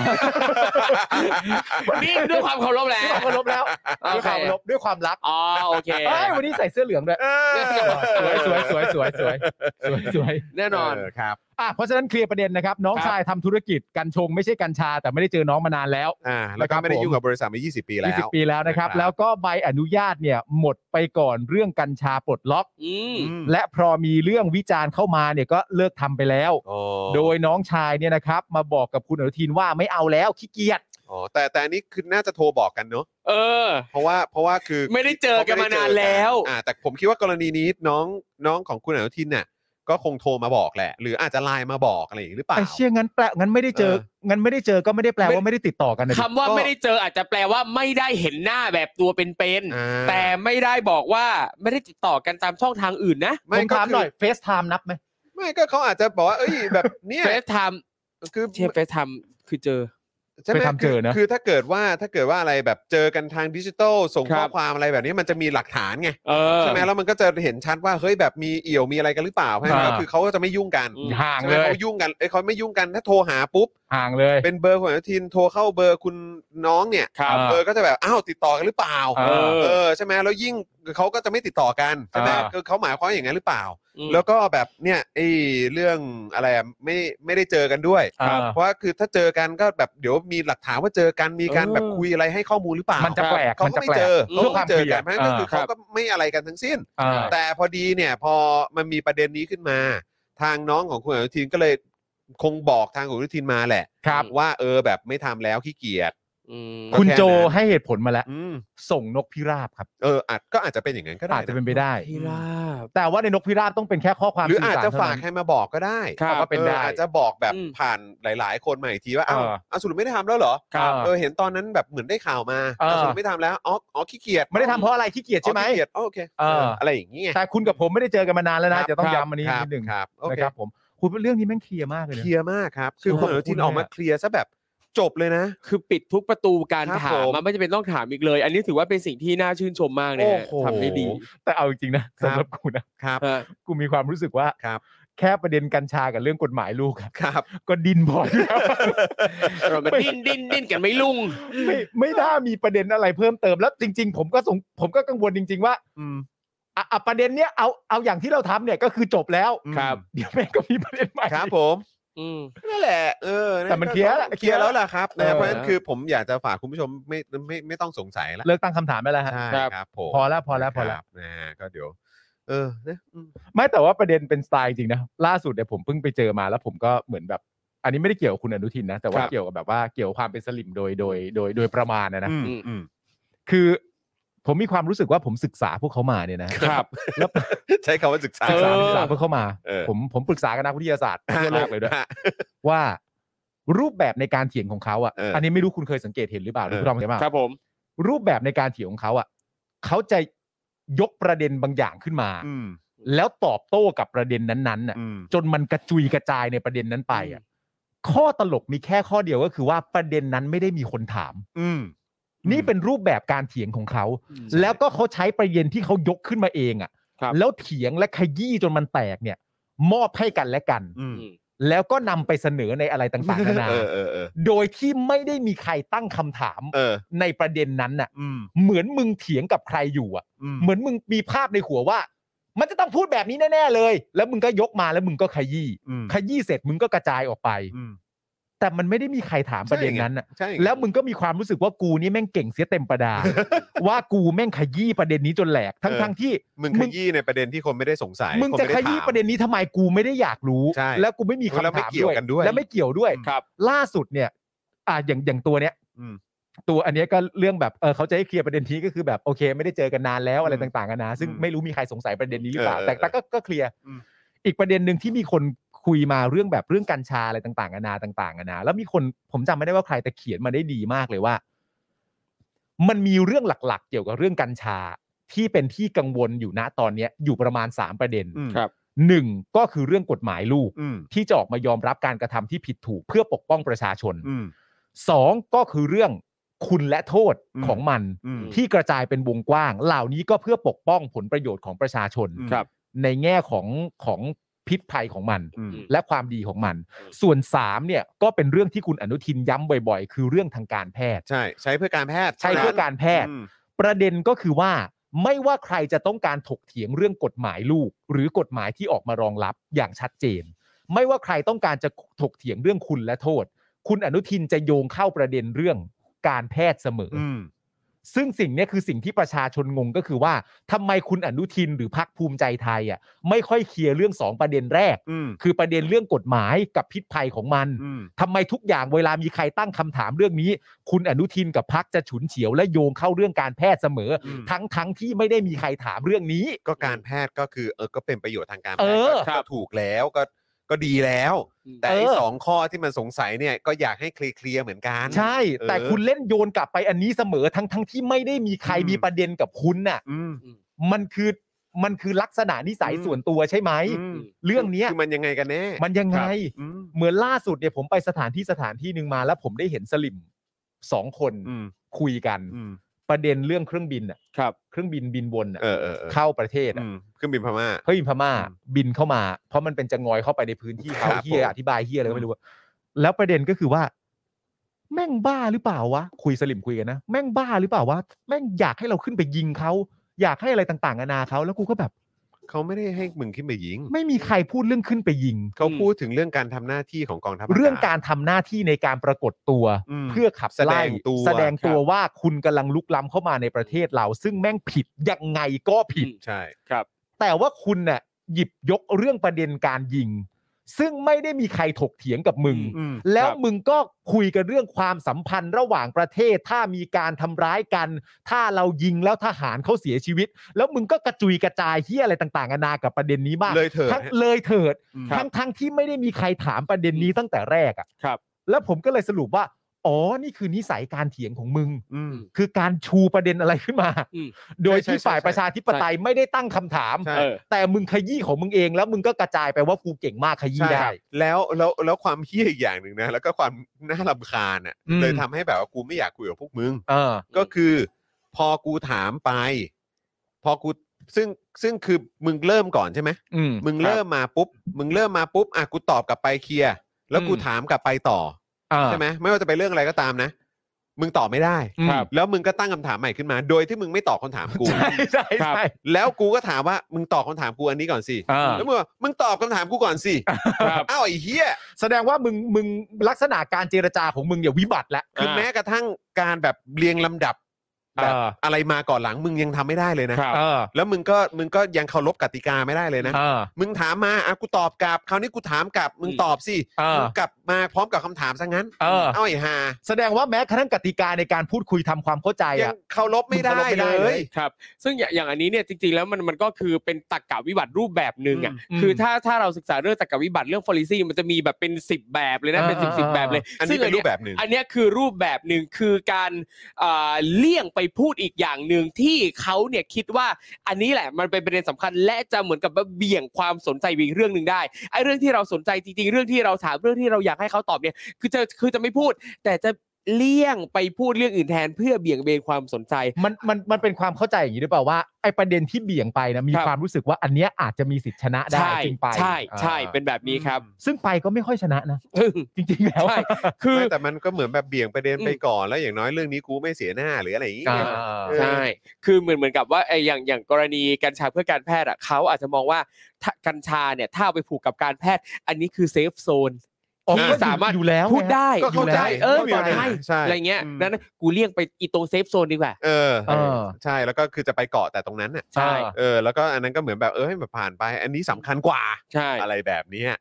นี่ด้วยความเคารพแล้ ด้ ว วยความเคารพแล้ว โอด้วยคเความเคารพด้วยความรัก อ๋อโอเค เอ้ยวันนี้ใส่เสื้อเหลืองด้วย เออ สวยสวยสวยสวยสวยสวยสวย แน่นอน เครับ อ่ะเพราะฉะนั้นเคลียร์ประเด็นนะครับ น้อง ครับ ชายทำธุรกิจกัญชงไม่ใช่กัญชา แต่ไม่ได้เจอน้องมานานแล้ว อ่าแล้วก็ไม่ได้ยุ่งกับบริษัทมา 20 ปีแล้ว 20 ปีแล้วนะครับ ครับ แล้วก็ใบอนุญาตเนี่ยหมดไปก่อนเรื่องกัญชาปลดล็อก อืม อืม และพอมีเรื่องวิจารณ์เข้ามาเนี่ยก็เลิกทำไปแล้ว อ๋อ โดยน้องชายเนี่ยนะครับ มาบอกกับคุณอนุทินว่าไม่เอาแล้วขี้เกียจ อ๋อแต่แต่อันนี้คือน่าจะโทรบอกกันเนอะ เออ เพราะว่าเพราะว่าคือ ไม่ได้เจอกันมานานแล้ว อ่าแต่ผมคิดว่ากรณีนี้น้องน้องของคุณอนุทินเนี่ยก็คงโทรมาบอกแหละ หรืออาจจะไลน์มาบอกอะไรอย่างนี้หรือเปล่า ไอ้เชี่ยงั้นแปลงั้นไม่ได้เจอ เอ งั้นไม่ได้เจอก็ไม่ได้แปลว่าไม่ได้ติดต่อกันนะดิ คำว่าไม่ได้เจออาจจะแปลว่าไม่ได้เห็นหน้าแบบตัวเป็น อ่า ๆแต่ไม่ได้บอกว่าไม่ได้ติดต่อกันตามช่องทางอื่นนะ ผ ไม่ ม ก็ ถาม คื หน่อยเฟซไทม์นับไหม ไม่ก็เขาอาจจะบอกว่าเอ้ยแบบเนี่ย เฟซไทม์ คือ เชฟเฟซไทม์คือเจอ ใช่ไหม ไปทำเจอนะ คือถ้าเกิดว่าถ้าเกิดว่าอะไรแบบเจอกันทางดิจิทัลส่ง ครั ข้อบ ความอะไรแบบนี้มันจะมีหลักฐานไง เออ ใช่ไหมแล้วมันก็จะเห็นชัดว่าเฮ้ยแบบมีเอี่ยวมีอะไรกันหรือเปล่าเพราะฉะนั้นแล้ว อ่า คือเขาก็จะไม่ยุ่งกัน อืม ห่าง ใช่ไหเลมย เขายุ่งกันเอ้ยเขาไม่ยุ่งกันถ้าโทรหาปุ๊บ ห่างเลย เป็นเบอร์ของอนุทินโทรเข้าเบอร์คุณน้องเนี่ย ครับ เบอร์ก็จะแบบอ้าวติดต่อกันหรือเปล่า เออ ใช่ไหมแล้วยิ่งเขาก็จะไม่ติดต่อกันใช่ไหม เออ คือเขาหมายความอย่างนั้นหรือเปล่า ม แล้วก็แบบเนี่ยไอ้เรื่องอะไรอะไม่ไม่ได้เจอกันด้วย อ่า เพราะว่าคือถ้าเจอกันก็แบบเดี๋ยวมีหลักฐานว่าเจอกันมีการ เออ แบบคุยอะไรให้ข้อมูลหรือเปล่า มันจะแปลก เขา มัน ก็ จะ ไม่ แปลก เจอ เพื่ เขาก็ไม่อความ เจอ เคลียร์ กันเพราะฉะนั้นก็คือ ครั เขา บ ก็ไม่อะไรกันทั้งสิ้น อ่า แต่พอดีเนี่ยพอมันมีประเด็นนี้ขึ้นมา ทางน้องของคุณอนุทินก็เลยคงบอกทางคุณอนุทินมาแหละ ครับ ว่าเออแบบไม่ทำแล้วขี้เกียจ อืม ก็แค่นั้น คุณโจให้เหตุผลมาแล้ว อืม ส่งนกพิราบครับ เอออาจก็อาจจะเป็นอย่างนั้นก็ได้ อาจจะเป็นไปได้ พิราบ แต่ว่าในนกพิราบต้องเป็นแค่ข้อความ หรือ สื่ อาจ สาร จะ เท่ ฝาก นั้น ใครมาบอกก็ได้ ครับก็เป็นได้ อออาจจะบอกแบบ อืม ผ่านหลาย ๆ คนมาอีกทีว่า เอ เอ้า อ เอาสรุปไม่ได้ทำแล้วเหรอ ครับ เออเห็นตอนนั้นแบบเหมือนได้ข่าวมา เออ เอาสรุปไม่ทำแล้วอ๋ออ๋อขี้เกียจ ไม่ได้ทำเพราะอะไรขี้เกียจ อ๋อ ใช่ไหม ขี้เกียจอ๋อโอเค เออ อะไรอย่างเงี้ย แต่คุณกับผมไม่ได้เจอกันมานานแล้วนะจะต้อง ครับ ย้ำอันนี้ ครับ นิดหนึ่ง ครับโอ นะ เค ครับผมคุณเรื่องนี้แม่งเคลียร์มากเลย เค นะ ลียร์มากครับ คือ ใช่ คนอนุทิน ขอบคุณ ออกมา นะ เคลียร์ซะแบบจบเลยนะ คือปิดทุกประตูการ ครับ ถาม ผม มันไม่จำเป็นต้องถามอีกเลย อันนี้ถือว่าเป็นสิ่งที่น่าชื่นชมมากนะฮะ โอ้โห ทำได้ดี แต่เอาจริงๆนะสำหรับกูนะครับ ฮะ กูมีความรู้สึกว่า ครับ แค่ประเด็นกัญชากับเรื่องกฎหมายลูกครับ ครับ ก็ดินพอแล้ว [laughs] เรามาดิ้นดิ้นดิ้นกันไม่ลุ่ง ไม่ไม่น่ามีประเด็นอะไรเพิ่มเติมแล้วจริง ๆ ผมก็สงผมก็กังวลจริง ๆ ว่า อืม อ่ะอ่ะประเด็นเนี้ยเอาเอาอย่างที่เราทำเนี่ยก็คือจบแล้ว ครับ เดี๋ยวแม่งก็มีประเด็นใหม่ ครับผม อืม นั่นแหละเออ แต่มันเคลียร์ ก็ แล้ว เคลียร์แล้วล่ะครับนะ เออ เพราะฉะนั้นคือผมอยากจะฝากคุณผู้ชมไม่ไม่ไม่ต้องสงสัยแล้ว เลิกตั้งคำถามไปแล้วฮะ ใช่ ครับ ครับผม พอแล้วพอแล้วพอแล้ว ครับนะฮะก็เดี๋ยว เออนะอืม ไม่แต่ว่าประเด็นเป็นสไตล์จริงนะล่าสุดเนี่ยผมเพิ่งไปเจอมาแล้วผมก็เหมือนแบบ อันนี้ไม่ได้เกี่ยวกับคุณอนุทินนะ แต่ว่า ครับ เกี่ยวกับแบบว่าเกี่ยวกับความเป็นสลิมโดยโดยโดยโดยประมาณนะนะ อืมอืม คือ ผมมีความรู้สึกว่าผมศึกษาพวกเขามาเนี่ยนะครับ แล้ว ใช้คำว่า [laughs] ศึกษา เอ ศึกษา อ ศึกษาพวกเขามา เออ ผมผมปรึกษากับนักวิทยาศาสตร์ทั่วโลกเลยด้วย ฮะ ว่ารูปแบบในการเถียงของเขาอ่ะ เอออั อันนี้ไม่รู้คุณเคยสังเกตเห็นหรือเปล่าหรือ เออ คุณลองเห็นเปล่า ครับผม รูปแบบในการเถียงของเขาอ่ะเขาจะยกประเด็นบางอย่างขึ้นมา อืม แล้วตอบโต้กับประเด็นนั้นๆน่ะ อืม จนมันกระจุยกระจายในประเด็นนั้นไปอ่ะข้อตลกมีแค่ข้อเดียวก็คือว่าประเด็นนั้นไม่ได้มีคนถาม อืม นี่เป็นรูปแบบการเถียงของเขา แล้วก็เขาใช้ประเด็นที่เขายกขึ้นมาเองอ่ะ ครับ แล้วเถียงและขยี้จนมันแตกเนี่ย มอบให้กันและกัน อืม อืม แล้วก็นำไปเสนอในอะไรต่างๆนานา เออเออเออ โดยที่ไม่ได้มีใครตั้งคำถาม เออ ในประเด็นนั้นน่ะ อืม เหมือนมึงเถียงกับใครอยู่อ่ะ อืม เหมือนมึงมีภาพในหัวว่า มันจะต้องพูดแบบนี้แน่ๆเลย แล้วมึงก็ยกมาแล้วมึงก็ขยี้ อืม ขยี้เสร็จมึงก็กระจายออกไป อืม แต่มันไม่ได้มีใครถามประเด็นนั้นน่ะ ใช่ไ แล้วมึงก็มีความรู้สึกว่ากูนี่แม่งเก่งเสียเต็มประดา ว่ากูแม่งขยี้ประเด็นนี้จนแหลก ทั้ง เออ ทั้งที่ มึงขยี้ในประเด็นที่คนไม่ได้สงสัย มึง คน จะ ไได้ ขยี้ ถาม ประเด็นนี้ทำไมกูไม่ได้อยากรู้ ใช่ แล้วกูไม่มี แล้ว คำ ไม่ ถาม เกี่ยวกันด้วย และไม่เกี่ยวด้วย ครับ ล่าสุดเนี่ยอ่ะอย่างอย่างตัวเนี้ย อืม ตัวอันเนี้ยก็เรื่องแบบเออเขาจะให้เคลียร์ประเด็นนี้ก็คือแบบโอเค ไม่ได้เจอกันนานแล้วอะไร อืม ต่างๆกันานะซึ่ง อืม ไม่รู้มีใครสงสัยประเด็นนี้หรือเปล่า เออ แต่ เออ แต่ก็ก็เคลียร์ อืม อีกประเด็นหนึ่งที่มีคนคุยมาเรื่องแบบเรื่องกัญชาอะไรต่างๆกันานาต่างๆกันานาแล้วมีคนผมจำไม่ได้ว่าใครแต่เขียนมาได้ดีมากเลยว่า มันมีเรื่องหลักๆ เกี่ยวกับเรื่องกัญชาที่เป็นที่กังวลอยู่ณตอนเนี้ยอยู่ประมาณสามประเด็น อืม ครับ หนึ่งก็คือเรื่องกฎหมายลูก อืม ที่จะออกมายอมรับการกระทำที่ผิดถูกเพื่อปกป้องประชาชน อืม สองก็คือเรื่องคุณและโทษ อืม ของมัน อืม ที่กระจายเป็นวงกว้าง เหล่านี้ก็เพื่อปกป้องผลประโยชน์ของประชาชน อืมครับ ในแง่ของของพิษภัยของมัน อืม และความดีของมัน ส่วนสามเนี่ยก็เป็นเรื่องที่คุณอนุทินย้ำบ่อย ๆ คือเรื่องทางการแพทย์ ใช่ ใช้เพื่อการแพทย์ ใช้เพื่อการแพทย์ อืม ประเด็นก็คือว่าไม่ว่าใครจะต้องการถกเถียงเรื่องกฎหมายลูก หรือกฎหมายที่ออกมารองรับอย่างชัดเจน ไม่ว่าใครต้องการจะถกเถียงเรื่องคุณและโทษ คุณอนุทินจะโยงเข้าประเด็นเรื่องการแพทย์เสมออ อืม ซึ่งสิ่งเนี้ยคือสิ่งที่ประชาชนงงก็คือว่าทำไมคุณอนุทินหรือพักภูมิใจไทยอ่ะไม่ค่อยเคลียร์เรื่องสองประเด็นแรก อืม คือประเด็นเรื่องกฎหมายกับพิษภัยของมัน อืม ทำไมทุกอย่างเวลามีใครตั้งคำถามเรื่องนี้ คุณอนุทินกับพักจะฉุนเฉียวและโยงเข้าเรื่องการแพทย์เสมอ อืม ทั้งทั้งที่ไม่ได้มีใครถามเรื่องนี้ ก็การแพทย์ก็คือเออ ก็เป็นประโยชน์ทางการแพ เอ ทอย์ก็ก็ถูกแล้วก็ ก็ดีแล้ว อืม แต่ไอ้ เออ สองข้อที่มันสงสัยเนี่ย ก็อยากให้เคลียร์ๆเหมือนกัน ใช่ เออ แต่คุณเล่นโยนกลับไปอันนี้เสมอ ทั้งทั้งที่ไม่ได้มีใคร อืม มีประเด็นกับคุณน่ะ อืม มันคือมันคือลักษณะนิสัย อืม ส่วนตัวใช่ไหม อืม เรื่องเนี้ย คือมันยังไงกันแน่ มันยังไง อืม เหมือนล่าสุดเนี่ยผมไปสถานที่สถานที่หนึ่งมาแล้วผมได้เห็นสลิมสองคน อืม คุยกัน อืม ประเด็นเรื่องเครื่องบินอ่ะ ครับ เครื่องบินบินวนอ่ะ เออเออเออ เข้าประเทศอ่ะ อืมเครื่องบินพม่า เพื่ออินพม่า อืม บินเข้ามา เพราะมันเป็นจะงอยเข้าไปในพื้นที่เขา ครับ เฮีย ผม อธิบายเฮียอะไรก็ไม่รู้อะแล้วประเด็นก็คือว่า แม่งบ้าหรือเปล่าวะคุยสลิมคุยกันนะแม่งบ้าหรือเปล่าวะแม่งอยากให้เราขึ้นไปยิงเขาอยากให้อะไรต่างๆนานาเขาแล้วกูก็แบบ เขาไม่ได้ให้มึงขึ้นไปยิง ไม่มีใครพูดเรื่องขึ้นไปยิง เขาพูดถึงเรื่องการทำหน้าที่ของกองทัพศ เรื่องการทำหน้าที่ในการปรากฏตัว อืม เพื่อขับไล่ แสดงตัว แสดงตัวว่าคุณกำลังลุกล้ำเข้ามาในประเทศเรา ซึ่งแม่งผิดยังไงก็ผิด ใช่ แต่ว่าคุณน่ะหยิบยกเรื่องประเด็นการยิง ซึ่งไม่ได้มีใครถกเถียงกับมึง อืม แล้ว ครับ มึงก็คุยกันเรื่องความสัมพันธ์ระหว่างประเทศ ถ้ามีการทำร้ายกัน ถ้าเรายิงแล้วทหารเขาเสียชีวิต แล้วมึงก็กระจุยกระจายเฮียอะไรต่างๆนานากับประเด็นนี้มาก เลยเถิด ทั้งเลยเถิด อืม ทั้งทั้งที่ไม่ได้มีใครถามประเด็นนี้ตั้งแต่แรกอ่ะ ครับ แล้วผมก็เลยสรุปว่าอ๋อนี่คือนิสัยการเถียงของมึง อืม คือการชูประเด็นอะไรขึ้นมา อืม โดย ใช่ ที่ ใช่ ฝ่าย ใช่ ประชาธิปไตยไม่ได้ตั้งคำถาม ใช่ เออ แต่มึงขยี้ของมึงเองแล้วมึงก็กระจายไปว่ากูเก่งมากขยี้ ใช่ ได้ ครับแล้วแล้วแล้วความเฮี้ยอีกอย่างหนึ่งนะ แล้วก็ความน่ารำคาญอ่ะ อืม เลยทำให้แบบว่ากูไม่อยากคุยกับพวกมึง เออ ก็คือ พอกูถามไป พอกู ซึ่งซึ่งคือมึงเริ่มก่อนใช่ไหม อืม มึงเริ่มมาปุ๊บ มึงเริ่มมาปุ๊บอ่ะกูตอบกลับไปเคลียร์แล้วกู อืม ถามกลับไปต่อ อ่า ใช่ไหมไม่ว่าจะไปเรื่องอะไรก็ตามนะ มึงตอบไม่ได้ ครับ แล้วมึงก็ตั้งคำถามใหม่ขึ้นมา โดยที่มึงไม่ตอบคำถามกู ใช่ใช่ ครับ ใช่ แล้วกูก็ถามว่ามึงตอบคำถามกูอันนี้ก่อนสิ อ่า แล้วมึงบอกมึงตอบคำถามกูก่อนสิ ครับ อ้าวไอ้เหี้ย แสดงว่ามึงมึงลักษณะการเจรจาของมึงอย่าวิบัติละ คือ อ่า แม้กระทั่งการแบบเรียงลำดับแบบ เอออ อะไรมาก่อนหลังมึงยังทำไม่ได้เลยนะ ครับ เออ แล้วมึงก็มึงก็ยังเคารพกติกาไม่ได้เลยนะ เออ มึงถามมาอ่ะกูตอบกลับคราวนี้กูถามกลับมึง อืม ตอบสิ เออ มึงกลับมาพร้อมกับคำถามซะงั้น เออ เอ้าไอ้ห่า แสดงว่าแม้กระทั่งกติกาในการพูดคุยทำความเข้าใจ ยัง อ่ะ เคารพไม่ได้ เคารพไม่ เล ได้เลย ย ครับซึ่งอย่างอย่างอันนี้เนี่ยจริงๆแล้วมันมันก็คือเป็นตรรกะวิบัติรูปแบบหนึ่งอ่ะ อืม คือถ้าถ้าเราศึกษาเรื่องตรรกะวิบัติเรื่อง policy มันจะมีแบบเป็น 10 แบบเลยนะเป็น 10 10 แบบเลย อัน ซึ่ นี้ ง เป็นรู เย ปแบบหนึ่ง อันเนี้ยคือรูปแบบหนึ่งคือการเอ่อเลี่ยงไปพูดอีกอย่างหนึ่งที่เขาเนี่ยคิดว่าอันนี้แหละมันเป็นประเด็นสำคัญและจะเหมือนกับว่าเบี่ยงความสนใจไปอีกเรื่องหนึ่งได้ไอ้เรื่องที่เราสนใจจริงๆเรื่องที่เราถามเรื่องที่เราอยากให้เขาตอบเนี่ยคือจะคือจะไม่พูด แต่จะเลี่ยงไปพูดเรื่องอื่นแทน เพื่อเบี่ยงเบนความสนใจ มันมันมันเป็นความเข้าใจอย่างนี้หรือเปล่าว่าไอ้ประเด็นที่เบี่ยงไปนะมี ครับ ความรู้สึกว่าอันเนี้ยอาจจะมีสิทธิชนะได้ ใช่ จริงไป ใช่ใช่ อ่า เป็นแบบนี้ครับ ซึ่งไปก็ไม่ค่อยชนะนะ ซึ่ง จริงๆแล้ว ใช่คือ ไม่แต่มันก็เหมือนแบบเบี่ยงประเด็น อืม ไปก่อนแล้วอย่างน้อยเรื่องนี้กูไม่เสียหน้าหรืออะไรอย่างงี้ อ่า ไง เออ ใช่ คือเหมือนเหมือนกับว่าไอ้อย่างอย่างกรณีกัญชาเพื่อการแพทย์อ่ะเขาอาจจะมองว่าถ้ากัญชาเนี่ยถ้าเอาไปผูกกับการแพทย์ อันนี้คือเซฟโซน อ๋อ ที่ ก็อยู่ สามารถ อยู่แล้ว พูด ไง ได้ ก็เข้าใจ เออ เข้าใจ ปลอดภัย ใช่ อะไรเงี้ย อืม นั้นนะกูเลี่ยงไปอีตรงเซฟโซนดีกว่า เออ เออ ใช่แล้วก็คือจะไปเกาะแต่ตรงนั้นน่ะ ใช่ เออแล้วก็อันนั้นก็เหมือนแบบเออให้มันผ่านไป อันนี้สำคัญกว่า ใช่ อะไรแบบเนี้ย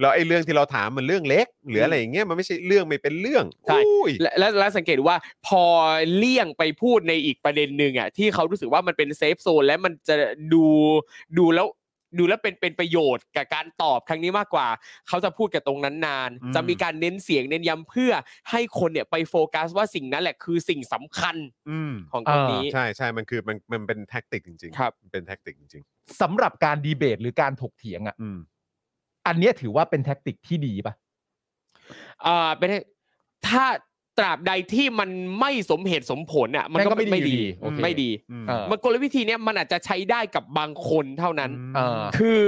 แล้วไอ้เรื่องที่เราถามมันเรื่องเล็ก หรืออะไรอย่างเงี้ยมันไม่ใช่เรื่องไม่เป็นเรื่องอุ้ย และและและสังเกตว่าพอเลี่ยงไปพูดในอีกประเด็นหนึ่งอ่ะที่เขารู้สึกว่ามันเป็นเซฟโซนและมันจะดูดูแล้วดูแล้วเป็นเป็นประโยชน์กับการตอบครั้งนี้มากกว่า เขาจะพูดกับตรงนั้นนาน อืม จะมีการเน้นเสียงเน้นย้ำเพื่อให้คนเนี่ยไปโฟกัสว่าสิ่งนั้นแหละคือสิ่งสำคัญ อืม ของตรงนี้ ใช่ใช่มันคือมันมันเป็นแท็กติกจริงๆ ครับ มันเป็นแท็กติกจริง สำหรับการดีเบตหรือการถกเถียงอ่ะ ๆอืม อันเนี้ยถือว่าเป็นแท็กติกที่ดีป่ะ อ่าเป็นถ้าตราบใดที่มันไม่สมเหตุสมผลอ่ะมัน มันก็ ก็ ไม่ ไม่ ดีอดียู่ดีโอเค ไม่ดี อืม เออ มันกลวิธีเนี้ยมันอาจจะใช้ได้กับบางคนเท่านั้น เออ คือ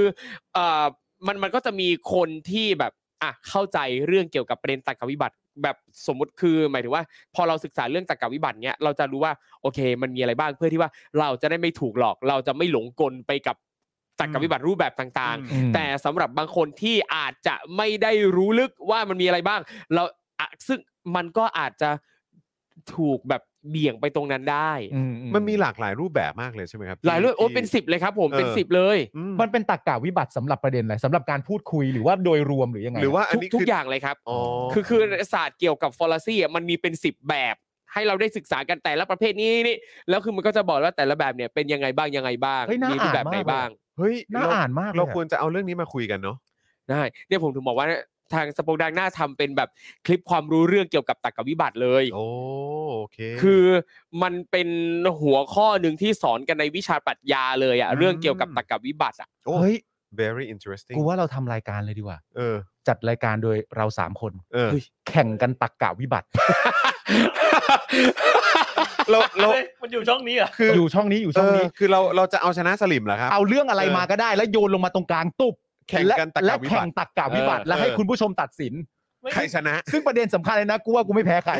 เอ่อมันมันก็จะมีคนที่แบบอ่ะเข้าใจเรื่องเกี่ยวกับประเด็นตรรกวิบัติ แบบสมมติคือหมายถึงว่า พอเราศึกษาเรื่องตรรกวิบัติเนี้ยเราจะรู้ว่าโอเค มันมีอะไรบ้างเพื่อที่ว่าเราจะได้ไม่ถูกหลอก เราจะไม่หลงกลไปกับตรรกวิบัติรูปแบบต่าง อืม ๆ แต่สำหรับบางคนที่อาจจะไม่ได้รู้ลึกว่ามันมีอะไรบ้าง เราอ่ะซึ่งมันก็อาจจะถูกแบบเบี่ยงไปตรงนั้นได้ อื มันมีหลากหลายรูปแบบมากเลยใช่ไหมครับ หลายเรื่องโอ้ ที่ เป็นสิบเลยครับ ผมเป็น เออ สิบเลย อืม มันเป็นตรรกะวิบัติสำหรับประเด็นอะไรสำหรับการพูดคุยหรือว่าโดยรวมหรือยังไง หรือว่าอัน ทุก นี้ ทุก คื อย่างเลยครับ อ๋อ คือคือศาสตร์เกี่ยวกับฟอร์ซี่มันมีเป็น 10 แบบ ให้เราได้ศึกษากันแต่ละประเภทนี้นี่แล้วคือมันก็จะบอกว่าแต่ละแบบเนี่ยเป็นยังไงบ้างยังไงบ้าง เฮ้ยน่ามี มีรูปแบบ อ่านมาก ไหนบ้าง เฮ้ย น่า เรา อ่านมากลย เรา อะ ควรจะเอาเรื่องนี้มาคุยกันเนาะ ได้เนี่ยผมถึงบอกว่าทางสปอดังหน้าทำเป็นแบบคลิปความรู้เรื่องเกี่ยวกับตรรกวิบัติเลย โอ้โอเค คือมันเป็นหัวข้อหนึ่งที่สอนกันในวิชาปรัชญาเลยอะ อืม เรื่องเกี่ยวกับตรรกวิบัติอะ โอ้ เฮ้ย very interesting กูว่าเราทำรายการเลยดีกว่า เออ จัดรายการโดยเราสามคน เออ แข่งกันตักกะวิบัติ เราเรา เฮ้ยมันอยู่ช่องนี้เหรอ่ะ คือ อยู่ช่องนี้อยู่ เอ ช่อง อ นี้ คือเราเราจะเอาชนะสลิมเหรอครับ เอาเรื่องอะไร เออ มาก็ได้ แล้วโยนลงมาตรงกลางตุบ แข่งกันตักกะ และและ วิบัติ แข่งตักกะวิบัติ เออ แล้วให้ เออ คุณผู้ชมตัดสิน ไม่ ใครชนะ ซึ่งประเด็นสำคัญเลยนะกูว่ากูไม่แพ้ใคร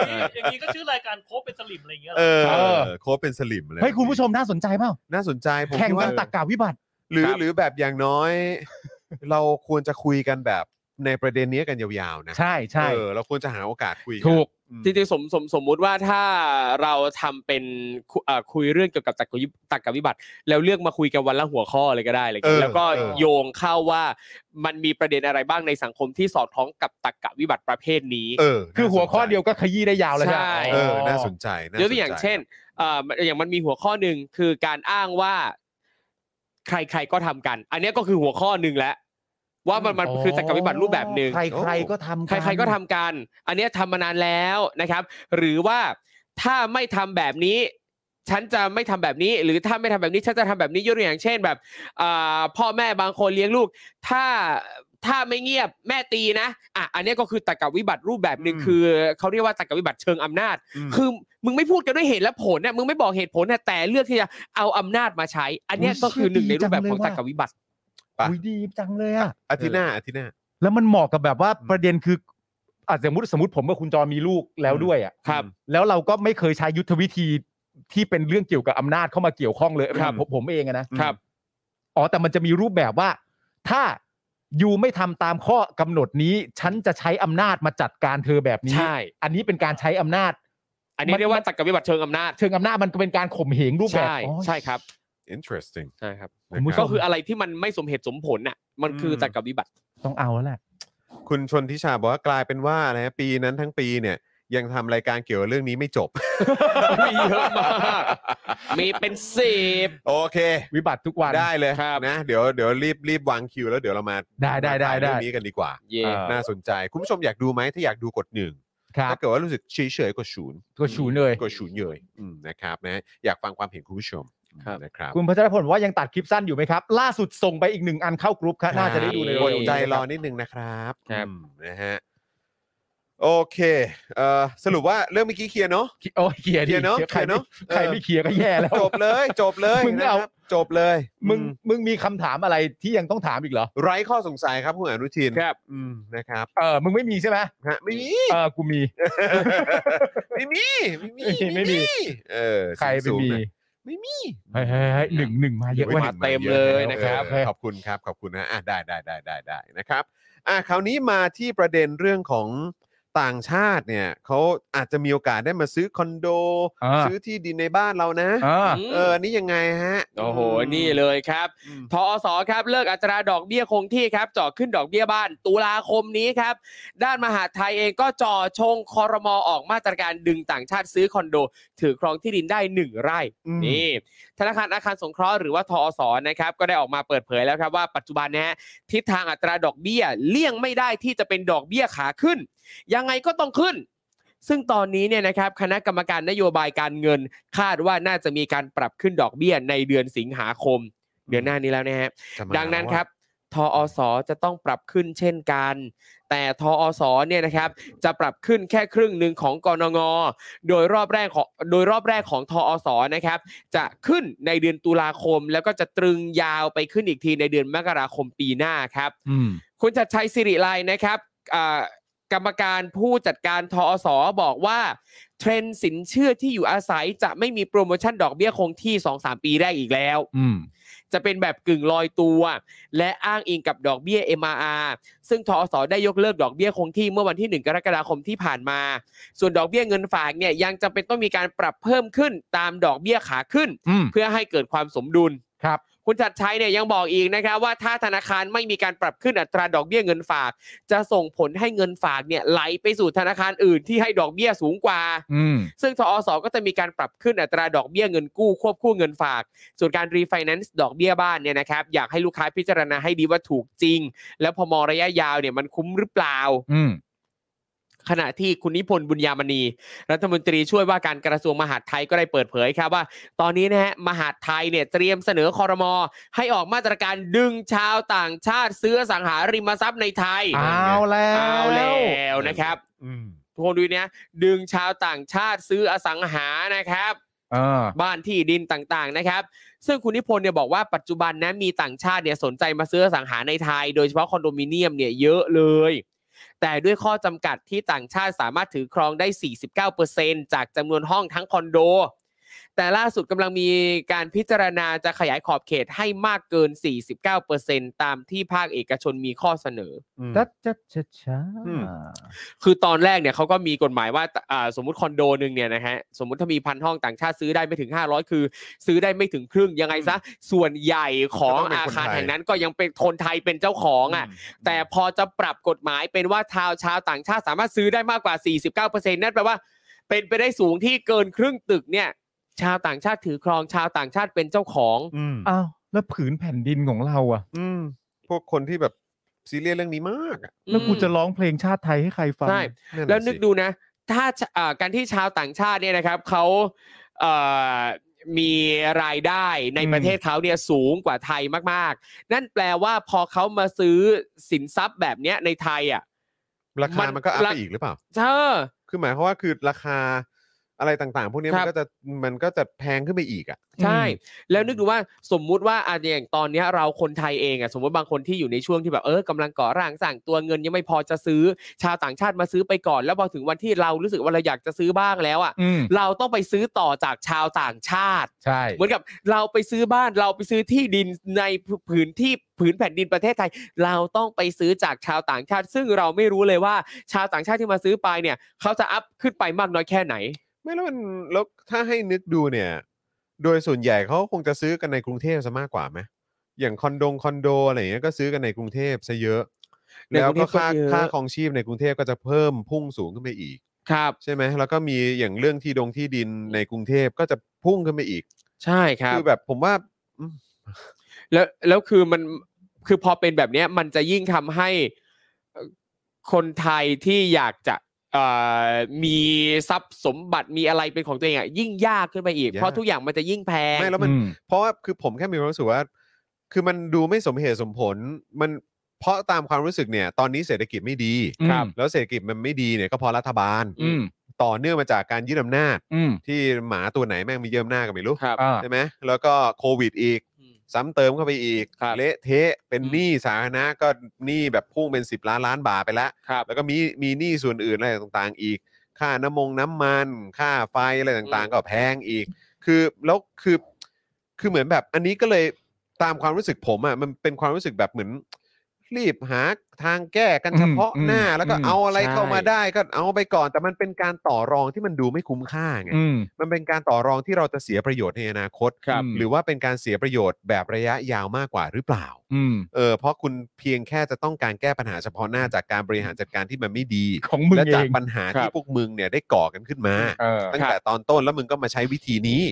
อย่างนี้อย่างนี้ก็ชื่อรายการโค้ชเป็นสลิมอะไรอย่างเงี้ยหร เอ อ อ เออ โค้ชเป็นสลิมเลย เฮ้ยคุณผู้ชมน่าสนใจเปล่า น่าสนใจผม แข่ง คิด กั ว่า นตักกะวิบัติ หรือ ครับ หรือแบบอย่างน้อย [laughs] เราควรจะคุยกันแบบในประเด็นนี้กันยาวๆนะ ใช่ใช่ เออเราควรจะหาโอกาสคุยน ถูก อืม จริงๆสมสมสมมุติว่าถ้าเราทำเป็นคุเอ่อคุยเรื่องเกี่ยวกับตรรกะวิตรรกะวิบัติ แล้วเลือกมาคุยกันวันละหัวข้อเลยก็ได้อะไรอย่างเงี้ยแล้วก็โยงเข้าว่ามันมีประเด็นอะไรบ้างในสังคมที่สอดคล้องกับตรรกะวิบัติประเภทนี้ เออ คือหัวข้อเดียวก็ขยี้ได้ยาวแล้ว ใช่ เออน่าสนใจน่สนใจ ยกตัวอย่างเช่นเอ่ออย่างมันมีหัวข้อหนึ่งคือการอ้างว่า ใครๆก็ทำกัน อันเนี้ยก็คือหัวข้อหนึ่งแล้วว่ามันมันคือตรรกะวิบัติรูปแบบหนึ่ง ใครใครๆก็ทำน ใครๆก็ทำกัน อันเนี้ยทำมานานแล้วนะครับ หรือว่าถ้าไม่ทำแบบนี้ ฉันจะไม่ทำแบบนี้ หรือถ้าไม่ทำแบบนี้ฉันจะทำแบบนี้ยกตัวอย่างเช่นแบบอ่าพ่อแม่บางคนเลี้ยงลูก ถ้า ถ้าไม่เงียบแม่ตีนะอ่ะอันเนี้ยก็คือตรรกะวิบัติรูปแบบหนึ่ง อืม คือเขาเรียกว่าตรรกะวิบัติเชิงอำนาจ คือมึงไม่พูดกันด้วยเหตุและผลเนี่ยมึงไม่บอกเหตุผลเนี่ยแต่เลือกที่จะเอาอำนาจมาใช้ อันเนี้ย อุ๊ย ก็คือหนึ่งใน เชี่ยดี รูปแบจังเลยบของตรร ว่ะ กะวิบัติ ปะ อุ้ยดีจังเลยอะ อาทิตย์หน้าอาทิตย์หน้า แล้วมันเหมาะกับแบบว่าประเด็นคืออาจสมมติสมมติผมกับคุณจอมีลูกแล้วด้วยอะ ครับ แล้วเราก็ไม่เคยใช้ยุทธวิธีที่เป็นเรื่องเกี่ยวกับอำนาจเข้ามาเกี่ยวข้องเลย ครับ ผมผมเองอะนะครับ อ๋อแต่มันจะมีรูปแบบว่า ถ้ายูไม่ทำตามข้อกำหนดนี้ ฉันจะใช้อำนาจมาจัดการเธอแบบนี้ ใช่ อันนี้เป็นการใช้อำนาจ อันนี้เรียกว่าตรรกะวิบัติเชิงอำนาจ เชิงอำนาจมันก็เป็นการข่มเหงรูปแบบ ใช่ อ๋อ ใช่ครับ interesting ใช่ครับ นะครับ ก็คืออะไรที่มันไม่สมเหตุสมผลน่ะมันคือ อืม ตรรกะวิบัติ [laughs] ต้องเอาแล้วแหละ คุณชนทิชาบอกว่ากลายเป็นว่าอะไรนะปีนั้นทั้งปีเนี่ย ยังทำรายการเกี่ยวกับเรื่องนี้ไม่จบ [laughs] มีเยอะมาก มีเป็นสิบ โอเค วิบัติทุกวัน ได้เลย ครับ นะ เดี๋ยวเดี๋ยวรีบรีบวางคิวแล้วเดี๋ยวเรามา ได้ได้ได้ได้ เรื่องนี้กันดีกว่า เย่ เออ น่าสนใจ คุณผู้ชมอยากดูไหมถ้าอยากดูกดหนึ่ง ครับ ถ้าเกิดว่ารู้สึกเฉยเฉยๆกดศูนย์ กดศูนย์เลย กดศูนย์เลยอืมนะครับนะอยากฟังความเห็นคุณผู้ชมนะครับ คุณพัชรพลบอกว่ายังตัดคลิปสั้นอยู่ไหมครับ ล่าสุดส่งไปอีกหนึ่งอันเข้ากรุ๊ปครับน่าจะได้ดูใน อ เร็ ด วๆ ใจ นี้ ร นะค อบ นิดนึงนะครับ ครับ อืมนะฮะโอเคเอ่อสรุปว่าเรื่องเมื่อกี้เคลียร์ [laughs] เนาะ โอ้ยเคลียร์ เคลี ดิ ยร์เนอะ ใคร เคลียร์เน ไม่ อะเออ ใครไม่เคลียร์ก็แย่แล้ว จบเลยจบเลย มึงไม่ นะ เอา ครับจบเลย มึง อื มึงมีคำถามอะไรที่ยังต้องถามอีกเหรอ ไร้ข้อสงสัยครับคุณอนุทิน ครับ อืมนะครับ เออมึงไม่มีใช่ไหม ฮะไม่มี เออกูมี ไม่มีไม่มี ไม่มี เออ ใครไป สูง มี ๆหน่อยไม่มี เฮ้ยเฮ้ยเฮ้ยหนึ่งหนึ่งมาเยอะ โอ้ เว้ย มาเต็มเลยนะครับ เออขอบคุณครับ ขอบคุณนะอ่ะได้ได้ได้ได้ได้นะครับอ่ะคราวนี้มาที่ประเด็นเรื่องของต่างชาติเนี่ยเขาอาจจะมีโอกาสได้มาซื้อคอนโด อ่า ซื้อที่ดินในบ้านเรานะ อ่า ม เออ นี่ยังไงฮะ โอ้โห นี่เลยครับ อืม ทอสครับเลิกอัตราดอกเบี้ยคงที่ครับเจ่อขึ้นดอกเบี้ยบ้าน ตุลาคมนี้ครับ ด้านมหาดไทยเองก็จ่อชงคอรมอออกมาตรการดึงต่างชาติซื้อคอนโด ถือครองที่ดินได้ 1 ไร่ อืม นี่ธนาคารอาคารสงเคราะห์หรือว่าทอสนะครับก็ได้ออกมาเปิดเผยแล้วครับว่าปัจจุบันนะฮะทิศทางอัตราดอกเบี้ยเลี่ยงไม่ได้ที่จะเป็นดอกเบี้ยขาขึ้น ยังไงก็ต้องขึ้น ซึ่งตอนนี้เนี่ยนะครับคณะกรรมการนโยบายการเงิน คาดว่าน่าจะมีการปรับขึ้นดอกเบี้ยในเดือนสิงหาคม เดือนหน้านี้แล้วนะฮะ จะมา ดังนั้น ว่า ครับทอสจะต้องปรับขึ้นเช่นกัน แต่ทอสเนี่ยนะครับ จะปรับขึ้นแค่ครึ่งหนึ่งของกรงงโดยรอบแรกของโดยรอบแรกของทอสนะครับ จะขึ้นในเดือนตุลาคม แล้วก็จะตรึงยาวไปขึ้นอีกทีในเดือนมกราคมปีหน้าครับ อืม คุณชัดชัยสิริไลนะครับอ่ากรรมการผู้จัดการทอสบอกว่า เทรนด์สินเชื่อที่อยู่อาศัยจะไม่มีโปรโมชั่นดอกเบี้ยคงที่ 2-3 ปีแรกอีกแล้ว อืม จะเป็นแบบกึ่งลอยตัว และอ้างอิงกับดอกเบี้ย MRR ซึ่งทอสได้ยกเลิกดอกเบี้ยคงที่เมื่อวันที่ 1 กรกฎาคมที่ผ่านมา ส่วนดอกเบี้ยเงินฝากเนี่ยยังจำเป็นต้องมีการปรับเพิ่มขึ้นตามดอกเบี้ยขาขึ้น อืม เพื่อให้เกิดความสมดุล ครับ คุณชัดชัยเนี่ยยังบอกอีกนะครับว่าถ้าธนาคารไม่มีการปรับขึ้นอัตราดอกเบี้ยเงินฝาก จะส่งผลให้เงินฝากเนี่ยไหลไปสู่ธนาคารอื่นที่ให้ดอกเบี้ยสูงกว่า อืม ซึ่งทอสก็จะมีการปรับขึ้นอัตราดอกเบี้ยเงินกู้ควบคู่เงินฝาก ส่วนการรีไฟแนนซ์ดอกเบี้ยบ้านเนี่ยนะครับอยากให้ลูกค้าพิจารณาให้ดีว่าถูกจริง แล้วพอมองระยะยาวเนี่ยมันคุ้มหรือเปล่า อืม ขณะที่คุณนิพนธ์บุญยามณี รัฐมนตรีช่วยว่าการกระทรวงมหาดไทยก็ได้เปิดเผยครับว่า ตอนนี้นะฮะมหาดไทยเนี่ยเตรียมเสนอคอรมอให้ออกมาตรการดึงชาวต่างชาติซื้ออสังหาริมทรัพย์ในไทย เอาแล้ว เอาแล้วนะครับ อืม ทุกคนดูนะดึงชาวต่างชาติซื้ออสังหานะครับ เออ บ้านที่ดินต่างๆนะครับ ซึ่งคุณนิพนธ์เนี่ยบอกว่าปัจจุบันนะมีต่างชาติเนี่ยสนใจมาซื้ออสังหาในไทย โดยเฉพาะคอนโดมิเนียมเนี่ยเยอะเลย แต่ด้วยข้อจำกัดที่ต่างชาติสามารถถือครองได้ 49%จากจำนวนห้องทั้งคอนโด แต่ล่าสุดกำลังมีการพิจารณาจะขยายขอบเขตให้มากเกิน 49%ตามที่ภาคเอกชนมีข้อเสนอ อืม ดัดจัดชัดช้า อืม คือตอนแรกเนี่ยเขาก็มีกฎหมายว่าอ่าสมมติคอนโดหนึ่งเนี่ยนะฮะสมมติถ้ามีพันห้องต่างชาติซื้อได้ไม่ถึง 500 คือ ซื้อได้ไม่ถึงครึ่งยังไงซะส่วนใหญ่ขอก็งต้องเป็น อา คน คาร ไทย แห่งนั้นก็ยังเป็นคนไทยเป็นเจ้าของอ่ะแต่พอจะปรับกฎหมายเป็นว่าชาวชาวต่างชาติสามารถซื้อได้มากกว่า 49%นั่นแปลว่า เป็นไปได้สูงที่เกินครึ่งตึกเนี่ยชาวต่างชาติถือครองชาวต่างชาติเป็นเจ้าของ อืม อ้าว แล้วผืนแผ่นดินของเราอ่ะ อืมพวกคนที่แบบซีเรียสเรื่องนี้มากอะ แล้วกูจะร้องเพลงชาติไทยให้ใครฟัง ใช่ ะ แล้วนึก สิ ดูนะ ถ้าชะอ่าการที่ชาวต่างชาติเนี่ยนะครับเขาเอ่อ มีรายได้ใน อืม ประเทศเขาเนี่ยสูงกว่าไทยมากๆ นั่นแปลว่าพอเขามาซื้อสินทรัพย์แบบเนี้ยในไทยอ่ะ ราคามันก็อัพ รา ไปอีกหรือเปล่า เธอ คือหมายความว่าคือราคาอะไรต่างๆ พวกนี้ ค มั รั น บ ก็จะมันก็จะแพงขึ้นไปอีกอ่ะ ใช่ แล้วนึกดูว่าสมมุติว่าอะอย่างตอนเนี้ยเราคนไทยเองอะสมมติบางคนที่อยู่ในช่วงที่แบบเออกำลังก่อร่างสร้างตัวเงินยังไม่พอจะซื้อ ชาวต่างชาติมาซื้อไปก่อน แล้วพอถึงวันที่เรารู้สึกว่าเราอยากจะซื้อบ้างแล้วอะ อืม เราต้องไปซื้อต่อจากชาวต่างชาติ ใช่ เหมือนกับเราไปซื้อบ้านเราไปซื้อที่ดินในผืนที่ผืนแผ่นดินประเทศไทย เราต้องไปซื้อจากชาวต่างชาติ ซึ่งเราไม่รู้เลยว่าชาวต่างชาติที่มาซื้อไปเนี่ย เขาจะอัพขึ้นไปมากน้อยแค่ไหน ไม่แล้วมันแล้วถ้าให้นึกดูเนี่ย โดยส่วนใหญ่เขาคงจะซื้อกันในกรุงเทพซะมากกว่าไหมอย่างคอนโดงคอนโดอะไรอย่างเงี้ยก็ซื้อกันในกรุงเทพซะเยอะ ใน แล้ว กรุงก็เทพก็ ค่า เยอะ ค่าของชีพในกรุงเทพก็จะเพิ่มพุ่งสูงขึ้นไปอีก ครับ ใช่ไหมแล้วก็มีอย่างเรื่องที่ดงที่ดินในกรุงเทพก็จะพุ่งขึ้นไปอีก ใช่ครับ อแบบผมว่า แล้วแล้วคือมันคือพอเป็นแบบเนี้ยมันจะยิ่งทำให้เอ่อคนไทยที่อยากจะเอ่อมีทรัพย์สมบัติมีอะไรเป็นของตัวเองอ่ะยิ่งยากขึ้นไปอีก ยาก เพราะทุกอย่างมันจะยิ่งแพง ไม่แล้วมัน อืม เพราะว่าคือผมแค่มีความรู้สึกว่า คือมันดูไม่สมเหตุสมผล มันเพราะตามความรู้สึกเนี่ย ตอนนี้เศรษฐกิจไม่ดี ครับ แล้วเศรษฐกิจมันไม่ดีเนี่ยก็เพราะรัฐบาล อืม ต่อเนื่องมาจากการยึดอำนาจ อืม ที่หมาตัวไหนแม่งมีเยื่อมหน้าจกันไม่รู้ ครับ อ่า ใช่ไหมแล้วก็โควิดอีก อืม ซ้ำเติมเข้าไปอีก ครับ เละเทะเป็น อืม หนี้สาธารณะก็หนี้แบบพุ่งเป็น 10 ล้านล้านบาทไปแล้ว ครับ แล้วก็มีมีหนี้ส่วนอื่นอะไรต่างๆ อีก ค่าน้ำมงน้ำมัน ค่าไฟอะไรต่างๆอืม ก็แพงอีก คือแล้วคือคือเหมือนแบบอันนี้ก็เลยตามความรู้สึกผมอ่ะมันเป็นความรู้สึกแบบเหมือน รีบหาทางแก้กัน อืม เฉพาะหน้า อืม แล้วก็ อืม เอาอะไรเข้ามา ใช่ ได้ก็เอาไปก่อน แต่มันเป็นการต่อรองที่มันดูไม่คุ้มค่าไง อืม มันเป็นการต่อรองที่เราจะเสียประโยชน์ในอนาคต ครับ หรือว่าเป็นการเสียประโยชน์แบบระยะยาวมากกว่าหรือเปล่า อืม เออ เพราะคุณเพียงแค่จะต้องการแก้ปัญหาเฉพาะหน้าจากการบริหารจัดการที่มันไม่ดี ของมึง และ เอ จาก ง ปัญหาที่ ครับ พวกมึงเนี่ยได้ก่อกันขึ้นมา เออ ตั้งแต่ตอนต้นแล้วมึงก็มาใช้วิธีนี้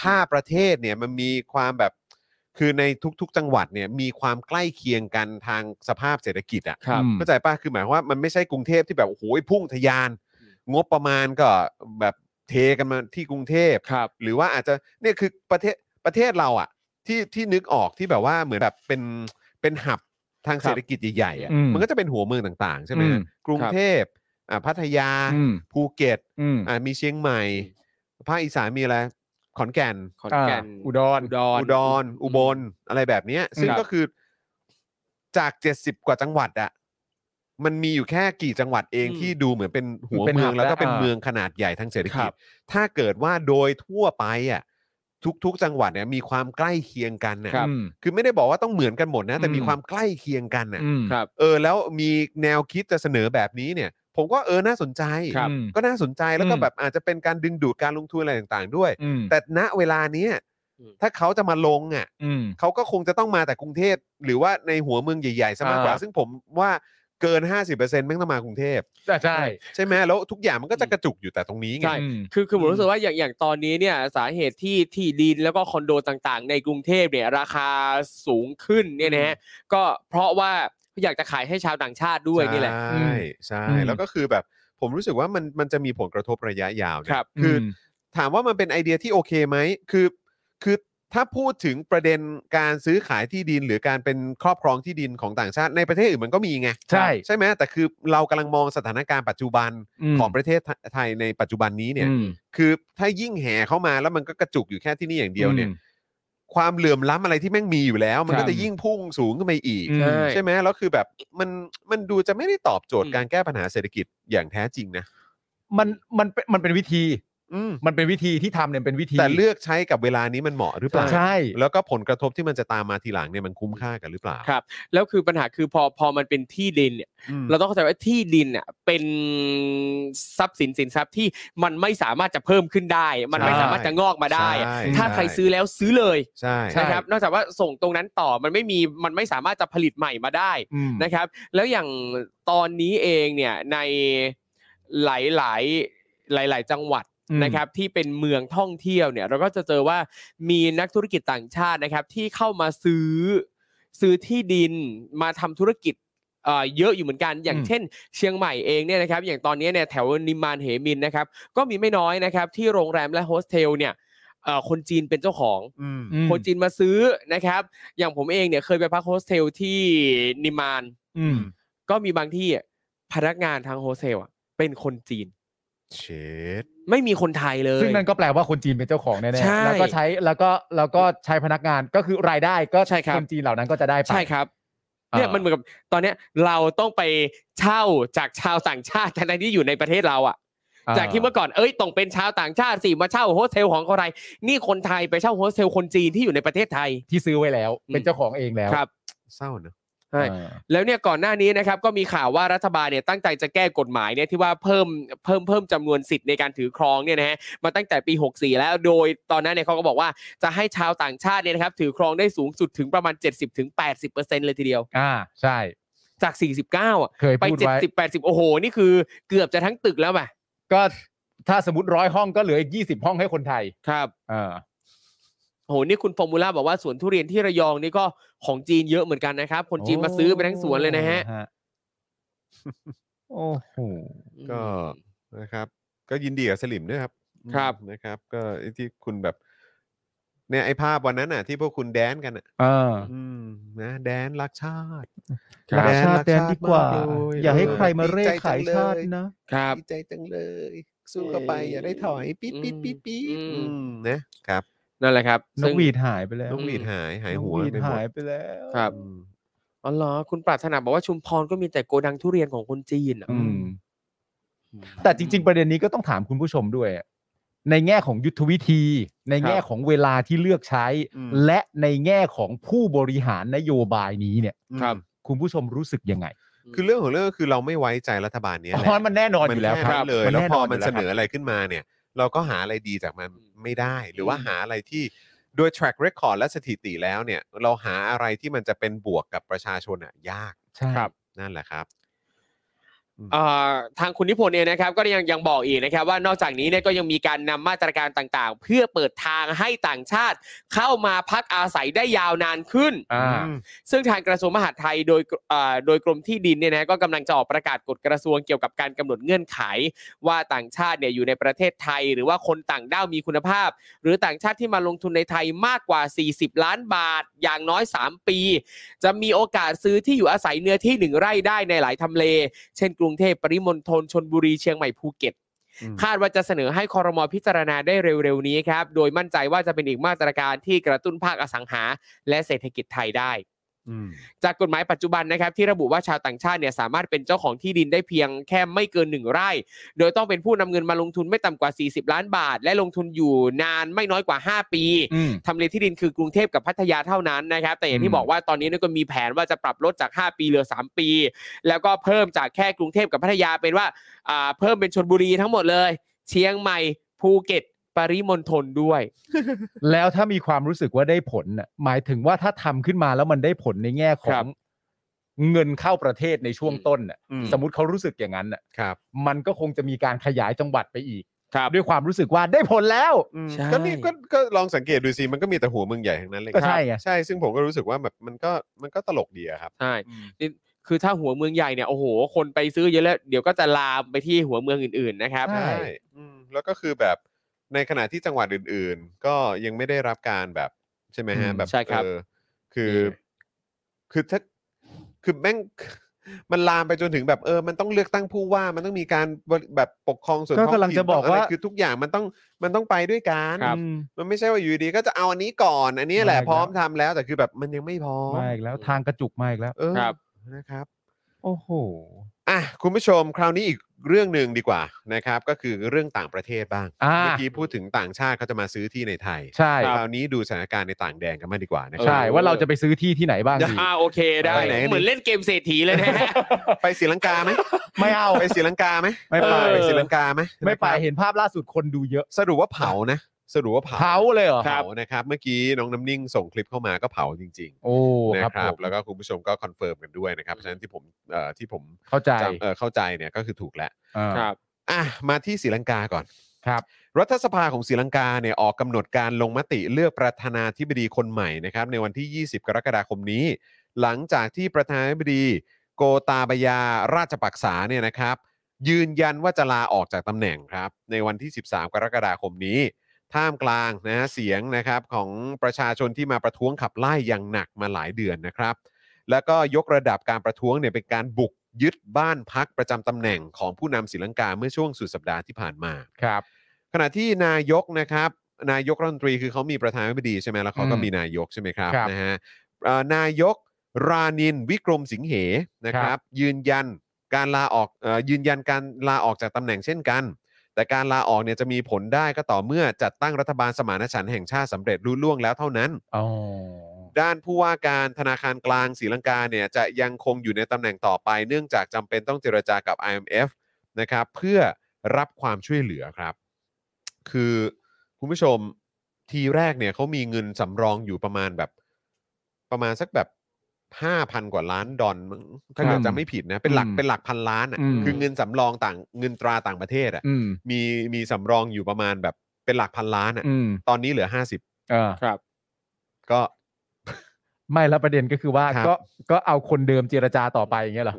ถ้าประเทศเนี่ยมันมีความแบบ คือในทุกๆ จังหวัดเนี่ยมีความใกล้เคียงกันทางสภาพเศรษฐกิจอ่ะ ครับ อืม เข้าใจป่ะ คือหมายความว่ามันไม่ใช่กรุงเทพที่แบบโอ้โหพุ่งทะยาน งบประมาณก็แบบเทกันมาที่กรุงเทพ ครับ หรือว่าอาจจะเนี่ยคือประเทศประเทศเราอะที่ที่นึกออกที่แบบว่าเหมือนแบบเป็นเป็นหับทางเศรษฐกิจใหญ่ๆอะ อืม มันก็จะเป็นหัวเมืองต่างๆ ใช่ไหม อืม ฮะกรุงเทพอ่ะพัทยา อืม ภูเก็ต อืม อ่ะมีเชียงใหม่ภาคอีสานมีอะไรขอนแก่น ขอนแก่น อุดร อุดร อุดรอุบลอะไรแบบเนี้ย ซึ่ง ครับ ก็คือจากเจ็ดสิบกว่าจังหวัดอะมันมีอยู่แค่กี่จังหวัดเองที่ดูเหมือนเป็นหัว เป็น เมื หั อง บ แล้วก็ และ เป็น อ่า เมืองขนาดใหญ่ทางเศรษฐกิ ครั จ บ ถ้าเกิดว่าโดยทั่วไปอะทุกๆจังหวัดเนี่ยมีความใกล้เคียงกันน่ะ อืม คือไม่ได้บอกว่าต้องเหมือนกันหมดนะ แต่มี อืม ความใกล้เคียงกันน่ะ อืม ครับ เออแล้วมีแนวคิดจะเสนอแบบนี้เนี่ย ผมก็เออน่าสนใจ ครับ อืม ก็น่าสนใจแล้วก็ อืม แบบอาจจะเป็นการดึงดูดการลงทุนอะไรต่างๆด้วย อืม แต่ณเวลาเนี้ย อืม ถ้าเขาจะมาลงอ่ะ อืม เขาก็คงจะต้องมาแต่กรุงเทพหรือว่าในหัวเมืองใหญ่ๆซะมากกว่า อ่า ซึ่งผมว่าเกิน 50%แม่งต้องมากรุงเทพ แต่ใช่ ใช่ไหมแล้วทุกอย่างมันก็จะกระจุกอยู่แต่ตรงนี้ไง ใช่ อืม คือคือผมรู้สึกว่าอย่างอย่างตอนนี้เนี่ยสาเหตุที่ที่ดินแล้วก็คอนโดต่างๆ ในกรุงเทพเนี่ยราคาสูงขึ้นเนี่ยนะฮะก็เพราะว่าอยากจะขายให้ชาวต่างชาติด้วยนี่แหละ ใช่ใช่ อืม แล้วก็คือแบบผมรู้สึกว่ามันมันจะมีผลกระทบระยะยาวนะครับ คืออถามว่ามันเป็นไอเดียที่โอเคไหมคือคือถ้าพูดถึงประเด็นการซื้อขายที่ดิน หรือการเป็นครอบครองที่ดินของต่างชาติในประเทศอื่นมันก็มีไง ใช่ ใช่ไหมแต่คือเรากำลังมองสถานการณ์ปัจจุบัน ม ของประเทศไทยในปัจจุบันนี้เนี่ย อืม คือถ้ายิ่งแห่เข้ามาแล้วมันก็กระจุกอยู่แค่ที่นี่อย่างเดียวเนี่ย อืม ความเหลื่อมล้ำอะไรที่แม่งมีอยู่แล้ว มันคก็รับ จะยิ่งพุ่งสูงขึ้นไปอีก อืม ใช่ ใช่ไหมแล้วคือแบบมันมันดูจะไม่ได้ตอบโจทย์ อืม การแก้ปัญหาเศรษฐกิจอย่างแท้จริงนะ มันมันเป็นมันเป็นวิธี อืม มันเป็นวิธีที่ทำเนี่ยเป็นวิธี แต่เลือกใช้กับเวลานี้มันเหมาะหรือเปล่า ใช่ แล้วก็ผลกระทบที่มันจะตามมาทีหลังเนี่ยมันคุ้มค่ากันหรือเปล่า ครับ แล้วคือปัญหาคือพอพอมันเป็นที่ดินเนี่ย อืม เราต้องเข้าใจว่าที่ดินเนี่ยเป็นทรัพย์สินสินทรัพย์ที่มันไม่สามารถจะเพิ่มขึ้นได้ มันไม่สามารถจะงอกมาได้อะ ช่ ถ้าใครซื้อแล้วซื้อเลย ใช่ใช่ นะครับนอกจากว่าส่งตรงนั้นต่อมันไม่มีมันไม่สามารถจะผลิตใหม่มาได้ อืม นะครับแล้วอย่างตอนนี้เองเนี่ยในหลายๆหลาย ๆ จังหวัด อืม นะครับที่เป็นเมืองท่องเที่ยวเนี่ยเราก็จะเจอว่ามีนักธุรกิจต่างชาตินะครับที่เข้ามาซื้อซื้อที่ดินมาทำธุรกิจเอ่อเยอะอยู่เหมือนกันอย่างเช่น เชียงใหม่เองเนี่ยนะครับอย่างตอนนี้เนี่ยแถวนิมมานเหมินนะครับก็มีไม่น้อยนะครับที่โรงแรมและโฮสเทลเนี่ย เอ่อคนจีนเป็นเจ้าของ อืม อืม คนจีนมาซื้อนะครับ อย่างผมเองเนี่ยเคยไปพักโฮสเทลที่นิมมาน อืม ก็มีบางที่อะพนักงานทางโฮสเทลอะเป็นคนจีน เชด ไม่มีคนไทยเลย ซึ่งนั่นก็แปลว่าคนจีนเป็นเจ้าของแน่ ใช่ ๆแล้วก็ใช้แล้วก็แล้วก็ใช้พนักงานก็คือรายได้ก็ ใช่ครับ นจีนเหล่านั้นก็จะได้ไป ใช่ครับ อ่า เนี่ยมันเหมือนกับตอนเนี้ยเราต้องไปเช่าจากชาวต่างชาติทั้งๆที่อยู่ในประเทศเราอะ อ่ จากที่เมื่อก่อนเอ้ยต้องเป็นชาวต่างชาติสิมาเช่าโฮสเทลของคนไทยนี่คนไทยไปเช่าโฮสเทลคนจีนที่อยู่ในประเทศไทย ที่ซื้อไว้แล้ว อืม เป็นเจ้าของเองแล้ว ครับ เศร้าเนอะ ใช่ อ่า แล้วเนี่ยก่อนหน้านี้นะครับก็มีข่าวว่ารัฐบาลเนี่ยตั้งใจจะแก้กฎหมายเนี่ยที่ว่าเพิ่มเพิ่มเพิ่มจำนวนสิทธิ์ในการถือครองเนี่ยนะฮะมาตั้งแต่ปี 64 แล้วโดยตอนนั้นเนี่ยเขาก็บอกว่าจะให้ชาวต่างชาติเนี่ยนะครับถือครองได้สูงสุดถึงประมาณ 70-80%ถึง80%เลยทีเดียว อ่าใช่ จาก 49อ่ะ เคย ไป พูดไว้ 70 80 โอ้โห นี่คือเกือบจะทั้งตึกแล้วป่ะ ก็ถ้าสมมติร้อยห้องก็เหลืออีกยี่สิบห้องให้คนไทย ครับ อ่า โอ้โหนี่คุณฟอร์มูล่าบอกว่าสวนทุเรียนที่ระยองนี่ก็ของจีนเยอะเหมือนกันนะครับ คนจีนมาซื้อไปทั้งสวนเลยนะฮะ โอ้โห ก็นะครับ ก็ยินดีกับสลิมด้วยครับ ครับ นะครับ ก็ไอ้ที่คุณแบบ เนี่ยไอ้ภาพวันนั้นน่ะ ที่พวกคุณแดนกันอ่ะ อ่า อืมนะแดนรักชาติ ครับ รักชาติแดนดีกว่า รัชติมเล อย่าให้ใครมาเร่ ดีใจ ขาย จังล ชาตินะ ครับ ดีใจจังเลย สู้เข้าไปอย่าได้ถอยปี๊ดปี๊ดปี๊ดปี๊ด อืม อืมนะครับ นั่นแหละครับ น ซึ่ ก ง หวีดหายไปแล้ว นกหวีดหายหายหัวน กหวีด ไปมด หายไปแล้ว ครับ อืม อ๋อเหรอคุณปรารถนาบอกว่าชุมพรก็มีแต่โกดังทุเรียนของคนจีนอะ อืม แต่จริง ๆ ประเด็นนี้ก็ต้องถามคุณผู้ชมด้วย ในแง่ของยุทธวิธี ในแง่ของเวลาที่เลือกใช้ อืม และในแง่ของผู้บริหารนโยบายนี้เนี่ย ครับ คุณผู้ชมรู้สึกยังไง คือเรื่องของเรื่องก็คือเราไม่ไว้ใจรัฐบาลเนี้ยแหละ เพราะมันแน่นอนอยู่แล้วคมัค่ รับ นั้นเลยแล้ว น่ พอน มัน ยู่ เส แล้วครับนออะไรขึ้นมาเนี่ย เราก็หาอะไรดีจากมันไม่ได้ หรือว่า อืม หาอะไรที่โดย track record และสถิติแล้วเนี่ย เราหาอะไรที่มันจะเป็นบวกกับประชาชนอ่ะยาก ใช่ ครับ นั่นแหละครับ อ่าทางคุณนิพนธ์เองนะครับก็ยังยังบอกอีกนะครับ ว่านอกจากนี้เนี่ยก็ยังมีการนำมาตรการต่างๆ เพื่อเปิดทางให้ต่างชาติ เข้ามาพักอาศัยได้ยาวนานขึ้น อ่า ซึ่งทางกระทรวงมหาดไทยโดยเอ่อโดยกรมที่ดินเนี่ยนะก็กำลังจะออกประกาศกฎกระทรวงเกี่ยวกับการกำหนดเงื่อนไข ว่าต่างชาติเนี่ยอยู่ในประเทศไทย หรือว่าคนต่างด้าวมีคุณภาพ หรือต่างชาติที่มาลงทุนในไทยมากกว่า 40 ล้านบาทอย่างน้อย 3 ปี จะมีโอกาสซื้อที่อยู่อาศัยเนื้อที่หนึ่งไร่ได้ในหลายทำเล เช่นกรุงเทพปริมณฑลชนบุรีเชียงใหม่ภูเก็ต อืม คาดว่าจะเสนอให้คอรมอพิจารณาได้เร็วๆนี้ครับโดยมั่นใจว่าจะเป็นอีกมาตรการที่กระตุ้นภาคอสังหา และเศรษฐกิจไทยได้ จากกฎหมายปัจจุบันนะครับที่ระบุว่าชาวต่างชาติเนี่ยสามารถเป็นเจ้าของที่ดินได้เพียงแค่ไม่เกินหนึ่งไร่ โดยต้องเป็นผู้นำเงินมาลงทุนไม่ต่ำกว่า 40 ล้านบาท และลงทุนอยู่นานไม่น้อยกว่า 5 ปี อืม ทำเลที่ดินคือกรุงเทพกับพัทยาเท่านั้นนะครับ แต่อย่างที่ อืม บอกว่าตอนนี้เนี่ยก็มีแผนว่าจะปรับลดจาก 5 ปีเหลือ 3 ปี แล้วก็เพิ่มจากแค่กรุงเทพกับพัทยาเป็นว่าอ่าเพิ่มเป็นชนบุรีทั้งหมดเลย เชียงใหม่ภูเก็ตปริมณฑลด้วย แล้วถ้ามีความรู้สึกว่าได้ผลน่ะหมายถึงว่าถ้าทำขึ้นมาแล้วมันได้ผลในแง่ขอ ครั ง บ เงินเข้าประเทศในช่วง อืม ต้นน่ะ อืม สมมติเขารู้สึกอย่างนั้นน่ะ ครับ มันก็คงจะมีการขยายจังหวัดไปอีก ครับ ด้วยความรู้สึกว่าได้ผลแล้ว อืม ใช่ ก็นี่ก็ก็ลองสังเกตดูสิมันก็มีแต่หัวเมืองใหญ่ทั้งนั้นเลย ก็ใช่ไง ใช่ซึ่งผมก็รู้สึกว่าแบบมันก็มันก็ตลกดีอะครับ ใช่ นี่คือถ้าหัวเมืองใหญ่เนี่ยโอ้โห คนไปซื้อเยอะแล้ว เดี๋ยวก็จะลามไปที่หัวเมืองอื่นๆนะครับ ใช่ ใช่อืมแล้วก็คือแบบในขณะที่จังหวัดอื่น ๆ ก็ยังไม่ได้รับการแบบใช่ไหมฮะ อืม แบบ ใช่ครับ เออคือ นี่ไง คือถ้าคือแม่ง [laughs] มันลามไปจนถึงแบบเออ มันต้องเลือกตั้งผู้ว่ามันต้องมีการบริแบบปกครองส่วน ก็ ท้องถิ่น กำลังจะบอก ต้งไร ว่า คือทุกอย่างมันต้องมันต้องไปด้วยกัน ครับ อืม มันไม่ใช่ว่าอยู่ดีๆก็จะเอาอันนี้ก่อนอันนี้แหละ ไม่ครับ พร้อมทำแล้ว แต่คือแบบมันยังไม่พร้อม มาอีกแล้วทางกระจุกมาอีกแล้ว เออ ครับ นะครับ โอ้โห อ่ะคุณผู้ชมคราวนี้อีกเรื่องหนึ่งดีกว่านะครับ ก็คือเรื่องต่างประเทศบ้าง อ่า เมื่อกี้พูดถึงต่างชาติเขาจะมาซื้อที่ในไทย ใช่ คราวนี้ดูสถานการณ์ในต่างแดนกันมากดีกว่านะครั ใช่ว่าเราจะไปซื้อที่ที่ไหนบ้างดี อ่าโอเคได้ ไปไหนกันดี เหมือนเล่นเกมเศรษฐีเลยนะฮะ ไปศรีลังกาไหม ไม่เอา ไปศรีลังกาไหม ไม่ไป เออไปศรีลังกาไหม [laughs] ไม่ไป นะครับ เห็นภาพล่าสุดคนดูเยอะ สรุปว่าเผานะ สรุปว่าเผา เผาเลยเหรอ เผานะครับ เมื่อกี้น้องน้ำนิ่งส่งคลิปเข้ามาก็เผาจริง โอ้ ๆนะครับ ผม แล้วก็คุณผู้ชมก็คอนเฟิร์มกันด้วยนะครับเพราะฉะนั้นที่ผมเอ่อที่ผม เข้าใจ จำเอ่อเข้าใจเนี่ยก็คือถูกแล้ว อ่า ครับ อ่ะมาที่ศรีลังกาก่อน ครับ รัฐสภาของศรีลังกาเนี่ยออกกำหนดการลงมติเลือกประธานาธิบดีคนใหม่นะครับในวันที่ 20 กรกฎาคมนี้ หลังจากที่ประธานาธิบดีโกตาบยาราชปักษาเนี่ยนะครับ ยืนยันว่าจะลาออกจากตำแหน่งครับ ในวันที่ 13 กรกฎาคมนี้ ท่ามกลางนะฮะเสียงนะครับของประชาชนที่มาประท้วงขับไล่อย่างหนักมาหลายเดือนนะครับ แล้วก็ยกระดับการประท้วงเนี่ยเป็นการบุกยึดบ้านพักประจำตำแหน่งของผู้นำศรีลังกาเมื่อช่วงสุดสัปดาห์ที่ผ่านมา ครับ ขณะที่นายกนะครับ นายกรัฐมนตรีคือเขามีประธานาธิบดีใช่ไหมแล้วเขาก็ อืม มีนายกใช่ไหมครับ ครับ นะฮะเอ่อนายกรานินวิกรมสิงเหนะคครั รับ บ ยืนยันการลาออกเอ่อยืนยันการลาออกจากตำแหน่งเช่นกัน แต่การลาออกเนี่ยจะมีผลได้ก็ต่อเมื่อจัดตั้งรัฐบาลสมานฉันท์แห่งชาติสำเร็จรุ่ล่วงแล้วเท่านั้น อ๋อ ด้านผู้ว่าการธนาคารกลางศรีลังกาเนี่ยจะยังคงอยู่ในตำแหน่งต่อไป เนื่องจากจำเป็นต้องเจรจากับ IMF นะครับเพื่อรับความช่วยเหลือครับ คือคุณผู้ชมทีแรกเนี่ยเขามีเงินสำรองอยู่ประมาณแบบ ประมาณสักแบบ 5,000 กว่าล้านดอลมั้งถ้าคเกิดรับ จำไม่ผิดนะ เป็นหลัก อืม เป็นหลักพันล้านอ่ะ อืม คือเงินสำรองต่างเงินตราต่างประเทศอ่ะ อืม มีมีสำรองอยู่ประมาณแบบเป็นหลักพันล้านอ่ะ อืม ตอนนี้เหลือ 50 เออ ครับ ก็ ไม่แล้วประเด็นก็คือว่า ครับ ก็ก็เอาคนเดิมเจรจาต่อไปอย่างเงี้ยเหรอ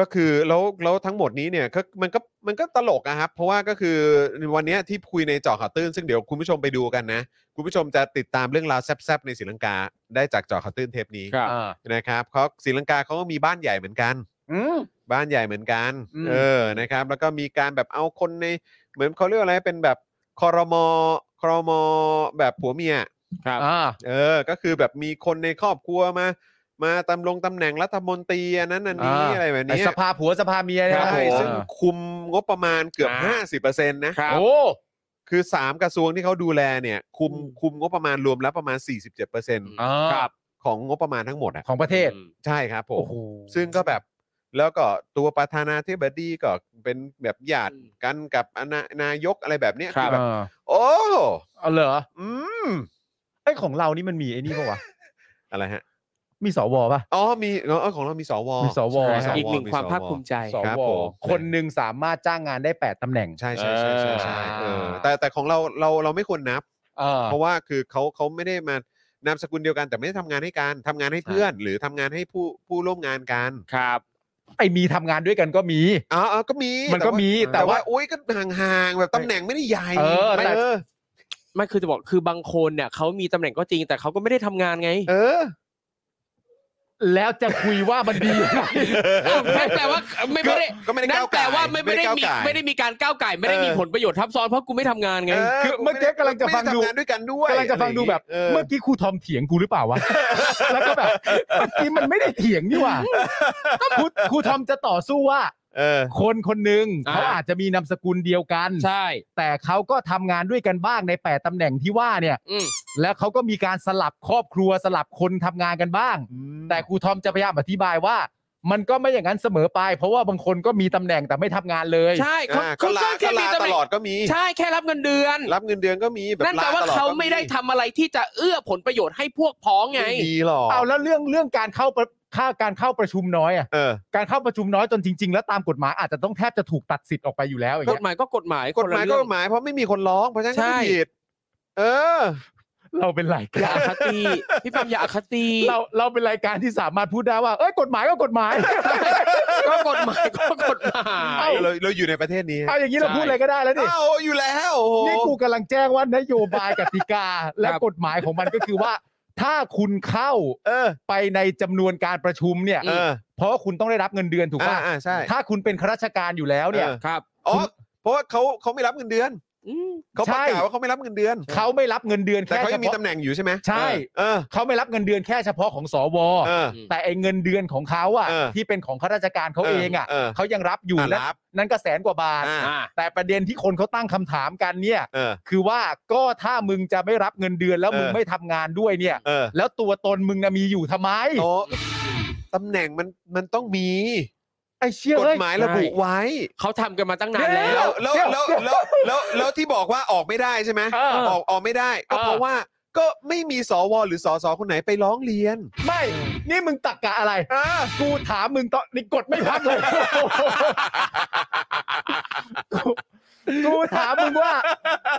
ก็คือแล้วแล้วทั้งหมดนี้เนี่ยก็มันก็มันก็ตลกนะครับ เพราะว่าก็คือวันเนี้ยที่คุยในเจอข่าวตื้นซึ่งเดี๋ยวคุณผู้ชมไปดูกันนะ คุณผู้ชมจะติดตามเรื่องราวแซบๆในศรีลังกาได้จากเจอข่าวตื้นเทปนี้ ครับ อ่า นะครับเขาะศรีลังกาเขาก็มีบ้านใหญ่เหมือนกัน อืม บ้านใหญ่เหมือนกัน อืม เออนะครับ แล้วก็มีการแบบเอาคนในเหมือนเขาเรียกอะไรเป็นแบบคอรมอคอรมอแบบผัวเมีย ครับ อ่า เออ ก็คือแบบมีคนในครอบครัวมา มาตำรงตำแหน่งรัฐมนตรีอันนั้นอันนี้ อ่า อะไรแบบ ไอ้ นี้ สภาผัวสภาเมียเนี่ย ใช่ นะโอ้โห ซึ่งคุมงบประมาณเกือบ อ่า 50%นะครับ โอ้ คือ 3 กระทรวงที่เขาดูแลเนี่ยคุม อืม คุมงบประมาณรวมแล้วประมาณ 47% อ่า ครับ ของงบประมาณทั้งหมดอ่ะ ของประเทศ ใช่ครับผ โอ้ ม โห ซึ่งก็แบบแล้วก็ตัวประธานาธิบดีก็เป็นแบบญาติกันกับอนะนายกอะไรแบบเนี้ย ครัคืบอแบบ อ่า โอ้ เอาเหรอ อืม ไอ้ยของเรานี่มันมีไอ้นี่ปะวะ อะไรฮะ มีสวป่ะ อ๋อมีเออของเรามีสว มีสวคใช่รับ อีกหนึ่ง ส ความภาคภูมิใจ ส ครับ ว ผม คนหนึ่งสามารถจ้างงานได้ 8ตำแหน่ง ใช่ใช่ใช่ใช่ใช่เออ อ่า แต่แต่ของเราเราเราไม่ควรนับ เออ เพราะว่าคือเขาเขาไม่ได้มานามสกุลเดียวกันแต่ไม่ได้ทำงานให้กันทำงานให้เพื่อน หรือทำงานให้ผู้ผู้ร่วมงานกัน ครับ ไอ้มีทำงานด้วยกันก็มี อ๋ออ๋อก็มี มันก็ แต่ว่า มีแต่ แต่ ว่า ว่าโอ้ยก็ห่างๆแบบตำแหน่งไม่ได้ใหญ่ เออ ไม่ แต่ เออ ไม่คือจะบอกคือบางคนเนี่ยเขามีตำแหน่งก็จริง แต่เขาก็ไม่ได้ทำงานไง เออ แล้วจะคุยว่ามันดียังไง นั่นแปลว่าไม่ไม่ได้ ก็ก็ไม่ได้ นั่น ก้าว แปล ก่าย ว่าไม่ไม่ได้มี ก้าวก่าย ไม่ได้มีการก้าวไก่ายไม่ได้มี เออ ผลประโยชน์ทับซ้อนเพราะกูไม่ทำงานไง คือเมื่อกี้กำลังจะฟังดู ไม่ไทำงานด้วยกันด้วย กำลังจะฟังดูแบบ เออ เมื่อกี้ครูทอมเถียงกูหรือเปล่าวะ แล้วก็แบบเมื่อกี้มันไม่ได้เถียงนี่หว่าครูครูทอมจะต่อสู้ว่า เออ คนคนหนึ่ง อ่า เขาอาจจะมีนามสกุลเดียวกัน ใช่ แต่เขาก็ทำงานด้วยกันบ้างในแปดตำแหน่งที่ว่าเนี่ย อืม แล้วเขาก็มีการสลับครอบครัวสลับคนทำงานกันบ้าง แต่ครูทอมจะพยายามอธิบายว่า มันก็ไม่อย่างนั้นเสมอไป เพราะว่าบางคนก็มีตำแหน่งแต่ไม่ทำงานเลย ใช่เขา อ่าก็ เขา ลา ก็แค่ ก็ มี ลา ตำ ต แหน่ ลอง ดก็มี ใช่แค่รับเงินเดือน รับเงินเดือนก็มีแบบ นั่นแปลว่า ตอดก็ เขาไม่ได้ทำอะไรที่จะเอื้อผลประโยชน์ให้พวกพ้องไง ไม่มีหรอก เอาแล้วเรื่องเรื่องการเข้าประค่าการเข้าประชุมน้อยอ่ะ เออ การเข้าประชุมน้อยจนจริง ๆ แล้วตามกฎหมายอาจจะต้องแทบจะถูกตัดสิทธิ์ออกไปอยู่แล้วอย่าง กฎ เงี้ย หมายก็กฎหมาย กฎหมาย คน ก็กละเรื่อ ฎ ง หมายเพราะไม่มีคนร้องเพราะฉะนั้นก็ไม่ ใช่ ผิดเออ เราเป็นไร อย่าอคติ พี่ปั๊มอย่าอคติ เราเราเป็นรายการที่สามารถพูดได้ว่าเอ้ยกฎหมายก็กฎหมาย ก็กฎหมายก็กฎหมาย เราเราอยู่ในประเทศนี้ เอาอย่างนี้เราพูดอะไรก็ได้แล้วดิ อ้าวอยู่แล้วโอ้โห นี่กูกำลังแจ้งว่านโยบายกติกา และกฎหมายของมันก็คือว่า ถ้าคุณเข้า เออ ไปในจำนวนการประชุมเนี่ย เออ เพราะว่าคุณต้องได้รับเงินเดือนถูกป่ะ อ่าอ่าใช่ ถ้าคุณเป็นข้าราชการอยู่แล้วเนี่ย เออ ครับ อ๋อเพราะว่าเขาเขาไม่รับเงินเดือน อืม เขาประ ใช่ กาศว่าเขาไม่รับเงินเดือน เขาไม่รับเงินเดือน แต่ แค่ เขา เฉ ยังมี พาะ ตำแหน่งอยู่ใช่ไหม ใช่ เออ เขาไม่รับเงินเดือนแค่เฉพาะของสว เออ แต่ไอ้เงินเดือนของเขาอะ เออ ที่เป็นของข้าราชการเขาเองอะ เออเออ เขายังรับอยู่ อ่ะ นะ รับ นั่นก็แสนกว่าบาท อ่า อ่า แต่ประเด็นที่คนเขาตั้งคำถามกันเนี่ย เออ คือว่าก็ถ้ามึงจะไม่รับเงินเดือนแล้ว เออ มึงไม่ทำงานด้วยเนี่ย เออ แล้วตัวตนมึงนะมีอยู่ทำไม โตตำแหน่งมันมันต้องมี ไอ้เชี่ย กฎ เอ้ย หมายระบุไว้ เขาทำกันมาตั้งนาน เดี๋ แล้ ยว แล้วแล้ว เดี๋ยว แล้วแล้วแล้วแล้วที่บอกว่าออกไม่ได้ใช่ไหม เออ ออกออกไม่ได้ ก็ เออ เพราะว่าก็ไม่มีสวหรือสสคนไหนไปร้องเรียน ไม่ นี่มึงตักกะอะไร อ่า กูถามมึงตอนนี่กดไม่พักเลย [laughs] กูกูถามมึงว่า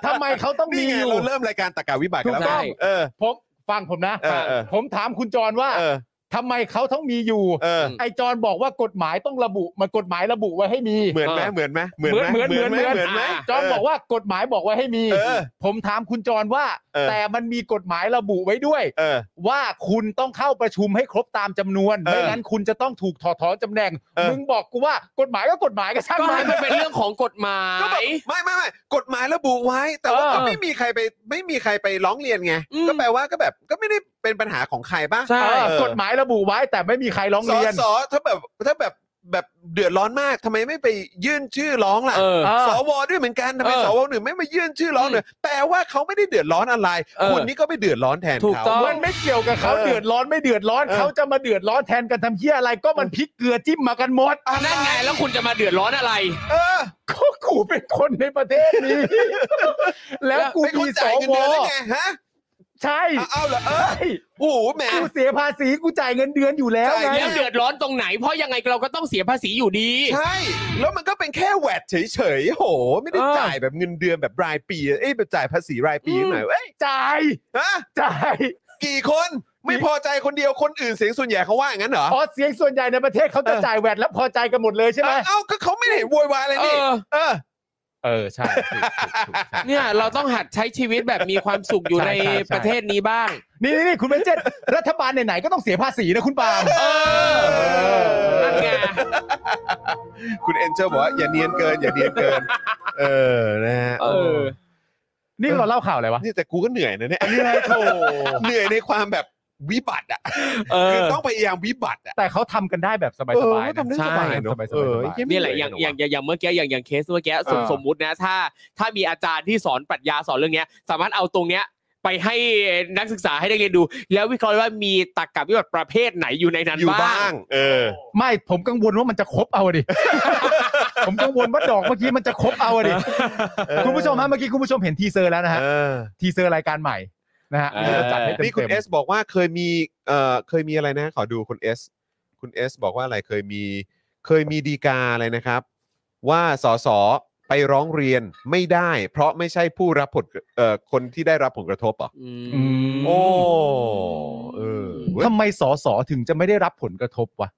ทำไมเขาต้องมี นี่ไง อยู่ เราเริ่มรายการตะกาวิบากกันแล้ว ถูกต้อง เออ ผมฟังผมนะ เออเออ ผมถามคุณจรว่า เออ ทำไมเขาต้องมีอยู่ เออ ไอจอนบอกว่ากฎหมายต้องระบุ มันกฎหมายระบุไว้ให้มี เหมือนไหม เออ เหมือนไหม เหมือนเหมือน ไหม เหมือน เหมือนไหม อ่ะ จอนบอกว่ากฎหมายบอกไว้ให้มี เออ ผมถามคุณจอนว่า เออ แต่มันมีกฎหมายระบุไว้ด้วย เออ ว่าคุณต้องเข้าประชุมให้ครบตามจำนวน เออ ไม่งั้นคุณจะต้องถูกถอดถอนตำแหน่ง เออ มึงบอกกูว่ากฎหมายก็กฎหมายก็ช่าง ก็ มั ให้ น มันเป็นเรื่องของกฎหมา ก็แบบ ย ไม่ไม่ไม่กฎหมายระบุไว้ แต่ว่า เออ ก็ไม่มีใครไปไม่มีใครไปร้องเรียนไง อืม ก็แปลว่าก็แบบก็ไม่ได้เป็นปัญหาของใครป่ะ ใช่ เออ เออ กฎหมายระบุไว้แต่ไม่มีใครร้อง สอ เรียน สอถ้าแบบถ้าแบบแบบเดือดร้อนมากทำไมไม่ไปยื่นชื่อร้องล่ะ เออ เออ สวด้วยเหมือนกันทำไม เออ สวหนึ่งไม่มายื่นชื่อร้องเลยแปลว่าเขาไม่ได้เดือดร้อนอะไร เออ คุณนี่ก็ไปเดือดร้อนแทน ถูก เขา ต้อง มันไม่เกี่ยวกับเขา เออ เดือดร้อนไม่เดือดร้อน เออ เขาจะมาเดือดร้อนแทนกันทำเหี้ยอะไรก็มันพลิกเกลือจิ้มมากันหมด นั่นไงแล้วคุณจะมาเดือดร้อนอะไร เออ ก็กูเป็นคนในประเทศนี้ แล้วกู เป็นคน มีส จ่ายว เงินเดือนได้ไงฮะ ใช่ เอาเอาเหรอเออ ใช่ โอ้โหแหม กูเสียภาษีกูจ่ายเงินเดือนอยู่แล้ว จ่าย ไง งิ แล้วเดือดร้อนตรงไหน เพราะยังไงเราก็ต้องเสียภาษีอยู่ดี ใช่ แล้วมันก็เป็นแค่แวดเฉยๆโห ไม่ได้ เออ จ่ายแบบเงินเดือนแบบรายปี เอ้ยแบบจ่ายภาษีรายปีหน่อยเว้ย จ่าย ฮะ จ่าย กี่คนไม่พอใจคนเดียวคนอื่นเสียงส่วนใหญ่เขาว่าอย่างนั้นเหรอ เพอเสียงส่วนใหญ่ในประเทศเขาจะจ่ายแวดแล้วพอใจกันหมดเลยใช่ไหม เอ้าก็เขาไม่ได้โวยวายอะไร เอ นี่ อ เออ เออใช่ถูกถูกถูกใช่ เนี่ยเราต้องหัดใช้ชีวิตแบบมีความสุขอยู่ ใช่ ใน ใช่ใช่ ประเทศนี้บ้าง นี่นี่นี่คุณเบนเจนรัฐบาลไหนๆก็ต้องเสียภาษีนะคุณปาล์ม เออนั่นไง คุณเอนเจอร์บอกว่าอย่าเนียนเกิน อย่าเนียนเกิน [laughs] เออนะฮะ เออ นี่เราเล่าข่าวอะไรวะ นี่แต่กูก็เหนื่อยนะเนี่ย นี่อะไรโถ เหนื่อยในความแบบวิบัติอ่ะ เอ คือ อ ต้องพยายามวิบัติอ่ะ แต่เขาทำกันได้แบบสบาย เออ ๆนะ ทำได้สบายเนอะ ใช่ เออไอ้เหี้ย นี่แหละ ไม่ อ เนื่ ย่าง เล อวะย่างอย่างอย่างเมื่อกี้อย่างอย่างเคสเมื่อกี้สม เออ สมมุตินะ ถ้าถ้ามีอาจารย์ที่สอนปรัชญาสอนเรื่องเนี้ย สามารถเอาตรงเนี้ยไปให้นักศึกษาให้ได้เรียนดู แล้ววิเคราะห์ว่ามีตรรกะวิบัติประเภทไหนอยู่ในนั้น อยู่ บ้า บ้าง ง เออ ไม่ผมกังวลว่ามันจะครบเอาอะดิ ผมกังวลว่าดอกเมื่อกี้มันจะครบเอาอะดิ คุณผู้ชมฮะเมื่อกี้คุณผู้ชมเห็นทีเซอร์แล้วนะฮะ เออ ทีเซอร์รายการใหม่นะฮะ เออ นี่เราจัดให้ นี่คุณ เต็ม เอสบอกว่าเคยมีเอ่อเคยมีอะไรนะ ขอดูคุณเอสคุณเอสบอกว่าอะไรเคยมีเคยมีดีกาอะไรนะครับ ว่าสสไปร้องเรียนไม่ได้ เพราะไม่ใช่ผู้รับผลเอ่อคนที่ได้รับผลกระทบเหรอ่ะ อื ๆ ม อืม โอ้เออเว้ย ทำไมสอสอถึงจะไม่ได้รับผลกระทบวะ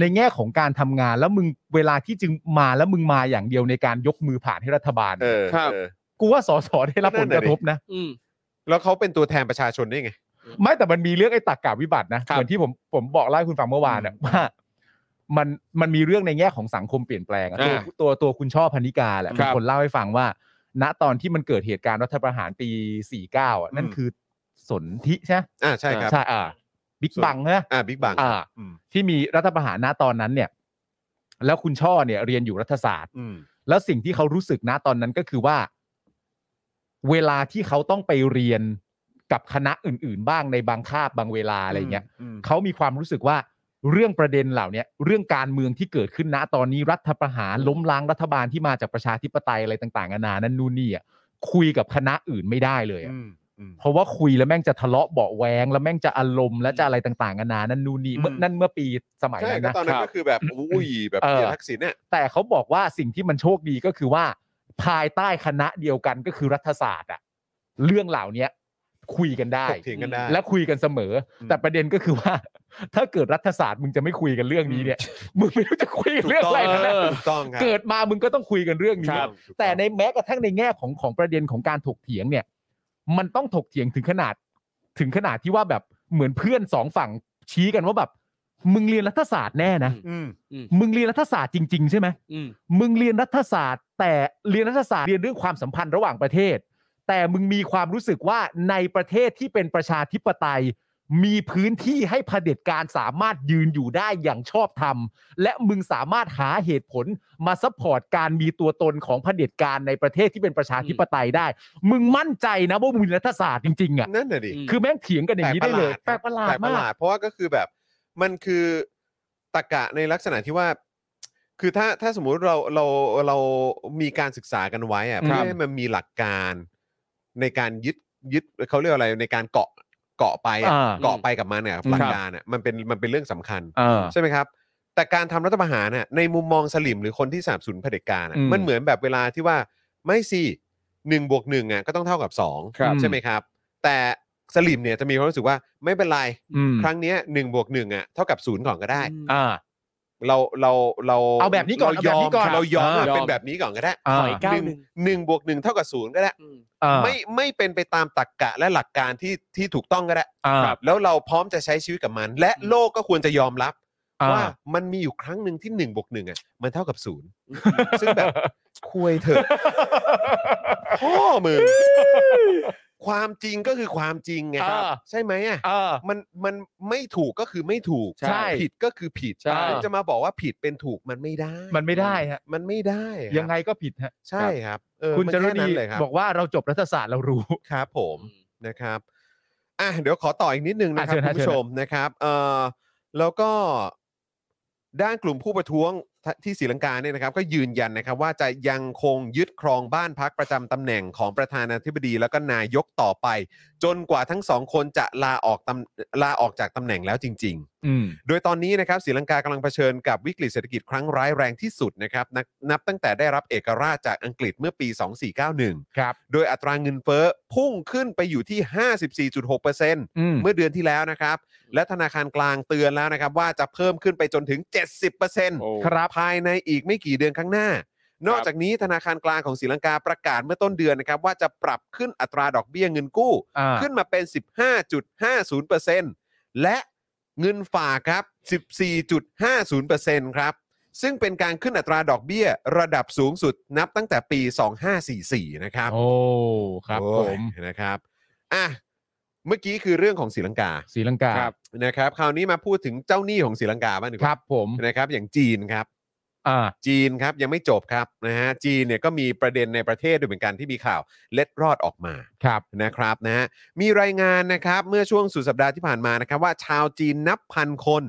ในแง่ของการทำงานแล้วมึงเวลาที่จึงมาแล้วมึงมาอย่างเดียวในการยกมือผ่านให้รัฐบาล เออ ครับ เออ กูว่าสอสอได้รับผลกระทบนะ อืม แล้วเขาเป็นตัวแทนประชาชนได้ไง ไม่แต่มันมีเรื่องไอ้ตากกาวิบัตินะครับ เหมือนที่ผมผมบอกเล่าให้คุณฟังเมื่อวานน่ะว่า มันมันมีเรื่องในแง่ของสังคมเปลี่ยนแปลงอะตัว อ่า ตัวตัวคุณช่อพันิกาแหละ ครั เป็น บ คนเล่าให้ฟังว่า ณตอนที่มันเกิดเหตุการณ์รัฐประหารปี 49 อ่ะ นั่นคือสนธิใช่ไหม อ่าใช่ครับ ใช่อ่าบิ๊ก สน บังนะ อ่าบิ๊กบัง อ่า อืม ที่มีรัฐประหารณตอนนั้นเนี่ย แล้วคุณช่อเนี่ย เรียนอยู่รัฐศาสตร์ อืม แล้วสิ่งที่เขารู้สึกนะตอนนั้นก็คือว่า เวลาที่เขาต้องไปเรียนกับคณะอื่น ๆ บ้างในบางคาบบางเวลาอะไรเงี้ย อืม เขามีความรู้สึกว่าเรื่องประเด็นเหล่าเนี้ยเรื่องการเมืองที่เกิดขึ้นณตอนนี้รัฐประหารล้มล้างรัฐบาลที่มาจากประชาธิปไตยอะไรต่างๆนานานั่นนู่นนี่อ่ะคุยกับคณะอื่นไม่ได้เลยอะ อืมอืม เพราะว่าคุยแล้วแม่งจะทะเลาะเบาะแวงแล้วแม่งจะอารมณ์แล้วจะอะไรต่างๆนานานั่นนู่นนี่เมื่อ อืม นั่นเมื่อปีสมัย ใช่ นั้นนะก็ตอนนั้นก็คือแบบอุ้ยแบบ เออ เกียรติทักษิณเนี่ย แต่เขาบอกว่าสิ่งที่มันโชคดีก็คือว่า ภายใต้คณะเดียวกันก็คือรัฐศาสตร์อะเรื่องเหล่าเนี้ยคุยกันได้ ถกเถียงกันได้ และคุยกันเสมอ อืม แต่ประเด็นก็คือว่า [laughs] ถ้าเกิดรัฐศาสตร์มึงจะไม่คุยกันเรื่องนี้เนี่ย มึงไม่รู้จะคุยกันเรื่องอะไร ถูก แล้วนะต้งถูกต้องครับ เกิดมามึงก็ต้องคุยกันเรื่องนี้ ถูกอง แต่ในแม้กระทั่งในแง่ของของประเด็นของการถกเถียงเนี่ย มันต้องถกเถียงถึงขนาด ถึงขนาดที่ว่าแบบเหมือนเพื่อนสองฝั่งชี้กันว่าแบบ มึงเรียนรัฐศาสตร์แน่นะ อืม มึงเรียนรัฐศาสตร์จริงๆใช่ไหม อืม มึงเรียนรัฐศาสตร์ แต่เรียนรัฐศาสตร์เรียนเรื่องความสัมพันธ์ระหว่างประเทศ แต่มึงมีความรู้สึกว่าในประเทศที่เป็นประชาธิปไตย มีพื้นที่ให้เผด็จการสามารถยืนอยู่ได้อย่างชอบธรรม และมึงสามารถหาเหตุผลมาซัพพอร์ตการมีตัวตนของเผด็จการในประเทศที่เป็นประชาธิปไตยได้ มึงมั่นใจนะว่ามึงเรียนรัฐศาสตร์จริงๆอ่ะ นั่นน่ะดิ อืม คือแม่งเถียงกันอย่างนี้ได้เลยแป แป ล ล ก ก ป ประ ระ ห ห ลาดมาลาดครับแปลกประหลาก ดเพราะว่าก็คือแบบมันคือตรกะในลักษณะที่ว่า คือถ้าถ้าสมมุติเราเราเรามีการศึกษากันไว้อะ ครั เพื่อบ ให้มันมีหลักการในการยึดยึดเขาเรียกอะไรในการเกาะเกาะไปอะ อ่า เกาะไปกับมันเนี่ย อืม หลักการอะมันเป็นมันเป็นเรื่องสำคัญ เออ ใช่ไหมครับ แต่การทำรัฐประหารน่ะในมุมมองสลิมหรือคนที่สนับสนุนเผด็จการน่ะ อืม มันเหมือนแบบเวลาที่ว่าไม่สิหนึ่งบวกหนึ่งอ่ะก็ต้องเท่ากับสอง ครับ ใช่ไหมครับ แต่ สลิมเนี่ยจะมีความรู้สึกว่าไม่เป็นไร อืม ครั้งเนี้ยหนึ่งบวกหนึ่งอ่ะเท่ากับศูนย์ก่อนก็ได้ อ่า เราเราเรา เอาแบบนี้ก่อน เรา เอา ย แบบนี้อม ก่อน เรายอม อ่า มันเป็นแบบนี้ก่อนก็ได้ อ่า ถอยก้าวหนึ่ง หนึ่งบวกหนึ่งเท่ากับศูนย์ก็ได้ อืม อ่า ไม่ไม่เป็นไปตามตรรกกะและหลักการที่ที่ถูกต้องก็ได้ อ่า แล้วเราพร้อมจะใช้ชีวิตกับมัน และโลกก็ควรจะยอมรับ อ่ ว่ามันมีอยู่ครั้งหนึ่งที่1นบวกหนึ่งอ่ะมันเท่ากับศู [laughs] นย์ซึ่งแบบคุยเถอะพ่อมึ [laughs] งความจริงก็คือความจริงไง อ่า ใช่ไหมอ่ะ อ่า มันมันไม่ถูกก็คือไม่ถูก ใช่ ผิดก็คือผิด ใช่ คุณจะมาบอกว่าผิดเป็นถูกมันไม่ได้ มันไม่ได้ฮะ มันไม่ได้ครับ ยังไงก็ผิดฮะ ใช่ครับเออ คุณ มัน จร แค่ ณี นั้นเลยครับ บอกว่าเราจบรัฐศาสตร์เรารู้ ครับผมนะครับอ่ะเดี๋ยวขอต่ออีกนิดนึงนะครั อ่ะเชิญฮะบคุณผู้ เชิ ช ญฮะ มนะครับเอ่อแล้วก็ด้านกลุ่มผู้ประท้วงที่ศรีลังกาเนี่ยนะครับ ก็ยืนยันนะครับ ว่าจะยังคงยึดครองบ้านพักประจำตำแหน่งของประธานาธิบดีแล้วก็นายกต่อไป จนกว่าทั้งสองคนจะลาออกตำลาออกจากตำแหน่งแล้วจริง ๆ อืม โดยตอนนี้นะครับศรีลังกากำลังเผชิญกับวิกฤตเศรษฐกิจครั้งร้ายแรงที่สุดนะครับนับนับตั้งแต่ได้รับเอกราชจากอังกฤษเมื่อปี 2491 ครับ โดยอัตราเงินเฟ้อพุ่งขึ้นไปอยู่ที่ 54.6% อืม เมื่อเดือนที่แล้วนะครับ และธนาคารกลางเตือนแล้วนะครับว่าจะเพิ่มขึ้นไปจนถึง 70% ครับ ภายในอีกไม่กี่เดือนข้างหน้า นอกจากนี้ธนาคารกลางของศรีลังกาประกาศเมื่อต้นเดือนนะครับว่าจะปรับขึ้นอัตราดอกเบี้ยเงินกู้ อ่า ขึ้นมาเป็น 15.50%และเงินฝากครับ 14.50%ครับ ซึ่งเป็นการขึ้นอัตราดอกเบี้ยระดับสูงสุดนับตั้งแต่ปี 2544 นะครับ โอ้ ครับ โอ้ ผ ย ม นะครับ อ่ะ เมื่อกี้คือเรื่องของศรีลังกา ศรีลังกา ครับ นะครับ คราวนี้มาพูดถึงเจ้าหนี้ของศรีลังกาบ้างดีก ค ว่า รับผม นะครับ อย่างจีนครับ อ่า จีนครับยังไม่จบครับนะฮะ จีนเนี่ยก็มีประเด็นในประเทศด้วยเหมือนกันที่มีข่าวเล็ดรอดออกมา ครับ นะครับนะฮะมีรายงานนะครับเมื่อช่วงสุดสัปดาห์ที่ผ่านมานะครับว่าชาวจีนนับพันคน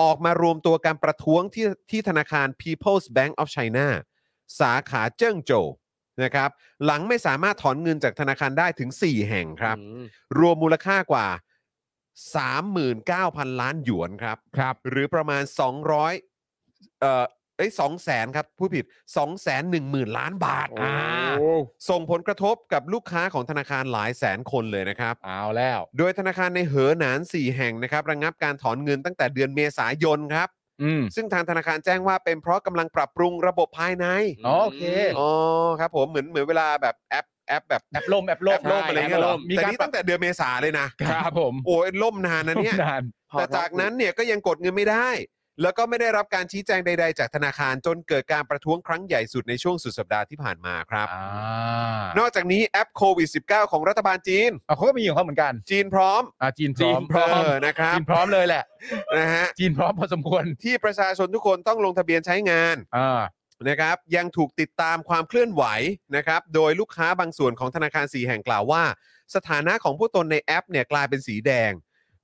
ออกมารวมตัวการประท้วงที่ที่ธนาคาร People's Bank of China สาขาเจิ้งโจวนะครับหลังไม่สามารถถอนเงินจากธนาคารได้ถึง 4 แห่งครับ อืม รวมมูลค่ากว่า 39,000 ล้านหยวนครับ ครับ หรือประมาณ 200เอ่อเอ้ยสองแสนครับผู้ผิด 2 1 0 0 0 0 ล้านบาทอ่า โอ้ ส่งผลกระทบกับลูกค้าของธนาคารหลายแสนคนเลยนะครับ เอาแล้ว โดยธนาคารในเหอหนาน 4 แห่งนะครับระงงับการถอนเงินตั้งแต่เดือนเมษายนครับ อืม ซึ่งทางธนาคารแจ้งว่าเป็นเพราะกำลังปรับปรุงระบบภายใน อ๋อโอเค อ๋อครับผมเหมือนเหมือนเวลาแบบแอปแอปแบบ แอปล่มแอป แอ ล่ม ปล่มอะไรเงี้ยเหรอแต่นี่ตั้งแต่เดือนเมษาเลยนะครับ ผม โอ้ยล่มนานนะเนี่ย นาน แต่จากนั้นเนี่ยก็ยังกดเงินไม่ได้ แล้วก็ไม่ได้รับการชี้แจงใด ๆ จากธนาคารจนเกิดการประท้วงครั้งใหญ่สุดในช่วงสุดสัปดาห์ที่ผ่านมาครับ อ่าน อกจากนี้แอปโควิด -19 ของรัฐบาลจีน เอาเขาก็มีของเขาเหมือนกัน จีนพร้อม อ่าจีนพร้อม เออนะครับ จีนพร้อมเลยแหละ นะฮะ จีนพร้อมพอสมควร ที่ประชาชนทุกคนต้องลงทะเบียนใช้งาน อ่า นะครับ ยังถูกติดตามความเคลื่อนไหวนะครับ โดยลูกค้าบางส่วนของธนาคารสีแห่งกล่าวว่า สถานะของผู้ตนในแอปเนี่ยกลายเป็นสีแดง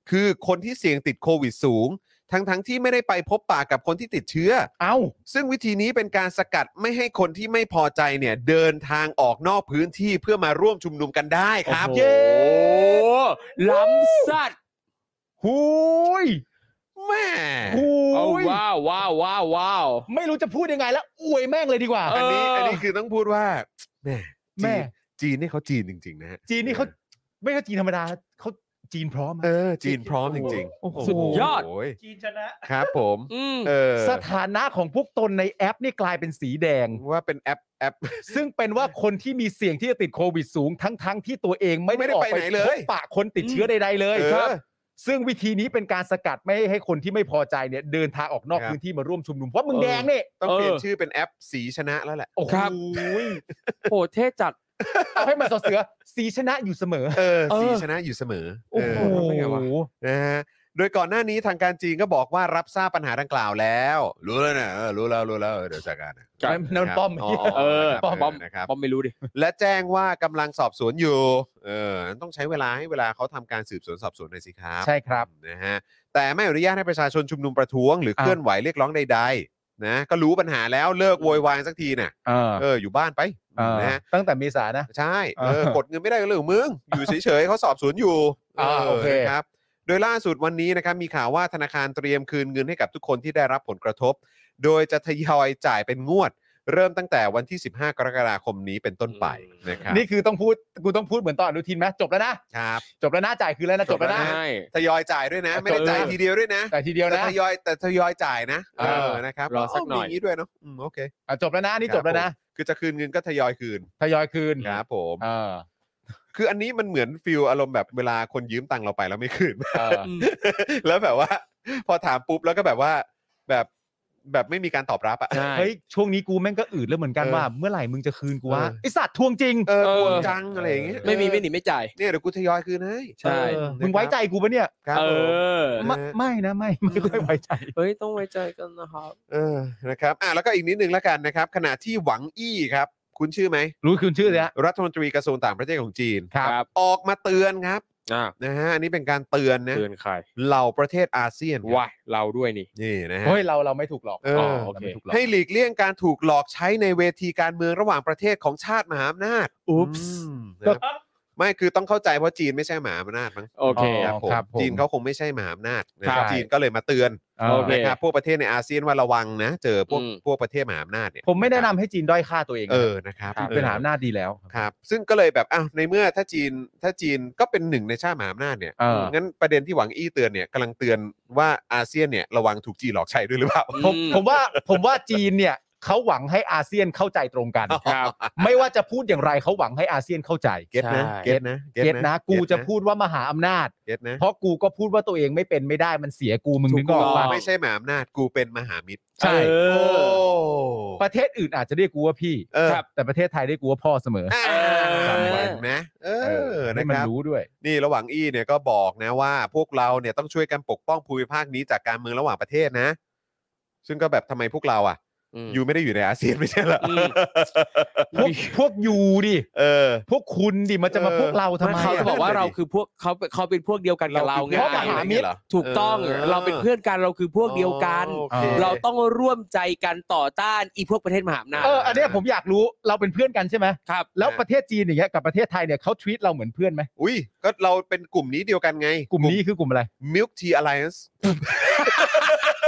คือคนที่เสี่ยงติดโควิดสูง ทั้งๆทที่ไม่ได้ไปพบปะกับคนที่ติดเชื้อ เอ้า ซึ่งวิธีนี้เป็นการสกัดไม่ให้คนที่ไม่พอใจเนี่ยเดินทางออกนอกพื้นที่เพื่อมาร่วมชุมนุมกันได้ครับ โอ้โหล้ำสัตว์ หูย แม่ หู เอา ย ว้าวว้าวว้าวว้าว ไม่รู้จะพูดยังไงแล้ว อวยแม่งเลยดีกว่า เ อันนี้อันนี้คือต้องพูดว่าแม่จี แม่ นจีนนี่เขาจีนจริงๆนะฮะ จีนนี่เขาไม่ใช่จีนธรรมดาเขาจีนพร้อม เอ อะ อ จีนพร้อมจริงๆ โอ้โห ห สุดยอด โย จีนชนะ ครับผม อืม เออ สถานะของพวกตนในแอปนี่กลายเป็นสีแดง ว่าเป็นแอปแอป ซึ่งเป็นว่าคนที่มีเสี่ยงที่จะติดโควิดสูงทั้งๆทที่ตัวเองไม่ ไม่ ได้ ได้ ออก ไป ไป ไหนเลย พบปะคนติดเชื้อใดๆเลย เอ ครับ อ ซึ่งวิธีนี้เป็นการสกัดไม่ให้คนที่ไม่พอใจเนี่ยเดินทางออกนอก ครับ พื้นที่มาร่วมชุมนุมเพราะมึง เออ แดงเนี่ย ต้องเปลี่ยน เออ ชื่อเป็นแอปสีชนะแล้วแหละ โอ้โห ครับ โหเท่จัด เอาให้มันสอเสือสีชนะอยู่เสมอ เออ เออ สีชนะอยู่เสมอ โอ้โห เทำไมวะนะฮะโดยก่อนหน้านี้ทางการจีนก็บอกว่ารับทราบปัญหาดังกล่าวแล้ว รู้แล้วนะเออรู้แล้วรู้แล้วเออเดี๋ยวจัดการนะ ครับนั่นป้อม อ๋อ เออ นะครับ ป้อมป้อม นะครับ ป้อมไม่รู้ดิ และแจ้งว่ากำลังสอบสวนอยู่ เออ ต้องใช้เวลาให้เวลาเขาทำการสืบสวนสอบสวนหน่อยสิครับ ใช่ครับ นะฮะ แต่ไม่อนุญาตให้ประชาชนชุมนุมประท้วงหรือ ครับเคลื่อนไหวเรียกร้องใดๆ นะ ก็รู้ปัญหาแล้วเลิกโวยวายสักทีน่ะ เออ เออ อยู่บ้านไป เออ นะฮะ ตั้งแต่เมษานะ ใช่ เออ เออก ดเงินไม่ได้ก็เรื่องของมึ [laughs] ง อยู่เฉยๆเขาสอบสวนอยู่ อ่าโอเค นะครับ โดยล่าสุดวันนี้นะครับมีข่าวว่าธนาคารเตรียมคืนเงินให้กับทุกคนที่ได้รับผลกระทบ โดยจะทยอยจ่ายเป็นงวด เริ่มตั้งแต่วันที่ 15 กรกฎาคมนี้เป็นต้นไปนะครับ นี่คือต้องพูดกูต้องพูดเหมือนตอนอนุทินไหมจบแล้วนะ ครับ จบแล้วนะจ่ายคืนแล้วนะจบแล้วนะ จบแล้วนะ ใช่ ทยอยจ่ายด้วยนะ ไม่ได้จ่ายทีเดียวด้วยนะ แต่ทีเดียว แต่ นะ ทยอยแต่ทยอยจ่ายนะ เออ นะครับ รอสักหน่อย มีางนี้ด้วยเนาะอืมโอเค อ่ะจบแล้วนะนี่ ครับ จบแล้วนะ คือจะคืนเงินก็ทยอยคืน ทยอยคืน ครับผม เออ คืออันนี้มันเหมือนฟิลอารมณ์แบบเวลาคนยืมตังค์เราไปแล้วไม่คืน [laughs] เออ แล้วแบบว่า พอถามปุ๊บแล้วก็แบบว่าแบบแบบไม่มีการตอบรับอะ [laughs] ใช่ เฮ้ยช่วงนี้กูแม่งก็อืดแล้วเหมือนกัน เออ ว่าเมื่อไหร่มึงจะคืนกูวะ เออ ไอสัตว์ทวงจริง เออ เออ ห่วงจังอะไรอย่างเงี้ย ไม่มีไม่หนีไม่จ่าย เนี่ยเดี๋ยวกูทยอยคืนให้ ใช่ เออมึงไว้ใจกูปะเนี่ย ครับ เอ ผมออไม่ไม่นะไม่ไม่ค่อยไว้ใจ เฮ้ย ต้องไว้ใจกันนะครับ เออนะครับอ่ะแล้วก็อีกนิดนึงแล้วกันนะครับ ขณะที่หวังอี้ครับ คุณชื่อไหม รู้คุณชื่อเลยฮะ รัฐมนตรีกระทรวงต่างประเทศของจีน ครับ ออกมาเตือนครับ อ่า นะฮะอันนี้เป็นการเตือนนะ เตือนใคร เหล่าประเทศอาเซียนครับ ว่าเราด้วยนี่ นี่นะฮะ เฮ้ยเราเราไม่ถูกหลอก เอออ๋ อ โอเค ไม่ถูกหลอก ให้หลีกเลี่ยงการถูกหลอกใช้ในเวทีการเมืองระหว่างประเทศของชาติมหาอำนาจ อุ๊ป อืมนะครับไม่คือต้องเข้าใจเพราะจีนไม่ใช่มหาอำนาจมั้ง โอเค ครับผม ครับผม จีนเขาคงไม่ใช่มหาอำนาจนะครับ ใช่ จีนก็เลยมาเตือน โอเค นะครับพวกประเทศในอาเซียนว่าระวังนะ เจอพวก อืม พวกประเทศมหาอำนาจเนี่ย ผมไม่แนะนำให้จีนด้อยค่าตัวเองนะ เออนะครับ จีนเป็น ออ หาอำนาจดีแล้ว ครับซึ่งก็เลยแบบอ้าวในเมื่อถ้าจีนถ้าจีนก็เป็นหนึ่งในชาติมหาอำนาจเนี่ย เออ งั้นประเด็นที่หวังอี้เตือนเนี่ยกำลังเตือนว่าอาเซียนเนี่ยระวังถูกจีนหลอกใช้ด้วยหรือเปล่า ผม อืม ผมว่าผมว่าจีนเนี่ยเขาหวังให้อาเซียนเข้าใจตรงกัน ครับ ไม่ว่าจะพูดอย่างไรเขาหวังให้อาเซียนเข้าใจ เก็ตนะ ใช่ เก็ตนะ เก็ตนะกูจะพูดว่ามหาอำนาจ เก็ตนะ เพราะกูก็พูดว่าตัวเองไม่เป็นไม่ได้มันเสียกูมึงนึกออก ถูกต้ ปะ อง ไม่ใช่มหาอำนาจกูเป็นมหามิตร ใช่ เออ ประเทศอื่นอาจจะเรียกกูว่าพี่ เออ ครับ แต่ประเทศไทยเรียกกูว่าพ่อเสมอ อ่า จำไว้ เห็นไหมเอ เอ อ ให้ นะ มั คน รับ รู้ด้วย นี่ระหว่างอี้เนี่ยก็บอกนะว่า พวกเราเนี่ยต้องช่วยกันปกป้องภูมิภาคนี้จากการเมืองระหว่างประเทศนะ ซึ่งก็แบบทำไมพวกเราอ่ะ ม อยู่ไม่ได้อยู่ในอาเซียนไม่ใช่เหรออ ม พวกพวกยูดิ เออ พวกคุณดิมันจะมา เออ พวกเราทำไม เขาจะ อะ บอกว่าเราคือพวกเขาเขาเป็นพวกเดียวกันกับเราไง เราเป็นเพื่อนกัน ถูกต้องเราเป็นเพื่อนกันเราคือพวกเดียวกัน โอค เราต้องร่วมใจกันต่อต้านอีพวกประเทศมหาอำนาจ เอออันเนี้ยผมอยากรู้เราเป็นเพื่อนกันใช่ไหม ครับ แล้ว นะ ประเทศจีนอย่างเงี้ยกับประเทศไทยเนี่ยเขาทวีตเราเหมือนเพื่อนไหม อุ้ยก็เราเป็นกลุ่มนี้เดียวกันไง กลุ่มนี้คือกลุ่มอะไร Milk Tea Alliance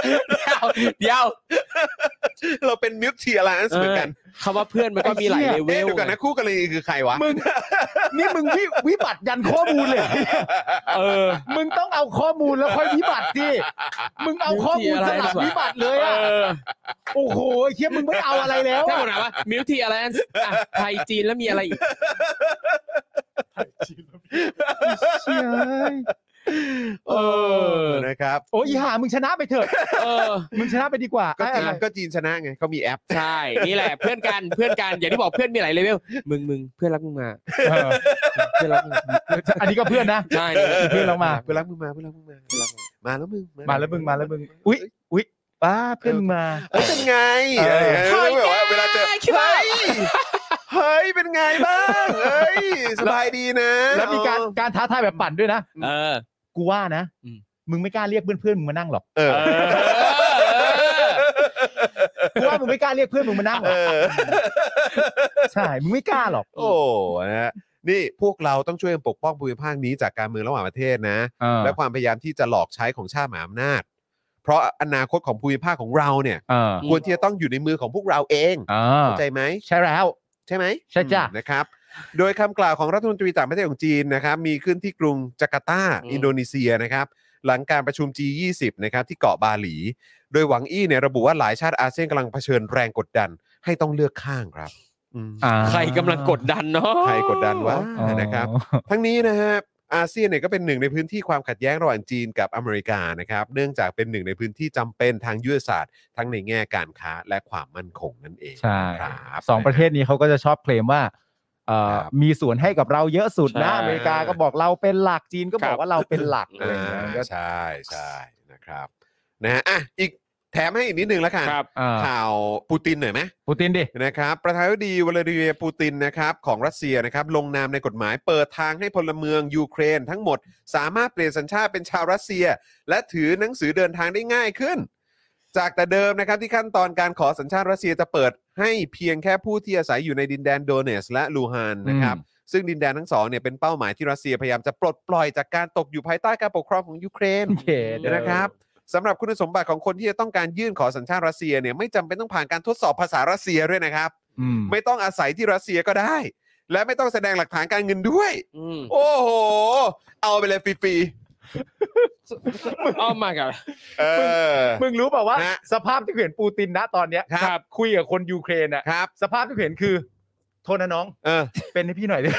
เดี๋ยวเดี๋ยว เราเป็น Milk Tea Alliance เหมือนกัน คำว่าเพื่อนมันก็มีหลายเลเว เอ๊ะ ล เดี๋ยวก่อนนะคู่กรณีคือใครวะ มึง นี่มึงวิวิบัติยันข้อมูลเลย เออ มึงต้องเอาข้อมูลแล้วค่อยวิบัติดิมึงเอาข้อมูลสลับวิบัติเลยอ่ะ เออ โอ้โหไอ้เฮียมึงไม่เอาอะไรแล้ว ถ้า อะ ผมถามว่ามิวทีอะไรอันอ่ะไทยจีนแล้วมีอะไรอีก เชี่ย เออนะครับ โอ้ยอีห่ามึงชนะไปเถอะ เออ มึงชนะไปดีกว่า ก็ ไอ้ จี อะไร นก็จีนชนะไงเขามีแอป ใช่ นี่แหละ เพื่อนกัน เพื่อนกัน อย่างที่บอกเพื่อนมีหลายเลเวล มึงมึงเพื่อนรักมึงมา เออ เพื่อนรักมึง อันนี้ก็เพื่อนนะ ใช่นี่ เพื่อนเรามา เวลามึงมาเวลามึงมา มาแล้วมึง มาแล้วมึงมาแล้วมึงอุ้ยอุ้ยป้าเพื่อนมึงมา เอ้ยเป็นไง เออ เออแบบว่าเวลาเจอเฮ้ยเฮ้ยเป็นไงบ้างเฮ้ยสบายดีนะ แล้วมีการการท้าทายแบบปั่นด้วยนะ เออ กูว่านะ อืม มึงไม่กล้าเรียกเพื่อนเพื่อนๆมึงมานั่งหรอก เออ เออ กูว่ามึงไม่กล้าเรียกเพื่อนมึงมานั่งหร เอ อก อ ใช่ มึงไม่กล้าหรอก โอ้นะฮะนี่พวกเราต้องช่วยกันปกป้องภูมิภาคนี้จากการเมืองระหว่างประเทศนะ และความพยายามที่จะหลอกใช้ของชาติมหาอำนาจ เพราะอนาคตของภูมิภาคของเราเนี่ย เออ ควรที่จะต้องอยู่ในมือของพวกเราเอง เออ เข้าใจไหม ใช่แล้ว ใช่ไหม ใช่จ้ะ อืมนะครับ โดยคำกล่าวของรัฐมนตรีต่างประเทศของจีนนะครับ มีขึ้นที่กรุงจาการ์ตา อืม อินโดนีเซียนะครับ หลังการประชุม G20 นะครับที่เกาะบาหลี โดยหวังอี้เนี่ยระบุว่าหลายชาติอาเซียนกำลังเผชิญแรงกดดันให้ต้องเลือกข้างครับอืม อ่า ใครกำลังกดดันเนาะ ใครกดดันวะ อ๋อ นะครับ ทั้งนี้นะฮะอาเซียนเนี่ยก็เป็นหนึ่งในพื้นที่ความขัดแย้งระหว่างจีนกับอเมริกานะครับ เนื่องจากเป็นหนึ่งในพื้นที่จำเป็นทางยุทธศาสตร์ ทั้งในแง่การค้าและความมั่นคงนั่นเอง ใช่ ครับ สองประเทศนี้เขาก็จะชอบเคลมว่าเอ่อ ครับ มีส่วนให้กับเราเยอะสุดนะ ใช่ อเมริกาก็บอกเราเป็นหลักจีนก็บอกว่าเราเป็นหลักอะไร อ่า อย่างเงี้ยก็ ใช่ใช่นะครับนะฮะอ่ะอีกแถมให้อีกนิดนึงแล้วกัน ครับ อ่า ข่าวปูตินหน่อยไหม ปูตินดิ นะครับประธานาธิบดีวลาดิเมียร์ปูตินนะครับของรัสเซียนะครับลงนามในกฎหมายเปิดทางให้พลเมืองยูเครนทั้งหมด สามารถเปลี่ยนสัญชาติเป็นชาวรัสเซีย และถือหนังสือเดินทางได้ง่ายขึ้น จากแต่เดิมนะครับที่ขั้นตอนการขอสัญชาติรัสเซียจะเปิดให้เพียงแค่ผู้ที่อาศัยอยู่ในดินแดนโดเนสและลูฮานนะครับ ซึ่งดินแดนทั้งสองเนี่ยเป็นเป้าหมายที่รัสเซียพยายามจะปลดปล่อยจากการตกอยู่ภายใต้การปกครองของยูเครน โอเค เดี๋ยวนะครับ สำหรับคุณสมบัติของคนที่จะต้องการยื่นขอสัญชาติรัสเซียเนี่ยไม่จำเป็นต้องผ่านการทดสอบภาษารัสเซียด้วยนะครับ อืม ไม่ต้องอาศัยที่รัสเซียก็ได้ และไม่ต้องแสดงหลักฐานการเงินด้วย อืม โอ้โห เอาไปเลยฟรี อ้อมมากับ ๆเออ มึงรู้เปล่าว่า ฮะ สภาพที่เห็นปูตินนะตอนเนี้ย ครับ คุยกับคนยูเครนอะ ครับ สภาพที่เห็นคือ โทษนะน้อง เออ เป็นให้พี่หน่อยดิ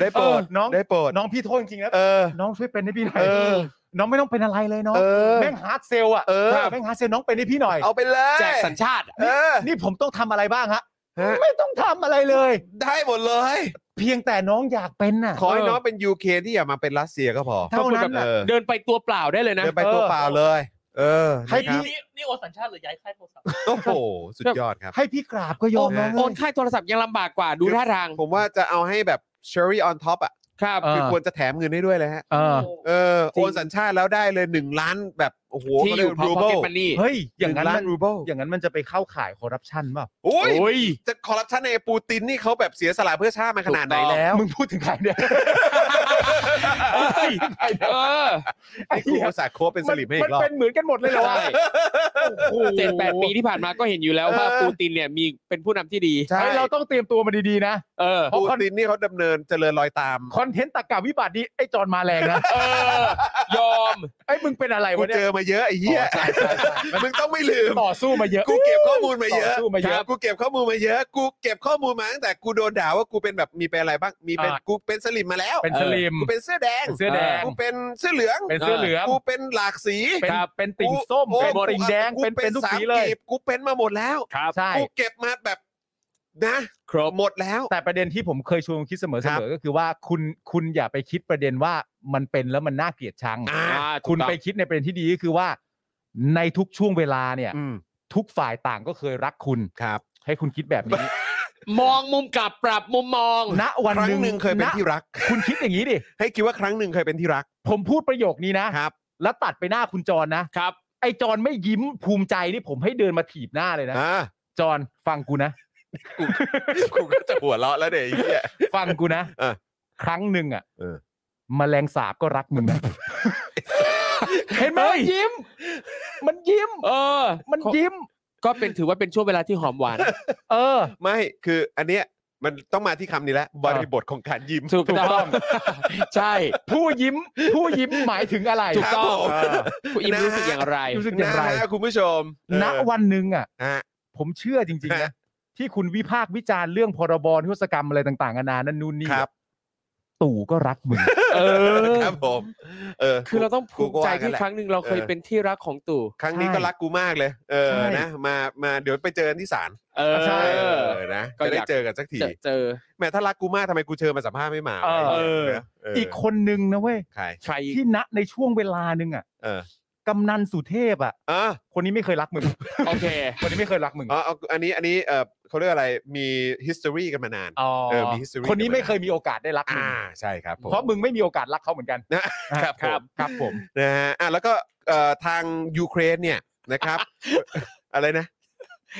ได้โปรด เออน้อง ได้โปรด น้องพี่โทษจริงๆนะ เออ น้องช่วยเป็นให้พี่หน่อย เออ น้องไม่ต้องเป็นอะไรเลยน้อง เออ แม่งฮาร์ดเซลอะ เออ แม่งฮาร์ดเซลน้องเป็นให้พี่หน่อย เอาไปเลย แจกสัญชาติ เออ นี่ผมต้องทำอะไรบ้างฮะ ฮะ ไม่ต้องทำอะไรเลย ได้หมดเลย เพียงแต่น้องอยากเป็นน่ะ ขอให้ เออ น้องเป็นยูเคที่อย่ามาเป็นรัสเซียก็พอ เท่านั้น เอ น่ะ อ เดินไปตัวเปล่าได้เลยนะ เดินไปตัวเปล่าเลย เออ ให้พี่ นะครับ นี่นี่โอสัญชาติหรือย้ายค่ายโทรศัพท์ โอ้โห สุดยอดครับ ให้พี่กราบก็ยอม โอ้ น้อง โอน เลย ค่ายโทรศัพท์ยังลำบากกว่าดูท่าทาง ผมว่าจะเอาให้แบบ cherry on top อ่ะ ครับ เออ คือควรจะแถมเงินให้ด้วยเลยฮะ เออ เออ โอนสัญชาติแล้วได้เลย 1 ล้านแบบ โอ้โห ที่อยู่พอ รู พอ เบิ เก็ ล ตมันนี่ เฮ้ย อย่าง ห นั้น ล้าน มัน รูเบิล อย่างนั้นมันจะไปเข้าข่ายคอร์รัปชันเปล่า โอ้ย โอ้ย จะคอร์รัปชันในปูตินนี่เขาแบบเสียสละเพื่อชาติมาขนาดไหน ถูกต้อง แล้ว มึงพูดถึงใครเนี่ย เออ ไอ้กูสาโคบเป็นสลิปให้อีกรอมับนเป็นเหมือนกันหมดเลยเหรอวะ ใช่ โอ้โห เจ็ดแปดปีที่ผ่านมาก็เห็นอยู่แล้วว่า เออ ปูตินเนี่ยมีเป็นผู้นำที่ดี ใช่ เฮ้ยเราต้องเตรียมตัวมาดีๆนะ เออ เพราะ ปูตินนี่เขาดำเนินเจริญรอยตาม คอนเทนต์ตะกาวิบัตินี้ไอ้จอนมาแรงนะ เออยอม ไอ้มึงเป็นอะไร กู วะเนี่ เจ ย อมาเยอะไอ้เหี้ย อ๋อใช่ใช่ใช่ มึงต้องไม่ลืม ต่อสู้มาเยอะ [laughs] กูเก็บข้อมูลมาเยอะ ต่อสู้มาเยอะ ครับกูเก็บข้อมูลมาเยอะ กูเก็บข้อมูลมาตั้งแต่กูโดนด่าว่ากูเป็นแบบมีเป็นอะไรบ้าง มีเป็น อ่า กูเป็นสลิมมาแล้ว เป็นสลิม กูเป็นเสื้อแดง เป็นเสื้อแดง กูเป็นเสื้อเหลือง เป็นเสื้อเหลือง กูเป็นหลากสี เป็น ครับ เป็นติ่งส้ม โอ้ เป็น กู ติ่งแดง กู เป็นเป็นทุก าม สีเลย กบกูเป็นมาหมดแล้ว ครับใช่ กูเก็บมาแบบนะ ครบ หมดแล้ว แต่ประเด็นที่ผมเคยชวนคุณคิดเสมอ ครับ เสมอก็คือว่าคุณคุณอย่าไปคิดประเด็นว่ามันเป็นแล้วมันน่าเกลียดชัง อ่า อ่าถูกต้อง คุณไปคิดในประเด็นที่ดีก็คือว่า ในทุกช่วงเวลาเนี่ย อืม ทุกฝ่ายต่างก็เคยรักคุณ ครับ ให้คุณคิดแบบ [laughs] นี้ มองมุมกลับปรับมุมมอง ณวัน ครั้ ห ง นึ่ง หนึ่งเคยเป็น ณ ที่รัก คุณคิดอย่างนี้ดิ ให้คิดว่าครั้งหนึ่งเคยเป็นที่รัก ผมพูดประโยคนี้นะ ครับ แล้วตัดไปหน้าคุณจรนะครับ ไอจรไม่ยิ้มภูมิใจนี่ผมให้เดินมาถีบหน้าเลยนะ อ่า จรฟังกูนะ กู [laughs] ก็จะหัวเราะแล้วเดี๋ยวไอ้เหี้ย ฟังกูนะ เออ ครั้งหนึ่งอ่ะ เออ แมลงสาบก็รักมึงนะ เห็นไหมมันยิ้ม มันยิ้ม เออ มันยิ้ม ก็เป็นถือว่าเป็นช่วงเวลาที่หอมหวาน เออ ไม่คืออันเนี้ยมันต้องมาที่คำนี้แล้วบริบทของการยิ้ม ถูกต้อง ใช่ ผู้ยิ้ม ผู้ยิ้มหมายถึงอะไร ถูกต้อง ครั เอบอผมคุณอิม นะ รู้สึกอย่างไร รู้สึก อย่างไร นะฮะคุณผู้ชม ณ เออ วันหนึ่งอ่ะ ฮะ ผมเชื่อจริงๆนะ ฮะ ที่คุณวิพากษ์วิจารณ์เรื่องพรบนิรศกรรมอะไรต่างๆนานานั่นนู่นนี่ ครับ ตู่ก็รักมึง เออ ครับผมเออ คือเราต้องภูมิใจ กูก็ว่างั้ ที่ นแหละ ครั้งหนึ่งเราเคย เออ เป็นที่รักของตู่ ครั้งนี้ ใช่ ก็รักกูมากเลย เออ ใช่ นะมามาเดี๋ยวไปเจอกันที่ศาล เออ ใช่ เออนะ ก็ จะ อยาก ได้เจอกันสักที จะเจอ แหมถ้ารักกูมากทำไมกูเชิญมาสัมภาษณ์ไม่มา เออ เออเ อีกคนนึงนะเว้ย ใคร ใครอีก ที่ณในช่วงเวลาหนึ่งอ่ะ เออก ำนันสุเทพอ่ะ เออ คนนี้ไม่เคยรักมึง โอเค คนนี้ไม่เคยรักมึง อ๋อเอาอันนี้อันนี้เออเขาเรียกอะไรมี history กันมานาน อ๋อ เออมี history คนนี้ไม่เคยมีโอกาสได้รักมึ อ่าง ใช่ครับผม เพราะมึงไม่มีโอกาสรักเขาเหมือนกัน นะ ครับผม ครับผม นะฮะอ่ะแล้วก็เอ่อทางยูเครนเนี่ยนะครับ อะไรนะ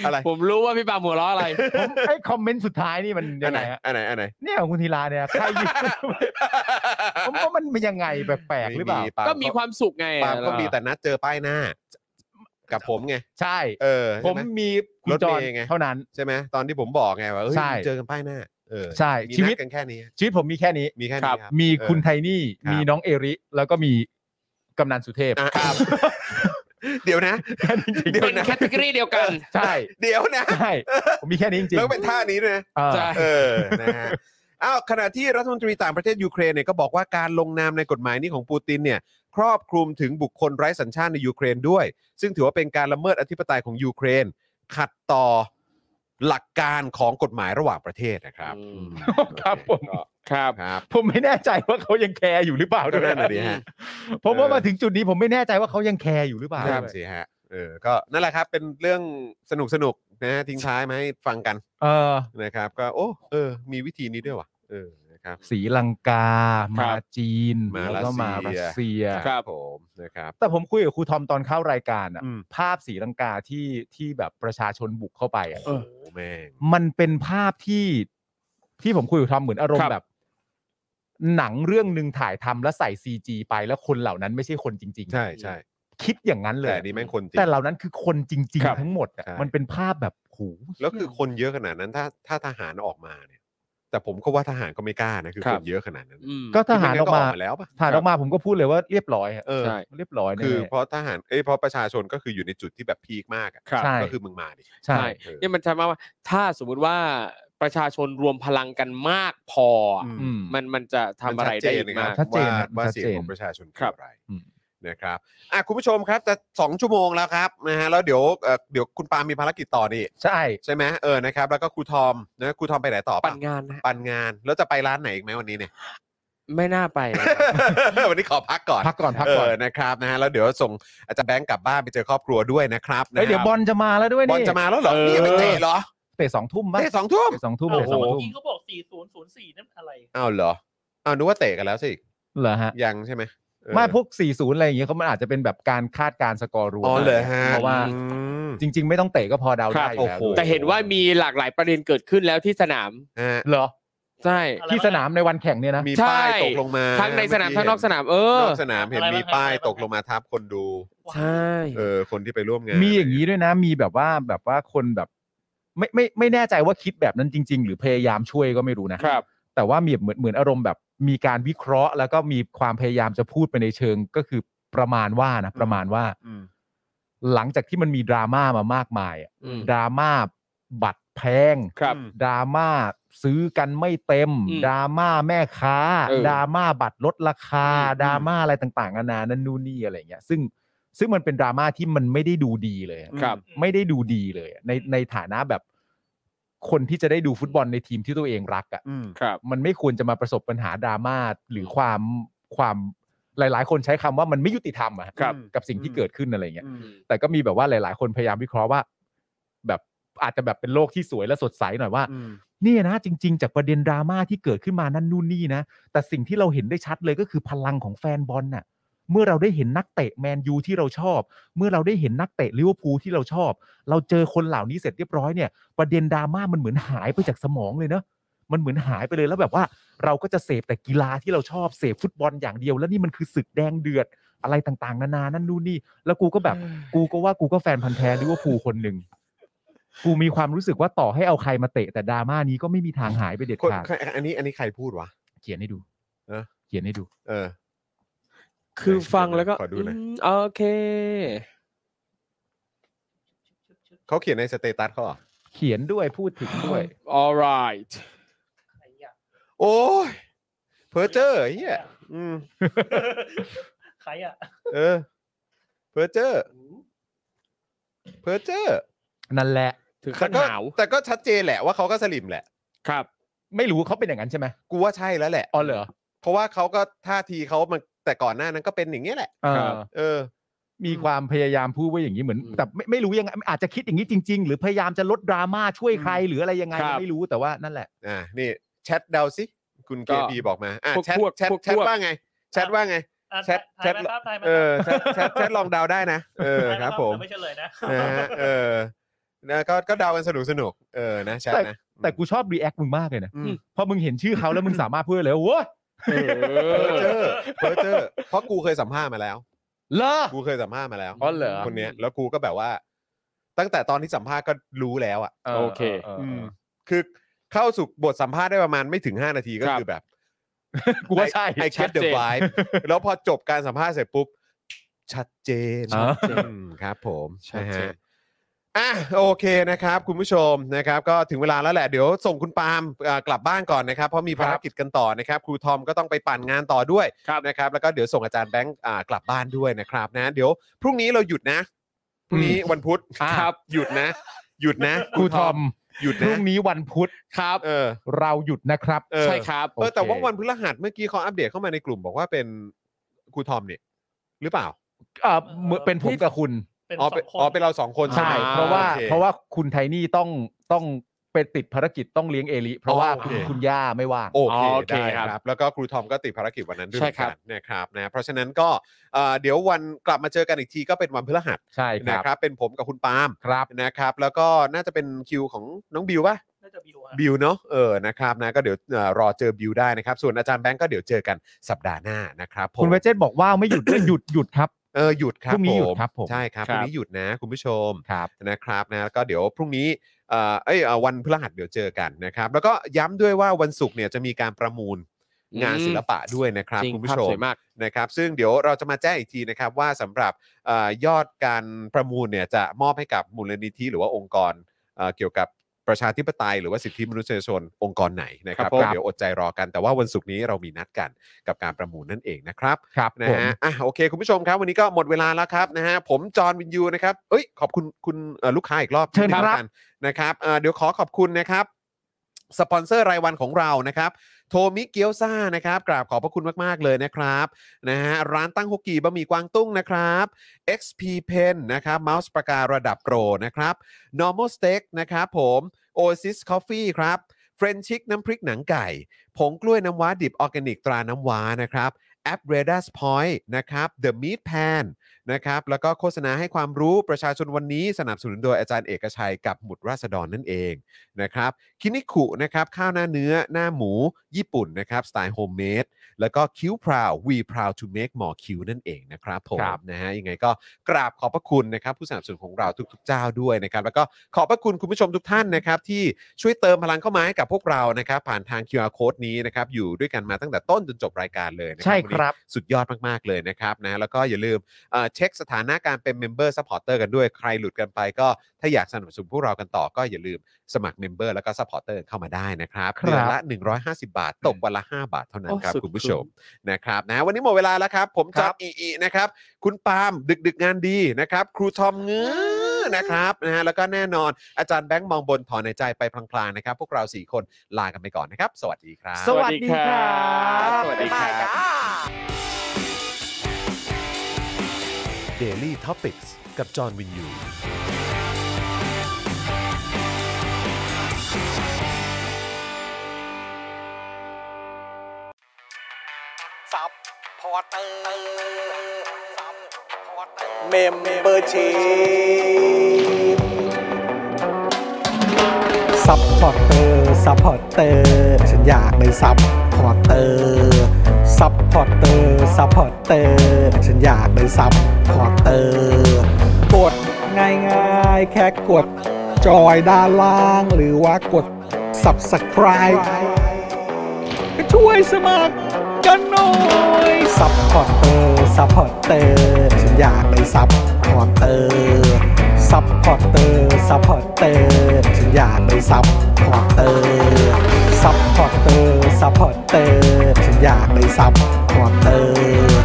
อะไร ผมรู้ว่าพี่ปาล์มหัวเราะอะไร ผมไอ้คอมเมนต์สุดท้ายนี่มัน อั ยังนไหน ไงฮะ อันไหนอันไหน เนี่ยของคุณธีลาเนี่ยใครอยู่ [laughs] ผมว่ามันมันยังไงแปลกๆหรือเปล่า ไม ก็มีความสุขไง ปาล์มก็มี เออ แต่นัดเจอป้ายหน้า กับผมไง ใช่ เออ ผมใช่ไหม มีคุณ รถ จ เม อ ล์ น ไง เท่านั้น ใช่ไหมตอนที่ผมบอกไงว่าเฮ้ย ใช่ เจอกันป้ายหน้า เออ ใช่ชี ชี วิ วิ ต ตกันแค่นี้ ชีวิตผมมีแค่นี้ มีแค่ ครั นี้ บ ครับ มี เออ คุณไทนี่ ครับ มีน้องเอริ แล้วก็มีกำนันสุเทพ อ่ะครับ [laughs] เดี๋ยวนะ จริง เดี๋ยว เป็น นะ แคตตากรีเดียวกัน ๆใช่ เดี๋ยวนะ ใช่ผมมีแค่นี้จริง แล้วเป็นท่านี้ด้วยนะ ๆเออ ใช่ เออ นะฮะ อ้าว ขณะที่รัฐมนตรีต่างประเทศยูเครนเนี่ยก็บอกว่าการลงนามในกฎหมายนี้ของปูตินเนี่ย ครอบคลุมถึงบุคคลไร้สัญชาติในยูเครนด้วย ซึ่งถือว่าเป็นการละเมิดอธิปไตยของยูเครน ขัดต่อหลักการของกฎหมายระหว่างประเทศนะครับ อืม ครับผม ครับ ครับ ผมไม่แน่ใจว่าเขายังแคร์อยู่หรือเปล่า ก็ ด้วย นั่นน่ะดิฮะ ผมว่า เออ มาถึงจุดนี้ผมไม่แน่ใจว่าเขายังแคร์อยู่หรือเปล่า นั่น ด้วย สิฮะ เออ ก็นั่นแหละครับ เป็นเรื่องสนุกสนุกๆนะฮะทิ้งท้ายมาให้ฟังกัน เออ นะครับ ก็โอ้ เออ มีวิธีนี้ด้วยว่ะ เออ นะครับ สีลังกา ครั มา บ จีน มา แล้วก็มา รั รั ส ส เซี เซีย ย ครับ ผมนะครับ แต่ผมคุยกับครูทอมตอนเข้ารายการอะ อืม ภาพสีลังกาที่ที่แบบประชาชนบุกเข้าไปอะ โอ้โหแม่ง มันเป็นภาพที่ที่ผมคุยกับทอมเหมือนอารม ครั ณ์ บ แบบ หนังเรื่องหนึ่งถ่ายทำแล้วใส่ซีจีไปแล้วคนเหล่านั้นไม่ใช่คนจริง ใช่ใช่ คิดอย่างนั้นเลย แต่นี่แม่งคนจริง แต่เหล่านั้นคือคนจริง ครับ ๆ ทั้งหมดอะ ใช่ มันเป็นภาพแบบโห แล้วคือคนเยอะขนาดนั้นถ้าถ้าทหารออกมาเนี่ย แต่ผมก็ว่าทหารก็ไม่กล้านะคือ ครั ค บ นเยอะขนาดนั้น อืม ก็ทหารออกมา คืยัไแล้วป่ะ ทหารออกมาผมก็พูดเลยว่าเรียบร้อยอะ เออ ใช่ เรียบร้อยแน่ คือเพราะทหารเอ้ยเพราะประชาชนก็คืออยู่ในจุดที่แบบพีคมากอะ ครับ ใช่ ก็คือมึงมาดิ ใช่ ใช่ เออ เนี่ยมันจะมาว่าถ้าสมมุติว่าประชาชนรวมพลังกันมากพออะ อืม มันมันจะทำอะไรได้อีกมาก ชัดเจน ว่า ครับ ว่า ชัด เสีย เจ ง น ของประชาชน ครับ ออะไร อืม นะครับอ่ะคุณผู้ชมครับจะสองชั่วโมงแล้วครับนะฮะแล้วเดี๋ยวเอ่อเดี๋ยวคุณปาล์มมีภารกิจต่อนี่ ใช่ ใช่ไหมเออนะครับ แล้วก็ครูทอมนะครูทอมไปไหนต่อ ปั่ ปั่ นงานนะ ปั่นงานแล้วจะไปร้านไหนอีกไหมวันนี้ [laughs] เนี่ย ไม่น่าไปนะ วันนี้ขอพักก่อน พักก่อนพัก เอ ก่อน อนะครับนะฮะแล้วเดี๋ยวส่งอาจารย์แบงค์กลับบ้านไปเจอครอบครัวด้วยนะครับ เฮ้ยเดี๋ยวบอลจะมาแล้วด้วย บอล นี่ จะมาแล้วเหรอ เออ นี่ยังไม่เตะเหรอ เตะสองทุ่มบ้าง เตะสองทุ่ม เตะสองทุ่ม โอ้ เตะ โห สองทุ่ม กินเขาบอก 4004 นั่นอะไร อ้าวเหรออ้าวนึกว่าเตะกันแล้วสิ เหรอฮะ ยังใช่ไหมเออ ไม่พวก 40 อะไรอย่างเงี้ยเขามันอาจจะเป็นแบบการคาดการณ์สกอร์รวม อ๋อเลยฮะ เพราะว่า อืม จริง ๆ ไม่ต้องเตะก็พอเดา ครั ได้ บ อยู่แล้ว โอ้โห แต่เห็นว่ามีหลากหลายประเด็นเกิดขึ้นแล้วที่สนาม ฮะ เหรอ ใช่ อะไร ที่สนามในวันแข่งเนี่ยนะ มี ใช่ ป้ายตกลงมา ทั้งในสนาม เอ ทั้งนอกสนามเออ นอกสนามเห็นมีป้ายตกลงมาทับคนดู ใช่ เออคนที่ไปร่วมงาน มีอย่างนี้ด้วยนะ มีแบบว่าแบบว่าคนแบบ ไม่ไม่ไม่แน่ใจว่าคิดแบบนั้นจริง ๆ หรือพยายามช่วยก็ไม่รู้นะครับ แต่ว่ามีแบบเหมือนเหมือนอารมณ์แบบ มีการวิเคราะห์ แล้วก็มีความพยายามจะพูดไปในเชิงก็คือประมาณว่านะประมาณว่า อืม หลังจากที่มันมีดราม่ามามากมายอะ อืม ดราม่าบัตรแพง ครับ ดราม่าซื้อกันไม่เต็ม อืม ดราม่าแม่ค้า เออ ดราม่าบัตรลดราคา อืม ดราม่าอะไรต่างๆนานานั่นนู่นนี่อะไรอย่างเงี้ยซึ่งซึ่งมันเป็นดราม่าที่มันไม่ได้ดูดีเลยอะ ครับ ไม่ได้ดูดีเลยอะในในฐานะแบบ คนที่จะได้ดูฟุตบอลในทีมที่ตัวเองรักอะ่ะ อืม ครับ มันไม่ควรจะมาประสบปัญหาดราม่าหรือความความหลาย ๆ คนใช้คำว่ามันไม่ยุติธรรมอะ ครับ กับสิ่งที่เกิดขึ้นอะไรเงี้ย อืม แต่ก็มีแบบว่าหลาย ๆ คนพยายามวิเคราะห์ว่า แบบอาจจะแบบเป็นโลกที่สวยและสดใสหน่อยว่า อืม เนี่ยนะจริง ๆ จากประเด็นดราม่าที่เกิดขึ้นมานั่นนู่นนี่นะ แต่สิ่งที่เราเห็นได้ชัดเลยก็คือพลังของแฟนบอลน่ะ เมื่อเราได้เห็นนักเตะแมนยูที่เราชอบ เมื่อเราได้เห็นนักเตะลิเวอร์พูลที่เราชอบ เราเจอคนเหล่านี้เสร็จเรียบร้อยเนี่ย ประเด็นดราม่ามันเหมือนหายไปจากสมองเลยเนอะมันเหมือนหายไปเลยแล้วแบบว่า เราก็จะเสพแต่กีฬาที่เราชอบเสพฟุตบอลอย่างเดียว แล้วนี่มันคือศึกแดงเดือดอะไรต่างๆ นานานั่นนู่นนี่ แล้วกูก็แบบ กูก็ว่ากูก็แฟนพันธ์แท้ลิเวอร์พูลคนหนึ่งกูมีความรู้สึกว่าต่อให้เอาใครมาเตะแต่ดราม่านี้ก็ไม่มีทางหายไปเด็ด คน ขาด ใครอันนี้อันนี้ใครพูดวะ เขียนให้ดู เออ เขียนให้ดู เออ คือฟังแล้วก็ ขอดูหน่อย มโอเค เขาเขียนในสเตตัสเขาเหรอ เขียนด้วยพูดถึงด้วย alright ไอ้ยะ โอ้ยเพอเจอร์เฮียอืม ใครอ่ะ เออเพอเจอร์เพอเจอร์ นั่นแหละ ถึง แต่ [gasps] ขั้น ก็ หนาว แต่ก็ชัดเจนแหละว่าเขาก็สลิมแหละ ครับ ไม่รู้เขาเป็นอย่างนั้นใช่ไหม กูว่าใช่แล้วแหละ อ๋อเหรอ เพราะว่าเขาก็ท่าทีเขามันแต่ก่อนหน้านั้นก็เป็นอย่างเงี้ยแหละ เออ ครับ เออ มีความพยายามพูดว่าอย่างนี้เหมือน อืม แต่ไม่ไม่รู้ยังไงอาจจะคิดอย่างนี้จริง ๆ หรือพยายามจะลดดราม่าช่วยใครหรืออะไรยังไง ครับ ไม่รู้แต่ว่านั่นแหละ อ่า นี่แชทเดาสิ คุณเค ก็ พีบอกมา อ่า พวก แชท พวก แชท พแชทวกพวก ว่าไง แชทว่าไง อ่ะ แชท ถ่ายไหม แชท ครับถ่ายไหม เออแชทแชทแชทลองเดาได้นะ เออ ถ่ายไห ครับผม แต่ไม่เฉลยนะ นะฮะเออนะก็ก็เดากันสนุกสนุกๆเออนะแชทนะ แต่กูชอบรีแอคมึงมากเลยนะ อืม พอมึงเห็นชื่อเขาแล้วมึงสามารถพูดเลยว่าโว้ย [laughs] เอ เพอ อ เจอร์เพอเจอร์เพราะกูเคยสัมภาษณ์มาแล้ว เลอ กูเคยสัมภาษณ์มาแล้ว อ๋อเหรอ คนเนี้ยแล้วกูก็แบบว่า ตั้งแต่ตอนที่สัมภาษณ์ก็รู้แล้วอ่ะ โอเค มคือเข้าสู่บทสัมภาษณ์ได้ประมาณไม่ถึง 5 นาทีก็คือแบบ กูว่าใช่ I ชัด get เจ the น vibe แล้วพอจบการสัมภาษณ์เสร็จปุ๊บ ชัดเจน อ่า อืมครับผม ชัด นะ เจ ฮะ น อ่ะโอเคนะครับ คุณผู้ชมนะครับ ก็ถึงเวลาแล้วแหละเดี๋ยวส่งคุณปาล์มเอ่อกลับบ้านก่อนนะครับ เพราะมีภารกิจกันต่อนะครับ ครูทอมก็ต้องไปปั่นงานต่อด้วย ครับ นะครับ แล้วก็เดี๋ยวส่งอาจารย์แบงค์อ่ากลับบ้านด้วยนะครับนะ เดี๋ยวพรุ่งนี้เราหยุดนะพรุ่งนี้วันพุธ อ่า หยุดนะ หยุดนะ กูทอม หยุด พรุ่ นะ งนี้วันพุธ ครับ เออ เราหยุดนะครับ เออ ใช่ครับ เออแต่ว่า โอเค วันพฤหัสเมื่อกี้เขาอัปเดตเข้ามาในกลุ่มบอกว่าเป็นครูทอมเนี่ยหรือเปล่า เออเหมือนเป็นผมกับคุณ เป็น อ๋อ สอ เป็น งค อ๋อเป็น นเราสองคน อ่า ใช่ เพราะว่า โอค เพราะว่าคุณไทนี่ต้องต้องไปติดภารกิจต้องเลี้ยงเอลิเพราะว่า โอ คุ เค ณคุณย่าไม่ว่าง โอเค โอเค ได้ ครับ ครับ แล้วก็ครูทอมก็ติดภารกิจวันนั้นด้วย ใช่ครับ เหมือนกันนะครับนะเพราะฉะนั้นก็เอ่อเดี๋ยววันกลับมาเจอกันอีกทีก็เป็นวันพฤหัส ใช่ค นะ รับ ครับ เป็นผมกับคุณปาล์ม ครับ นะครับ แล้วก็น่าจะเป็นคิวของน้องบิวป่ะ น่าจะบิวฮะ บิวเนาะเออนะครับนะก็เดี๋ยวเอ่อรอเจอบิวได้นะครับ ส่วนอาจารย์แบงก์ก็เดี๋ยวเจอกันสัปดาห์หน้านะครับผม คุณเวจเจตบอกว่าไม่หยุด หยุดหยุดครับ เออหยุดครับ พรุ่งนี้หยุด ผม ครับผม ใช่ครับ ค พ รับ รุ่งนี้หยุดนะคุณผู้ชม ครับ นะครับนะก็เดี๋ยวพรุ่งนี้เอ่อเอ้ยเอ่อวันพฤหัสเดี๋ยวเจอกันนะครับ แล้วก็ย้ำด้วยว่าวันศุกร์เนี่ยจะมีการประมูลงานศิลปะด้วยนะครับ จริง คุณผู้ภาพ ชม สวยมาก นะครับ ซึ่งเดี๋ยวเราจะมาแจ้งอีกทีนะครับว่าสำหรับเอ่อยอดการประมูลเนี่ยจะมอบให้กับมูลนิธิหรือว่าองค์กรเอ่อเกี่ยวกับประชาธิปไตยหรือว่าสิทธิมนุษยชนองค์กรไหนนะครับ ครับผม ก็เดี๋ยวอดใจรอกันแต่ว่าวันศุกร์นี้เรามีนัดกันกับการประมูลนั่นเองนะครับ ครับ นะ ผม ฮะ อ่ะ โอเค คุณผู้ชมครับ วันนี้ก็หมดเวลาแล้วครับ นะฮะ ผม จอห์นวินยู นะครับ เอ้ย ขอบคุณ คุณเอ่อลูกค้าอีกรอบ เชิญครับ ที่ติดตามกันนะครับเอ่อเดี๋ยวขอขอบคุณนะครับ สปอนเซอร์รายวันของเรา นะครับ โทมิเกียวซ่า นะครับ กราบขอบพระคุณมาก ๆ เลยนะครับ นะฮะ ร้านตั้งฮกกีบะหมี่กวางตุ้ง นะครับ XP Pen นะครับ เมาส์ปากการะดับโปร นะครับ Normal Steak นะครับผม Oasis Coffee ครับ เฟรนชิกน้ำพริกหนังไก่ ผงกล้วยน้ำว้าดิบออร์แกนิกตราน้ำว้านะครับ แอป r a d a r Point นะครับ The Meat Pan นะครับ แล้วก็โฆษณาให้ความรู้ประชาชนวันนี้สนับสนุนโดยอาจารย์เอกชัยกับหมุดราษฎรนั่นเองนะครับคินิคุนะครับข้าวหน้าเนื้อหน้าหมูญี่ปุ่นนะครับสไตล์โฮมเมดแล้วก็คิ้วพราว we proud to make more คิ้วนั่นเองนะครับผม ครับ นะฮะยังไงก็กราบขอบพระคุณนะครับผู้สนับสนุนของเราทุกๆเจ้าด้วยนะครับ แล้วก็ขอบพระคุณคุณผู้ชมทุกท่านนะครับที่ช่วยเติมพลังเข้ามาให้กับพวกเรานะครับผ่านทาง QR code นี้นะครับอยู่ด้วยกันมาตั้งแต่ต้นจนจบรายการเลยนะครั ใช่ วัน ค นี้ รับ สุดยอดมาก ๆ เลยนะครับนะแล้วก็อย่าลืมเอ่อเช็คสถานะการเป็นเมมเบอร์ p ัพพอร์เตอร์กันด้วยใครหลุดกันไปก็ถ้าอยากสนับสนุนพวกเรากันต่อก็อย่าลืมสมัครเมมเบอร์แล้วก็ s ัพพอร์เตอร์เข้ามาได้นะครับ ครับ เดือนละ 150 บาท ตกวันละ 5 บาทเท่านั้น โอ้ ครับ สุด คุณผู้ชมนะครับนะวันนี้หมดเวลาแล้วครับ ผมจอมอีอีนะครับ คุณปาล์มดึกดึกๆงานดีนะครับ ครูทอมเงื้อนะครับนะฮะแล้วก็แน่นอนอาจารย์แบงค์มองบนถอนในใจไปพลางๆนะครับ พวกเราสี่คนลากันไปก่อนนะครับ สวัสดีครับ สวัสดีครั สวัสดีครับ บ สวัสดีครับ Daily Topics กับจอห์นวินยู ซับพอร์เตอร์ซับพอร์เตอร์ เมมเบอร์ชีซัพพอร์เตอร์ซัพพอร์เตอร์ฉันอยากเป็นซัพพอร์เตอร์ซัพพอร์เตอร์ซัพพอร์เตอร์ฉันอยากเป็นซัพพอร์เตอร์กดง่ายๆ แค่กดจอยด้านล่าง หรือว่ากด subscribe ก็ช่วยสมัคร กันหน่อยซัพพอร์เตอร์ซัพพอร์เตอร์ฉันอยากเป็นซัพพอร์เตอร์ซัพพอร์เตอร์ซัพพอร์เตอร์ฉันอยากเป็นซัพพอร์เตอร์ซัพพอร์เตอร์ซัพพอร์เตอร์ฉันอยากเป็นซัพพอร์เตอร์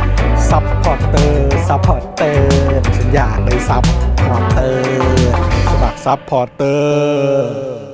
ซัพพอร์เตอร์ซัพพอร์เตอร์ฉันอยากเป็นซัพพอร์เตอร์สมัครซัพพอร์เตอร์